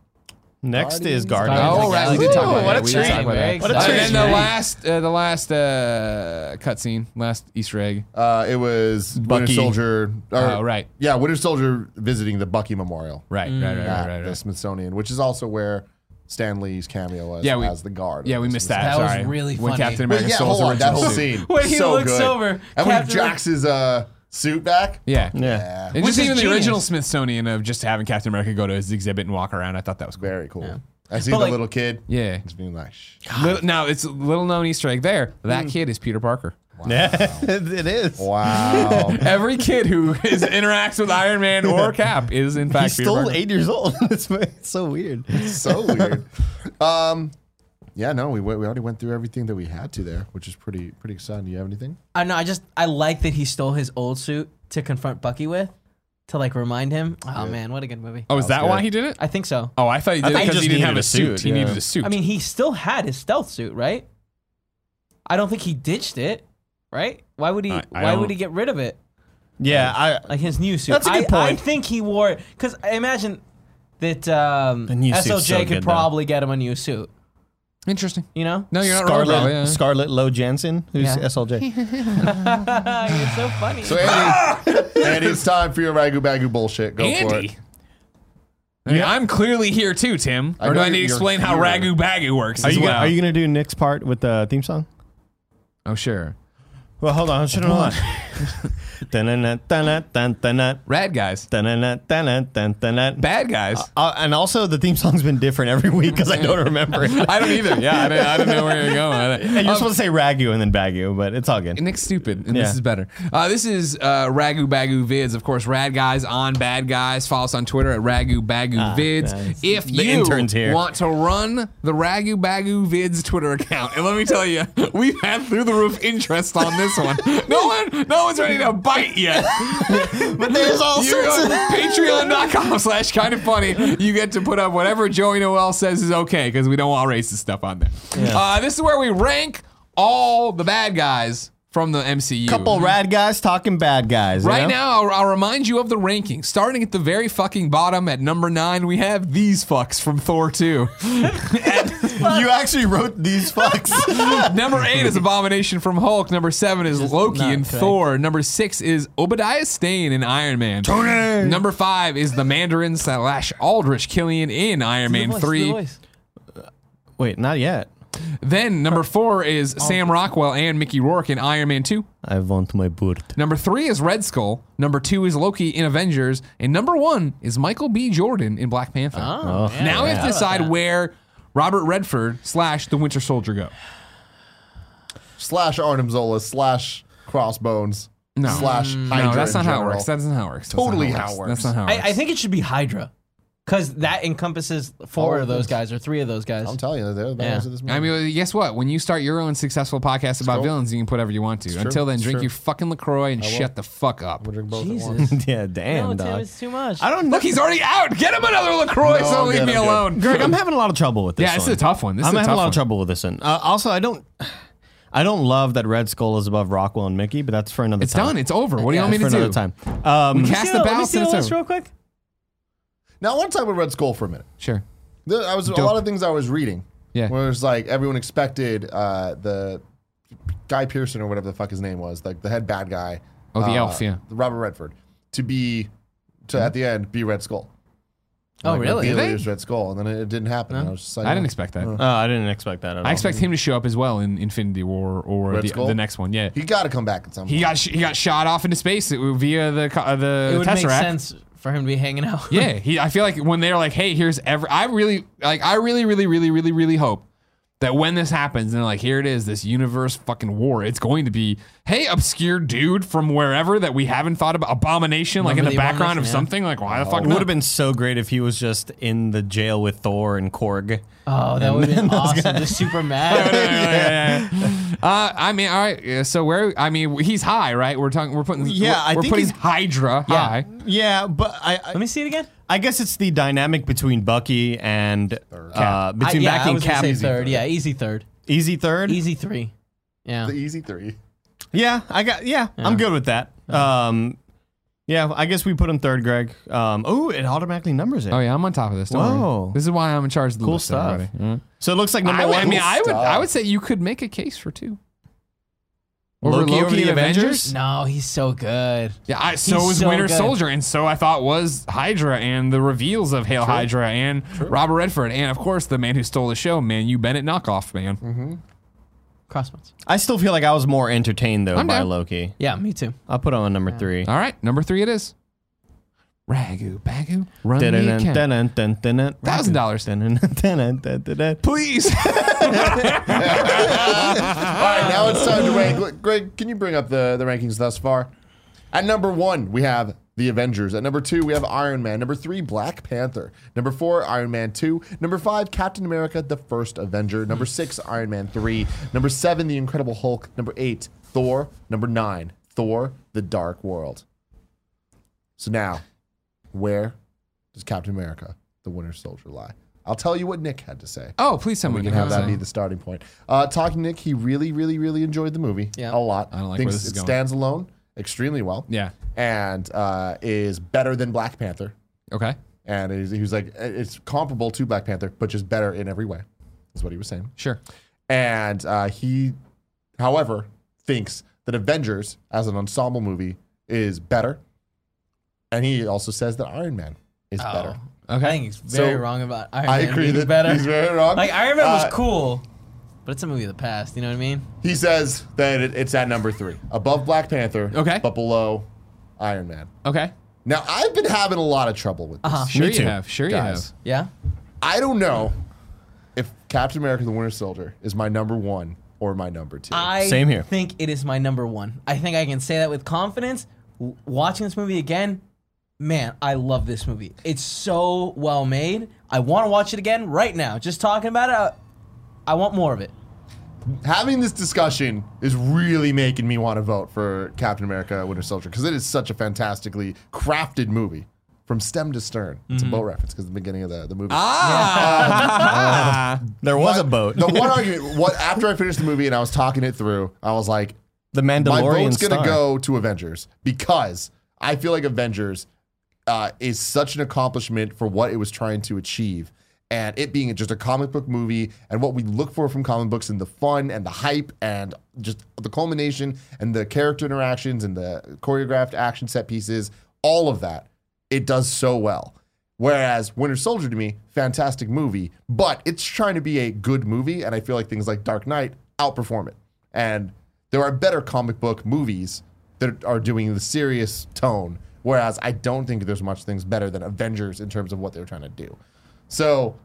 Speaker 4: Next is
Speaker 1: Guardians.
Speaker 4: Guardians.
Speaker 3: Guardians of
Speaker 2: Oh, right.
Speaker 3: the
Speaker 2: We
Speaker 3: Galaxy.
Speaker 2: did talk
Speaker 4: Ooh,
Speaker 2: about
Speaker 4: what
Speaker 2: that.
Speaker 4: a
Speaker 2: We
Speaker 4: treat.
Speaker 2: did talk about that.
Speaker 3: Very
Speaker 4: What a
Speaker 2: Uh,
Speaker 4: treat.
Speaker 2: and then the
Speaker 4: Right.
Speaker 2: last, uh, the last uh, cutscene, last Easter egg.
Speaker 1: Uh, it was Winter
Speaker 4: Bucky.
Speaker 1: Soldier. Or,
Speaker 2: Oh, right.
Speaker 1: Yeah, Winter Soldier visiting the Bucky Memorial.
Speaker 2: Right, right, right,
Speaker 1: At
Speaker 2: right, right,
Speaker 1: the
Speaker 2: right.
Speaker 1: Smithsonian, which is also where Stan Lee's cameo was
Speaker 2: Yeah, we-
Speaker 1: as the guard.
Speaker 2: Yeah,
Speaker 1: of
Speaker 2: we
Speaker 1: the
Speaker 2: missed that.
Speaker 3: That was
Speaker 2: Sorry.
Speaker 3: really
Speaker 2: When
Speaker 3: funny.
Speaker 2: Captain
Speaker 1: Wait,
Speaker 2: America
Speaker 1: yeah,
Speaker 2: stole
Speaker 1: hold
Speaker 2: his
Speaker 1: on. That
Speaker 2: original
Speaker 1: whole
Speaker 2: suit.
Speaker 1: scene.
Speaker 3: When he
Speaker 1: so
Speaker 3: looks
Speaker 1: good.
Speaker 3: over,
Speaker 1: And when he
Speaker 3: Captain-
Speaker 1: jacks his uh, suit back.
Speaker 2: Yeah.
Speaker 4: Yeah.
Speaker 2: And
Speaker 3: Which
Speaker 2: just
Speaker 3: is
Speaker 2: even the
Speaker 3: genius.
Speaker 2: original Smithsonian of just having Captain America go to his exhibit and walk around, I thought that was cool.
Speaker 1: Very cool. I see
Speaker 3: But,
Speaker 1: the
Speaker 3: like-
Speaker 1: little kid.
Speaker 2: Yeah.
Speaker 1: It's being like, "Shh."
Speaker 2: Little, now it's a little known Easter egg there. That kid is Peter Parker.
Speaker 4: Yeah. it is.
Speaker 1: wow.
Speaker 2: Every kid who is, interacts with Iron Man or Cap is in fact
Speaker 4: He's
Speaker 2: Peter
Speaker 4: still
Speaker 2: Parker.
Speaker 4: eight years old. it's, it's so weird.
Speaker 1: so weird. Um, yeah, no, we, went, we already went through everything that we had to there, which is pretty pretty exciting. Do you have anything?
Speaker 3: I know. I just I like that he stole his old suit to confront Bucky with, to like remind him. Oh man, what a good movie.
Speaker 2: Oh, is that
Speaker 1: good.
Speaker 2: why he did it?
Speaker 3: I think so.
Speaker 2: Oh, I thought he did
Speaker 4: I thought
Speaker 2: it
Speaker 4: he
Speaker 2: because
Speaker 4: just
Speaker 2: he didn't
Speaker 4: needed
Speaker 2: have a
Speaker 4: a
Speaker 2: suit.
Speaker 4: suit,
Speaker 2: He
Speaker 4: yeah.
Speaker 2: needed a suit.
Speaker 3: I mean, he still had his stealth suit, right? I don't think he ditched it, right? Why would he?
Speaker 2: I- I
Speaker 3: why
Speaker 2: don't-
Speaker 3: would he get rid of it?
Speaker 4: Yeah. I.
Speaker 3: Like his new suit.
Speaker 4: That's a good
Speaker 3: I, I
Speaker 4: point.
Speaker 3: think he wore it because I imagine that um,
Speaker 4: The new suit's
Speaker 3: SLJ
Speaker 4: so
Speaker 3: could
Speaker 4: good, though.
Speaker 3: probably get him a new suit.
Speaker 2: Interesting.
Speaker 3: You know?
Speaker 2: No, you're not
Speaker 4: Scarlett,
Speaker 2: wrong. Rob, yeah.
Speaker 4: Scarlett Lowe Jansen, who's
Speaker 3: Yeah.
Speaker 4: SLJ.
Speaker 3: You're so funny.
Speaker 1: So Andy, Andy, it's time for your ragu bagu bullshit. Go for
Speaker 2: Andy.
Speaker 1: it.
Speaker 2: I mean, I'm clearly here too, Tim.
Speaker 1: I
Speaker 2: Or do
Speaker 1: know
Speaker 2: I need to
Speaker 1: you're
Speaker 2: explain how
Speaker 1: here.
Speaker 2: ragu bagu works as well?
Speaker 4: gonna do Nick's part with the theme song?
Speaker 2: oh sure.
Speaker 4: Well, hold on, hold on. Dun-dun-dun, dun-dun, dun-dun-dun,
Speaker 2: Rad guys,
Speaker 4: dun-dun-dun, dun-dun-dun, dun-dun.
Speaker 2: bad guys.
Speaker 4: Uh, and also, the theme song's been different every week because I don't remember it.
Speaker 2: I don't either. Yeah, I don't, I don't know where you're going. I don't-
Speaker 4: And you're
Speaker 2: Um,
Speaker 4: supposed to say ragu and then bagu, but it's all good.
Speaker 2: Nick's stupid, and
Speaker 4: Yeah.
Speaker 2: this is better. Uh, this is uh, Ragu Bagu Vids, of course. Rad guys on bad guys. Follow us on Twitter at Ragu Bagu Vids.
Speaker 4: Ah, nice.
Speaker 2: If
Speaker 4: The
Speaker 2: you
Speaker 4: intern's here.
Speaker 2: want to run the Ragu Bagu Vids Twitter account, and let me tell you, we've had through the roof interest on this one. No one, no one's ready to bite yet.
Speaker 4: But there's all
Speaker 2: You go to patreon.com slash kind of funny. You get to put up whatever Joey Noel says is okay because we don't want racist stuff on there. Uh, this is where we rank all the bad guys from the MCU.
Speaker 4: couple rad guys talking bad guys. you
Speaker 2: Right
Speaker 4: know?
Speaker 2: now, I'll, I'll remind you of the ranking. Starting at the very fucking bottom at number nine, we have these fucks from Thor 2.
Speaker 4: You actually wrote these fucks.
Speaker 2: number eight is Abomination from Hulk. Number seven is Loki
Speaker 3: not
Speaker 2: and
Speaker 3: correct.
Speaker 2: Thor. Number six is Obadiah Stane in Iron Man. Number five is the Mandarin slash Aldrich Killian in Iron Man 3.
Speaker 4: Wait, not yet.
Speaker 2: Then number four is Sam Rockwell and Mickey Rourke in Iron Man 2.
Speaker 4: I want my bird.
Speaker 2: Number three is Red Skull. Number two is Loki in Avengers. And number one is Michael B. Jordan in Black Panther.
Speaker 3: Oh,
Speaker 1: Oh,
Speaker 2: now we have to decide where Robert Redford slash the Winter Soldier go.
Speaker 1: Slash Arnim Zola. Slash Crossbones.
Speaker 2: No. Mm.
Speaker 1: Slash Hydra.
Speaker 2: no, that's
Speaker 1: in
Speaker 2: not how it
Speaker 1: general.
Speaker 2: works. That's not how it works. That's
Speaker 1: Totally
Speaker 2: not
Speaker 1: how it
Speaker 2: That's
Speaker 1: works.
Speaker 2: not how it works.
Speaker 3: I, I think it should be Hydra. Because that encompasses four
Speaker 1: All
Speaker 3: of
Speaker 1: of
Speaker 3: those
Speaker 1: them.
Speaker 3: guys or three of those guys.
Speaker 1: I'm telling you, they're the bad guys
Speaker 3: Yeah.
Speaker 1: of this movie.
Speaker 2: I mean, guess what? When you start your own successful podcast about
Speaker 1: cool.
Speaker 2: villains, you can put whatever you want to. Until then,
Speaker 1: It's
Speaker 2: drink
Speaker 1: true.
Speaker 2: your fucking LaCroix and shut the fuck up.
Speaker 1: We'll drink both at once.
Speaker 3: Jesus.
Speaker 4: Yeah, damn,
Speaker 3: no, Tim,
Speaker 4: dog.
Speaker 3: it's too much.
Speaker 4: I don't know.
Speaker 2: Look, he's already out. Get him another LaCroix,
Speaker 1: No,
Speaker 2: so
Speaker 1: I'm
Speaker 2: leave
Speaker 1: good,
Speaker 2: me
Speaker 1: I'm good.
Speaker 2: alone.
Speaker 4: Greg, I'm having a lot of trouble with this.
Speaker 2: Yeah, this is
Speaker 4: one.
Speaker 2: a tough one. This is
Speaker 4: I'm
Speaker 2: a
Speaker 4: having
Speaker 2: tough
Speaker 4: a lot
Speaker 2: one.
Speaker 4: of trouble with this one. Uh, also, I don't, I don't love that Red Skull is above Rockwell and Mickey, but that's for another
Speaker 2: It's
Speaker 4: time.
Speaker 2: done. It's over. What do you want me
Speaker 4: That's
Speaker 2: to
Speaker 4: for
Speaker 2: do?
Speaker 4: another time. Um,
Speaker 3: Let me
Speaker 2: Cast the
Speaker 3: see the- let me
Speaker 2: balance
Speaker 3: see
Speaker 2: and
Speaker 3: the
Speaker 2: it's
Speaker 3: list
Speaker 2: over.
Speaker 3: real quick.
Speaker 1: Now, I want to talk about Red Skull for a minute.
Speaker 2: Sure.
Speaker 1: There, I was a lot of things I was reading.
Speaker 2: Yeah.
Speaker 1: Where it was like everyone expected uh, the Guy Pearson or whatever the fuck his name was, like the head bad guy.
Speaker 2: Oh, the
Speaker 1: uh,
Speaker 2: elf, yeah.
Speaker 1: Robert Redford to be to at the end be Red Skull.
Speaker 3: Oh,
Speaker 1: Like,
Speaker 3: really?
Speaker 1: reveal
Speaker 2: Did they?
Speaker 1: he was Red Skull, and then it, it didn't happen. And I was just like,
Speaker 2: I didn't
Speaker 1: oh.
Speaker 2: expect that.
Speaker 4: uh, I didn't expect that at all.
Speaker 2: I expect him to show up as well in Infinity War or
Speaker 1: Red
Speaker 2: the,
Speaker 1: Skull?
Speaker 2: the next one. Yeah.
Speaker 1: He got to come back at some.
Speaker 2: He
Speaker 1: point.
Speaker 2: got sh- he got shot off into space via the co- uh, the
Speaker 3: It would
Speaker 2: tesseract.
Speaker 3: make sense for him to be hanging out.
Speaker 2: Yeah, he. I feel like when they're like, "Hey, here's every," I really like. I really, really, really, really, really hope that when this happens, and they're like, "Here it is, this universe fucking war." It's going to be, "Hey, obscure dude from wherever that we haven't thought about, abomination, like in
Speaker 3: Remember
Speaker 2: the
Speaker 3: the
Speaker 2: background of
Speaker 3: Abomination, yeah.
Speaker 2: something." Like, why the fuck
Speaker 4: It would
Speaker 2: not?
Speaker 4: have Oh. been so great if he was just in the jail with Thor and Korg.
Speaker 3: Oh, that would have been awesome. Just super mad.
Speaker 2: Yeah, yeah, yeah. Uh, I mean, all right. yeah, So where? I mean, he's high, right? We're talking. We're putting.
Speaker 4: Yeah,
Speaker 2: we're,
Speaker 4: I
Speaker 2: we're
Speaker 4: think
Speaker 2: putting
Speaker 4: he's-
Speaker 2: Hydra high.
Speaker 4: Yeah, but I, I
Speaker 3: Let me see it again.
Speaker 4: I guess it's the dynamic between Bucky and uh,
Speaker 3: I-
Speaker 4: between
Speaker 3: yeah,
Speaker 4: Bucky
Speaker 3: I
Speaker 4: and
Speaker 3: was gonna
Speaker 4: Cap.
Speaker 3: say third. Yeah, easy third.
Speaker 4: Easy third.
Speaker 3: Easy three. Yeah.
Speaker 1: the easy three.
Speaker 4: Yeah, I got. Yeah, I'm good with that. Um, yeah, I guess we put him third, Greg. Um, oh, it automatically numbers it.
Speaker 2: Oh yeah, I'm on top of this. Don't
Speaker 4: Whoa.
Speaker 2: worry. This is why I'm in charge of the
Speaker 4: Cool
Speaker 2: list,
Speaker 4: stuff.
Speaker 2: everybody. Yeah.
Speaker 4: So it looks like number
Speaker 2: I, would-
Speaker 4: one.
Speaker 2: I mean, I would,
Speaker 1: Stop.
Speaker 2: I would say you could make a case for two.
Speaker 4: Loki over the
Speaker 2: and
Speaker 4: Avengers?
Speaker 3: No, he's so good.
Speaker 2: Yeah, I, so
Speaker 3: He's
Speaker 2: was
Speaker 3: so
Speaker 2: Winter
Speaker 3: good.
Speaker 2: Soldier, and so I thought was Hydra and the reveals of Hail Hydra and Robert Redford, and of course the man who stole the show, man, you Bennett knockoff, man.
Speaker 4: Mm-hmm.
Speaker 3: Crossbones.
Speaker 4: I still feel like I was more entertained though
Speaker 2: I'm
Speaker 4: by
Speaker 2: down.
Speaker 4: Loki.
Speaker 3: Yeah, me too.
Speaker 4: I'll put him on number three.
Speaker 2: All right, number three it is. Ragu bagu, run
Speaker 4: Dun-
Speaker 2: the
Speaker 4: dun-
Speaker 2: account.
Speaker 4: dun- dun- dun- dun- dun.
Speaker 2: Thousand dollars.
Speaker 4: Dun- dun- dun- dun- dun- dun- dun.
Speaker 2: Please.
Speaker 1: All right, now it's time to rank. Greg, can you bring up the, the rankings thus far? At number one, we have the Avengers. At number two, we have Iron Man. Number three, Black Panther. Number four, Iron Man 2. Number five, Captain America, the first Avenger. Number six, Iron Man 3. Number seven, The Incredible Hulk. Number eight, Thor. Number nine, Thor, The Dark World. So now, where does Captain America, the Winter Soldier, lie? I'll tell you what Nick had to say
Speaker 2: oh, please tell me.
Speaker 1: we
Speaker 2: you
Speaker 1: can have
Speaker 2: know what
Speaker 1: that
Speaker 2: I'm
Speaker 1: be
Speaker 2: saying.
Speaker 1: the starting point. Uh, Talking Nick, he really, really, really enjoyed the movie.
Speaker 3: Yeah.
Speaker 1: a lot.
Speaker 2: I don't like
Speaker 1: Thinks
Speaker 2: where this is
Speaker 1: it
Speaker 2: going.
Speaker 1: stands alone extremely well.
Speaker 2: Yeah.
Speaker 1: and uh, is better than Black Panther.
Speaker 2: Okay.
Speaker 1: And is- he was like, it's comparable to Black Panther, but just better in every way. is what he was saying.
Speaker 2: Sure.
Speaker 1: And uh, he, however, thinks that Avengers as an ensemble movie is better. And he also says that Iron Man is
Speaker 2: Oh.
Speaker 1: better.
Speaker 3: Okay. I think he's very
Speaker 1: So,
Speaker 3: wrong about Iron
Speaker 1: I
Speaker 3: Man.
Speaker 1: agree
Speaker 3: being
Speaker 1: that
Speaker 3: better.
Speaker 1: he's very wrong.
Speaker 3: Like Iron Man
Speaker 1: Uh,
Speaker 3: was cool, but it's a movie of the past. You know what I mean?
Speaker 1: He says that it, it's at number three, above Black Panther,
Speaker 2: Okay.
Speaker 1: but below Iron Man.
Speaker 2: Okay.
Speaker 1: Now I've been having a lot of trouble with this.
Speaker 2: Uh-huh. Sure
Speaker 4: Me
Speaker 2: you
Speaker 4: too.
Speaker 2: have. Sure
Speaker 1: Guys,
Speaker 3: Yeah.
Speaker 1: I don't know if Captain America: The Winter Soldier is my number one or my number two.
Speaker 3: I
Speaker 4: Same here.
Speaker 3: think it is my number one. I think I can say that with confidence. W- watching this movie again, man, I love this movie. It's so well made. I want to watch it again right now. Just talking about it, I, I want more of it.
Speaker 1: Having this discussion is really making me want to vote for Captain America: Winter Soldier because it is such a fantastically crafted movie. From stem to stern. It's
Speaker 4: Mm-hmm.
Speaker 1: a boat reference because the beginning of the, the movie.
Speaker 4: There was Ah, a
Speaker 1: But
Speaker 4: boat.
Speaker 1: The one argument, what after I finished the movie and I was talking it through, I was like,
Speaker 4: The
Speaker 1: my
Speaker 4: Mandalorian
Speaker 1: vote's going to
Speaker 4: star.
Speaker 1: go to Avengers because I feel like Avengers uh, is such an accomplishment for what it was trying to achieve. And it being just a comic book movie and what we look for from comic books and the fun and the hype and just the culmination and the character interactions and the choreographed action set pieces, all of that, it does so well. Whereas Winter Soldier to me, fantastic movie, but it's trying to be a good movie. And I feel like things like Dark Knight outperform it. And there are better comic book movies that are doing the serious tone. Whereas I don't think there's much things better than Avengers in terms of what they're trying to do. So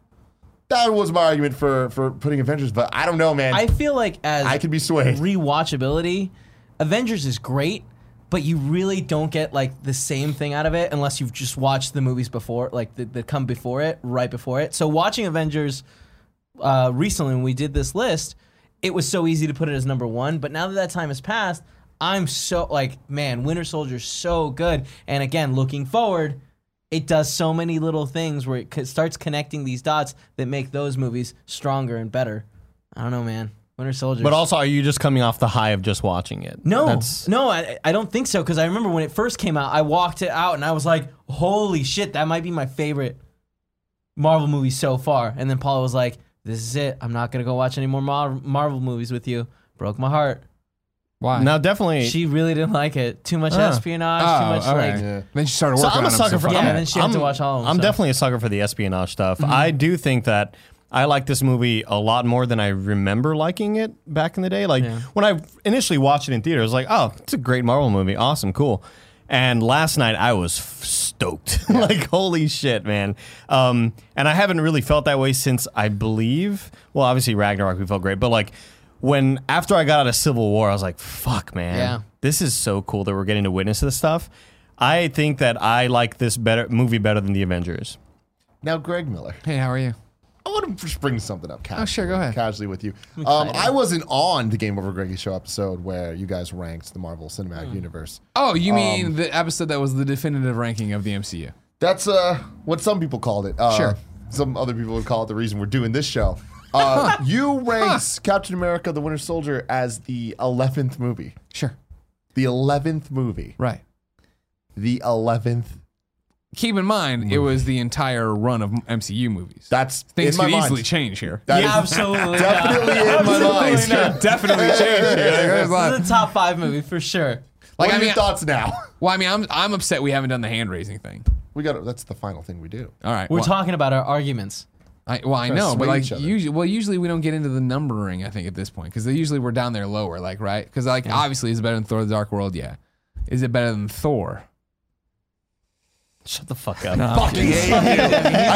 Speaker 1: that was my argument for for putting Avengers, but I don't know, man.
Speaker 3: I
Speaker 1: I,
Speaker 3: feel like as
Speaker 1: could be swayed.
Speaker 3: rewatchability, Avengers is great, but you really don't get like the same thing out of it unless you've just watched the movies before, like that that come before it, right before it. So watching Avengers uh, recently when we did this list, it was so easy to put it as number one. But now that that time has passed, I'm so like, man, Winter Soldier's so good. And again, looking forward, it does so many little things where it co- starts connecting these dots that make those movies stronger and better. I don't know, man. Winter Soldier.
Speaker 4: But also, are you just coming off the high of just watching it?
Speaker 3: No,
Speaker 4: That's,
Speaker 3: no, I, I don't think so. Because I remember when it first came out, I walked it out and I was like, "Holy shit, that might be my favorite Marvel movie so far." And then Paula was like, "This is it. I'm not gonna go watch any more Mar- Marvel movies with you." Broke my heart.
Speaker 2: Why?
Speaker 4: now definitely.
Speaker 3: She really didn't like it. Too much espionage.
Speaker 2: Oh,
Speaker 3: too much
Speaker 2: all right.
Speaker 3: like.
Speaker 1: Yeah.
Speaker 2: Then she started working
Speaker 4: so I'm
Speaker 2: on
Speaker 4: a sucker
Speaker 2: him,
Speaker 4: for.
Speaker 2: fuck
Speaker 3: Yeah,
Speaker 4: I'm,
Speaker 2: it.
Speaker 3: and then she had to
Speaker 4: I'm-
Speaker 3: watch all of them,
Speaker 4: I'm
Speaker 3: so. Mm-hmm.
Speaker 4: definitely a sucker for the espionage stuff. I do think that I like this movie a lot more than I remember liking it back in the day. Like when I initially watched it in theater, I was like, "Oh, it's a great Marvel movie. Awesome, cool." And last night I was f- stoked. like, holy shit, man. Um, and I haven't really felt that way since I believe, well, obviously Ragnarok, we felt great, but like when after I got out of Civil War, I was like, fuck, man
Speaker 3: Yeah.
Speaker 4: this is so cool that we're getting to witness this stuff. I think that I like this better movie better than the Avengers.
Speaker 1: Now, Greg Miller.
Speaker 2: Hey, how are you?
Speaker 1: I want to just bring something up casually.
Speaker 2: Oh, sure, go ahead.
Speaker 1: Casually with you. Um, I wasn't on the Game Over Greggy Show episode where you guys ranked the Marvel Cinematic Universe.
Speaker 2: Oh, you
Speaker 1: Um,
Speaker 2: mean the episode that was the definitive ranking of the MCU?
Speaker 1: That's uh, what some people called it. Uh,
Speaker 2: Sure.
Speaker 1: Some other people would call it the reason we're doing this show. Uh, you ranked Captain America the Winter Soldier as the 11th movie.
Speaker 2: Sure.
Speaker 1: The 11th movie.
Speaker 2: Right.
Speaker 1: The 11th.
Speaker 2: Keep in mind, it was the entire run of MCU movies.
Speaker 1: That's
Speaker 2: Things
Speaker 1: in my
Speaker 2: could
Speaker 1: mind.
Speaker 2: easily change here.
Speaker 1: That is
Speaker 3: Absolutely.
Speaker 1: definitely in my mind.
Speaker 2: Things could definitely change here. Like, there's a lot-
Speaker 3: This is a top five movie for sure.
Speaker 1: What
Speaker 2: Like,
Speaker 1: are
Speaker 2: I
Speaker 1: your
Speaker 2: mean,
Speaker 1: thoughts now?
Speaker 2: well, I mean, I'm I'm upset we haven't done the hand raising thing.
Speaker 1: We got that's the final thing we do.
Speaker 2: All right,
Speaker 3: We're
Speaker 2: well,
Speaker 3: talking about our arguments.
Speaker 2: I, well, I know,
Speaker 1: sway
Speaker 2: but like
Speaker 1: each other.
Speaker 2: usually, well, usually we don't get into the numbering. I think at this point because usually we're down there lower, like right? Because like obviously, is it better than Thor: The Dark World? Yeah. Is it better than Thor?
Speaker 4: Shut the fuck up.
Speaker 1: Fucking hate you. I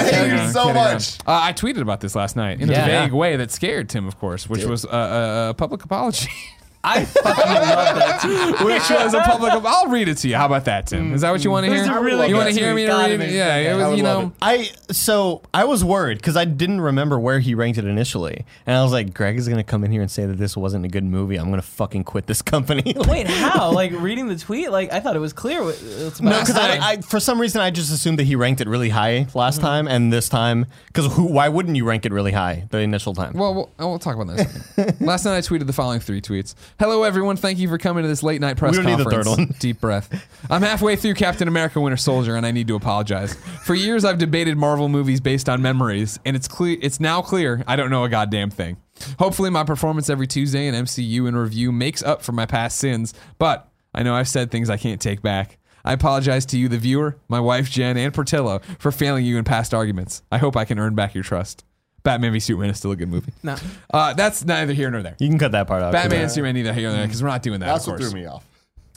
Speaker 1: hate you so much.
Speaker 2: Uh, I tweeted about this last night in
Speaker 3: Yeah.
Speaker 2: a vague way that scared Tim, of course, which was a, a, a public apology.
Speaker 3: I fucking love that. too.
Speaker 2: which was a public. ap- I'll read it to you. How about that, Tim? Is that what you want to
Speaker 3: This
Speaker 2: hear?
Speaker 3: is a really
Speaker 2: you want
Speaker 3: good
Speaker 2: to hear me
Speaker 3: tweet. God,
Speaker 2: read
Speaker 3: it
Speaker 2: it?
Speaker 3: makes
Speaker 2: Yeah,
Speaker 3: me
Speaker 2: it
Speaker 1: I
Speaker 2: was.
Speaker 1: would
Speaker 2: You
Speaker 1: love
Speaker 2: know,
Speaker 4: I so I was worried because I didn't remember where he ranked it initially, and I was like, Greg is gonna come in here and say that this wasn't a good movie. I'm gonna fucking quit this company. Like,
Speaker 3: Wait, how? Like reading the tweet? Like I thought it was clear. What it's about.
Speaker 4: No, because I, I, for some reason I just assumed that he ranked it really high last
Speaker 2: Mm-hmm.
Speaker 4: time, and this time, because who? Why wouldn't you rank it really high the initial time?
Speaker 2: oh, Well, we'll, we'll talk about that. in a second. Last night I tweeted the following three tweets. Hello, everyone. Thank you for coming to this late night press
Speaker 4: We don't need the
Speaker 2: conference.
Speaker 4: third one.
Speaker 2: Deep breath. I'm halfway through Captain America: Winter Soldier, and I need to apologize. For years, I've debated Marvel movies based on memories, and it's clear it's now clear I don't know a goddamn thing. Hopefully, my performance every Tuesday in MCU in review makes up for my past sins, but I know I've said things I can't take back. I apologize to you, the viewer, my wife Jen, and Portillo for failing you in past arguments. I hope I can earn back your trust. Batman v Superman is still a good movie.
Speaker 3: No.
Speaker 2: Uh, that's neither here nor there.
Speaker 4: You can cut that part out.
Speaker 2: Batman and Superman either here or there because we're not doing that.
Speaker 1: That's
Speaker 2: of
Speaker 1: what
Speaker 2: course.
Speaker 1: threw me off.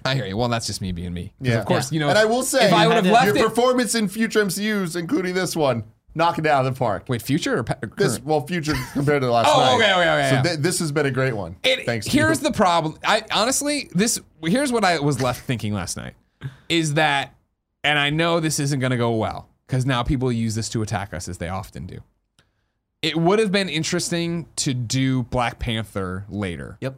Speaker 2: I hear you. Well, that's just me being me. 'Cause
Speaker 1: Yeah.
Speaker 2: Of course,
Speaker 3: Yeah.
Speaker 2: you know.
Speaker 1: And I will say,
Speaker 2: if I would have
Speaker 3: had to-
Speaker 2: left
Speaker 1: your
Speaker 2: it,
Speaker 1: performance in future MCUs, including this one, knock it out of the park.
Speaker 2: wait, future or pa-
Speaker 1: This
Speaker 2: current?
Speaker 1: well, future compared to last
Speaker 2: Oh,
Speaker 1: night.
Speaker 2: okay, okay, okay,
Speaker 1: So
Speaker 2: yeah.
Speaker 1: thi- this has been a great one.
Speaker 2: It-
Speaker 1: Thanks. to
Speaker 2: Here's
Speaker 1: you.
Speaker 2: the problem. I honestly, this here's what I was left thinking last night is that, and I know this isn't going to go well because now people use this to attack us as they often do. It would have been interesting to do Black Panther later.
Speaker 3: Yep.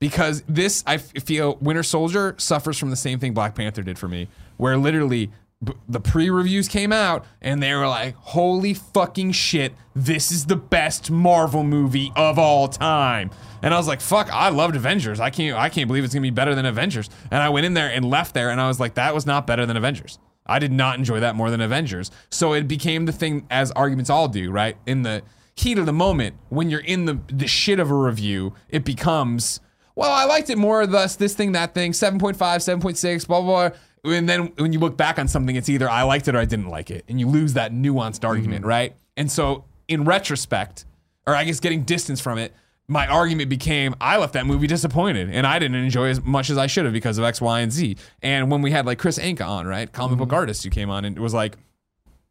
Speaker 2: because this I f- feel Winter Soldier suffers from the same thing Black Panther did for me, where literally b- the pre-reviews came out and they were like, "Holy fucking shit, this is the best Marvel movie of all time." And I was like, "Fuck, I loved Avengers. I can't I can't believe it's going to be better than Avengers." And I went in there and left there and I was like, "That was not better than Avengers." I did not enjoy that more than Avengers. So it became the thing as arguments all do, right? In the heat of the moment, when you're in the the shit of a review, it becomes well, I liked it more, thus this thing, that thing, 7.5, 7.6, blah, blah, blah. And then when you look back on something, it's either I liked it or I didn't like it. And you lose that nuanced argument, right? And so in retrospect, or I guess getting distance from it, my argument became I left that movie disappointed and I didn't enjoy as much as I should have because of X, Y, and Z. And when we had like Chris Anka on, right? Comic book artist who came on and was like,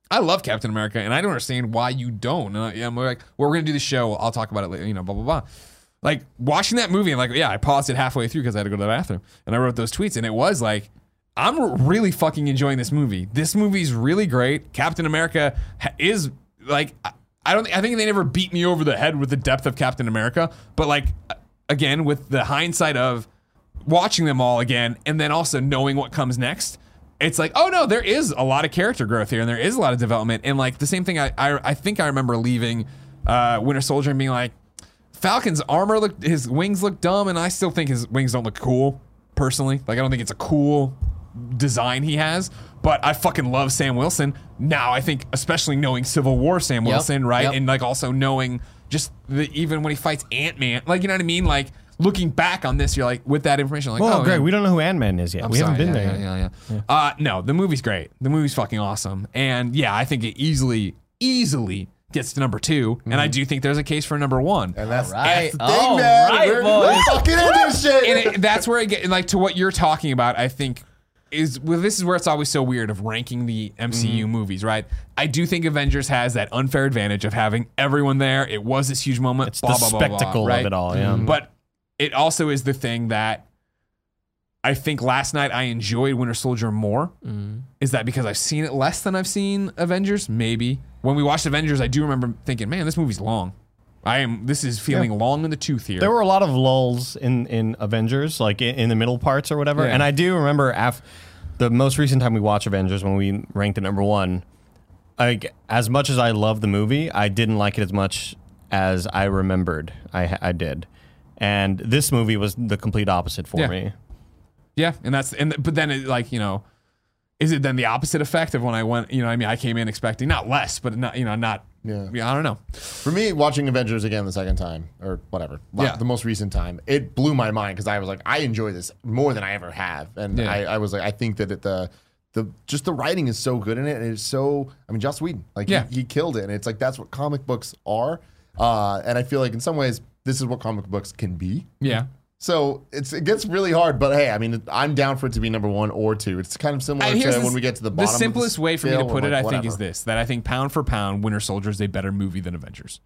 Speaker 2: I love Captain America, and I don't understand why you don't. And I, am like, well, we're gonna do the show. I'll talk about it later. You know, blah blah blah. Like watching that movie, and like, yeah, I paused it halfway through because I had to go to the bathroom, and I wrote those tweets, and it was like, I'm r- really fucking enjoying this movie. This movie's really great. Captain America ha- is like, I- I don't, think- I think they never beat me over the head with the depth of Captain America, but like, again, with the hindsight of watching them all again, and then also knowing what comes next it's like, oh no, there is a lot of character growth here, and there is a lot of development. And like the same thing, I I, I think I remember leaving uh, Winter Soldier and being like, Falcon's armor looked, his wings look dumb, and I still think his wings don't look cool. Personally, like I don't think it's a cool design he has. But I fucking love Sam Wilson. Now I think, especially knowing Civil War Sam
Speaker 3: Yep,
Speaker 2: Wilson, right,
Speaker 3: yep.
Speaker 2: and like also knowing just the even when he fights Ant Man, like you know what I mean, like. Looking back on this, you're like, with that information, like,
Speaker 4: Well,
Speaker 2: oh,
Speaker 4: Greg,
Speaker 2: yeah.
Speaker 4: we don't know who Ant Man is yet. we
Speaker 2: I'm
Speaker 4: haven't been
Speaker 2: sorry.
Speaker 4: there. yet.
Speaker 2: Yeah, yeah, yeah. yeah. Uh, no, the movie's great. The movie's fucking awesome. And yeah, I think it easily, easily gets to number 2 And
Speaker 4: Mm-hmm.
Speaker 2: I do think there's a case for number one.
Speaker 1: and that's,
Speaker 3: Alright,
Speaker 1: that's the thing, man.
Speaker 3: alright,
Speaker 1: We're,
Speaker 3: boys.
Speaker 1: we're fucking into this shit.
Speaker 2: and it, that's where it get like to what you're talking about. I think is well, this is where it's always so weird of ranking the MCU
Speaker 4: Mm-hmm.
Speaker 2: movies, right? I do think Avengers has that unfair advantage of having everyone there. It was this huge moment.
Speaker 4: It's
Speaker 2: blah,
Speaker 4: the
Speaker 2: blah, blah, blah,
Speaker 4: spectacle
Speaker 2: right? Mm-hmm.
Speaker 4: of it all. Yeah.
Speaker 2: But it also is the thing that I think last night I enjoyed Winter Soldier more.
Speaker 4: Mm-hmm.
Speaker 2: Is that because I've seen it less than I've seen Avengers? Maybe. When we watched Avengers, I do remember thinking, man, this movie's long. I am. This is feeling long in the tooth here.
Speaker 4: There were a lot of lulls in, in Avengers, like in, in the middle parts or whatever.
Speaker 2: Yeah.
Speaker 4: And I do remember af- the most recent time we watched Avengers when we ranked it number one. Like as much as I love the movie, I didn't like it as much as I remembered. I I did, and this movie was the complete opposite for
Speaker 2: Yeah.
Speaker 4: me.
Speaker 2: Yeah, and that's and but then it like you know, is it then the opposite effect of when I went? You know, what I mean, I came in expecting not less, but not you know not.
Speaker 1: Yeah.
Speaker 2: I don't know.
Speaker 1: For me, watching Avengers again the second time, or whatever, la-
Speaker 2: Yeah.
Speaker 1: the most recent time, it blew my mind because I was like, I enjoy this more than I ever have, and
Speaker 2: Yeah.
Speaker 1: I, I was like, I think that it, the the just the writing is so good in it, and it's so. I mean, Joss Whedon, like,
Speaker 2: Yeah.
Speaker 1: he, he killed it, and it's like that's what comic books are, uh, and I feel like in some ways this is what comic books can be.
Speaker 2: Yeah,
Speaker 1: So it's it gets really hard, but hey, I mean, I'm down for it to be number one or two. It's kind of similar
Speaker 2: And
Speaker 1: to
Speaker 2: here's
Speaker 1: uh, when
Speaker 2: s-
Speaker 1: we get to the bottom. of
Speaker 2: simplest way for me to
Speaker 1: scale,
Speaker 2: put
Speaker 1: we're
Speaker 2: it, I
Speaker 1: like,
Speaker 2: think, is
Speaker 1: whatever.
Speaker 2: this: that I think pound for pound, Winter Soldier is a better movie than Avengers.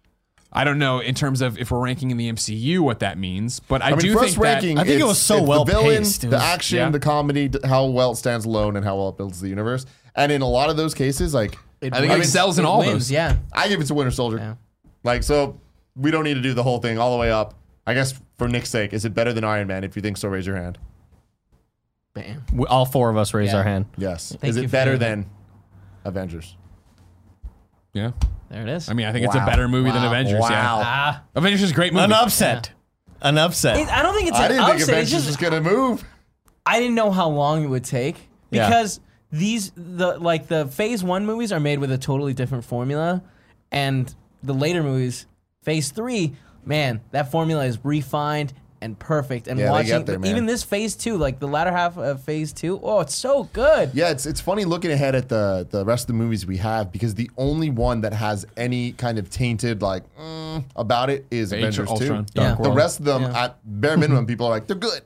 Speaker 2: I don't know in terms of if we're ranking in the MCU what that means, but I,
Speaker 1: I mean,
Speaker 2: do
Speaker 1: first
Speaker 2: think
Speaker 1: ranking.
Speaker 2: that
Speaker 4: I think it
Speaker 1: it's-
Speaker 4: was so
Speaker 1: it's the
Speaker 4: well
Speaker 1: villain,
Speaker 4: paced. It
Speaker 1: The
Speaker 4: was-
Speaker 1: action,
Speaker 2: yeah.
Speaker 1: the comedy, d- how well it stands alone, and how well it builds the universe. And in a lot of those cases, like I think
Speaker 2: it
Speaker 1: I, mean,
Speaker 2: excels in
Speaker 3: It
Speaker 2: all
Speaker 3: wins,
Speaker 2: those.
Speaker 3: Yeah.
Speaker 1: I give it to Winter Soldier.
Speaker 3: Yeah.
Speaker 1: Like so, we don't need to do the whole thing all the way up. I guess for Nick's sake, is it better than Iron Man? If you think so, raise your hand.
Speaker 3: Bam.
Speaker 4: We, all four of us raised
Speaker 3: Yeah.
Speaker 4: our hand.
Speaker 1: Yes.
Speaker 3: Thank
Speaker 1: is
Speaker 3: you
Speaker 1: it
Speaker 3: for
Speaker 1: better
Speaker 3: doing that.
Speaker 1: than Avengers?
Speaker 2: Yeah,
Speaker 3: There it is.
Speaker 2: I mean, I think it's a
Speaker 1: Wow.
Speaker 2: better movie than
Speaker 3: Wow.
Speaker 2: Avengers.
Speaker 1: Wow.
Speaker 2: Yeah,
Speaker 3: ah,
Speaker 2: Avengers is a great movie.
Speaker 4: An upset. An upset.
Speaker 3: It- uh, I don't think it's
Speaker 1: I
Speaker 3: an
Speaker 1: didn't think
Speaker 3: upset. It's
Speaker 1: Avengers
Speaker 3: just
Speaker 1: was gonna move.
Speaker 3: I didn't know how long it would take
Speaker 4: Yeah.
Speaker 3: because these the like the Phase One movies are made with a totally different formula, and the later movies, Phase Three, man, that formula is refined and perfect. And
Speaker 1: Yeah, they
Speaker 3: watching
Speaker 1: get there, man.
Speaker 3: even this Phase Two, like the latter half of Phase Two, oh, it's so good.
Speaker 1: Yeah, it's it's funny looking ahead at the the rest of the movies we have because the only one that has any kind of tainted like mm, about it is
Speaker 2: Age of
Speaker 1: Avengers
Speaker 2: Ultron,
Speaker 1: Two.
Speaker 2: Dark
Speaker 3: Yeah.
Speaker 1: The
Speaker 2: World.
Speaker 1: rest of them,
Speaker 3: Yeah.
Speaker 1: at bare minimum, people are like they're good.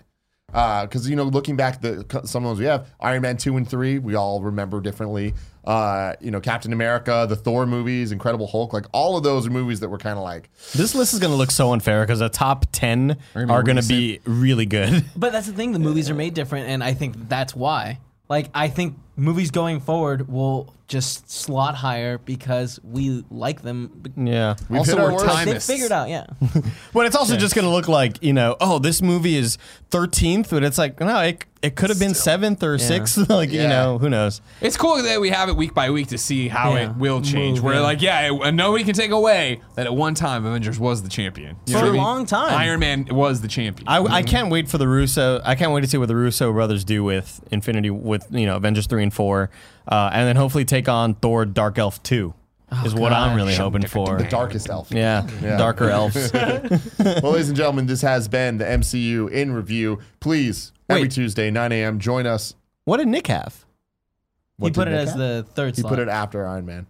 Speaker 1: Because you know, looking back, the c- some of those we have Iron Man two and three, we all remember differently. Uh, you know, Captain America, the Thor movies, Incredible Hulk, like all of those are movies that were kind of like
Speaker 4: this list is going to look so unfair because the top 10 are going to be really good.
Speaker 3: But that's the thing. The movies are made different, and I think that's why. Like, I think movies going forward will just slot higher because we like them.
Speaker 4: yeah.
Speaker 1: we've
Speaker 2: Also,
Speaker 1: hit our
Speaker 2: we're
Speaker 1: worst.
Speaker 2: time-
Speaker 3: They
Speaker 2: Timeless.
Speaker 3: figured out, yeah.
Speaker 4: But it's also just going to look like, you know, oh, this movie is 13th, but it's like, no, it, it could have been 7th or 6th. like, you
Speaker 1: Yeah.
Speaker 4: know, who knows?
Speaker 2: It's cool that we have it week by week to see how
Speaker 3: Yeah.
Speaker 2: it will change.
Speaker 3: Move,
Speaker 2: Where
Speaker 3: yeah.
Speaker 2: like, yeah, it, and nobody can take away that at one time Avengers was the champion You know
Speaker 3: For a
Speaker 2: what I mean?
Speaker 3: long time.
Speaker 2: Iron Man was the champion.
Speaker 4: I, I can't wait for the Russo. I can't wait to see what the Russo brothers do with Infinity, with you know Avengers three and four, uh, and then hopefully take on Thor: Dark Elf two, is what I'm really hoping for.
Speaker 1: the darkest elf.
Speaker 4: Yeah, darker elves.
Speaker 1: well, ladies and gentlemen, this has been the MCU in review. Please, every
Speaker 4: Wait.
Speaker 1: Tuesday, 9 a.m., join us.
Speaker 4: what did Nick have?
Speaker 3: he
Speaker 1: What
Speaker 3: put it
Speaker 1: did Nick
Speaker 3: as
Speaker 1: have?
Speaker 3: the third
Speaker 1: He
Speaker 3: slot.
Speaker 1: put it after Iron Man.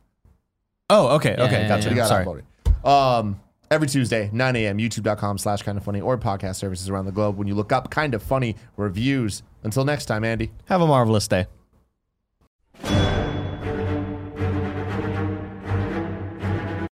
Speaker 4: Oh, okay, okay,
Speaker 3: yeah,
Speaker 4: gotcha.
Speaker 1: So he got
Speaker 4: Sorry.
Speaker 1: uploaded. Um, every Tuesday, 9 a.m., youtube.com slash kind of funny or podcast services around the globe. When you look up kind of funny reviews. Until next time, Andy.
Speaker 4: Have a marvelous day.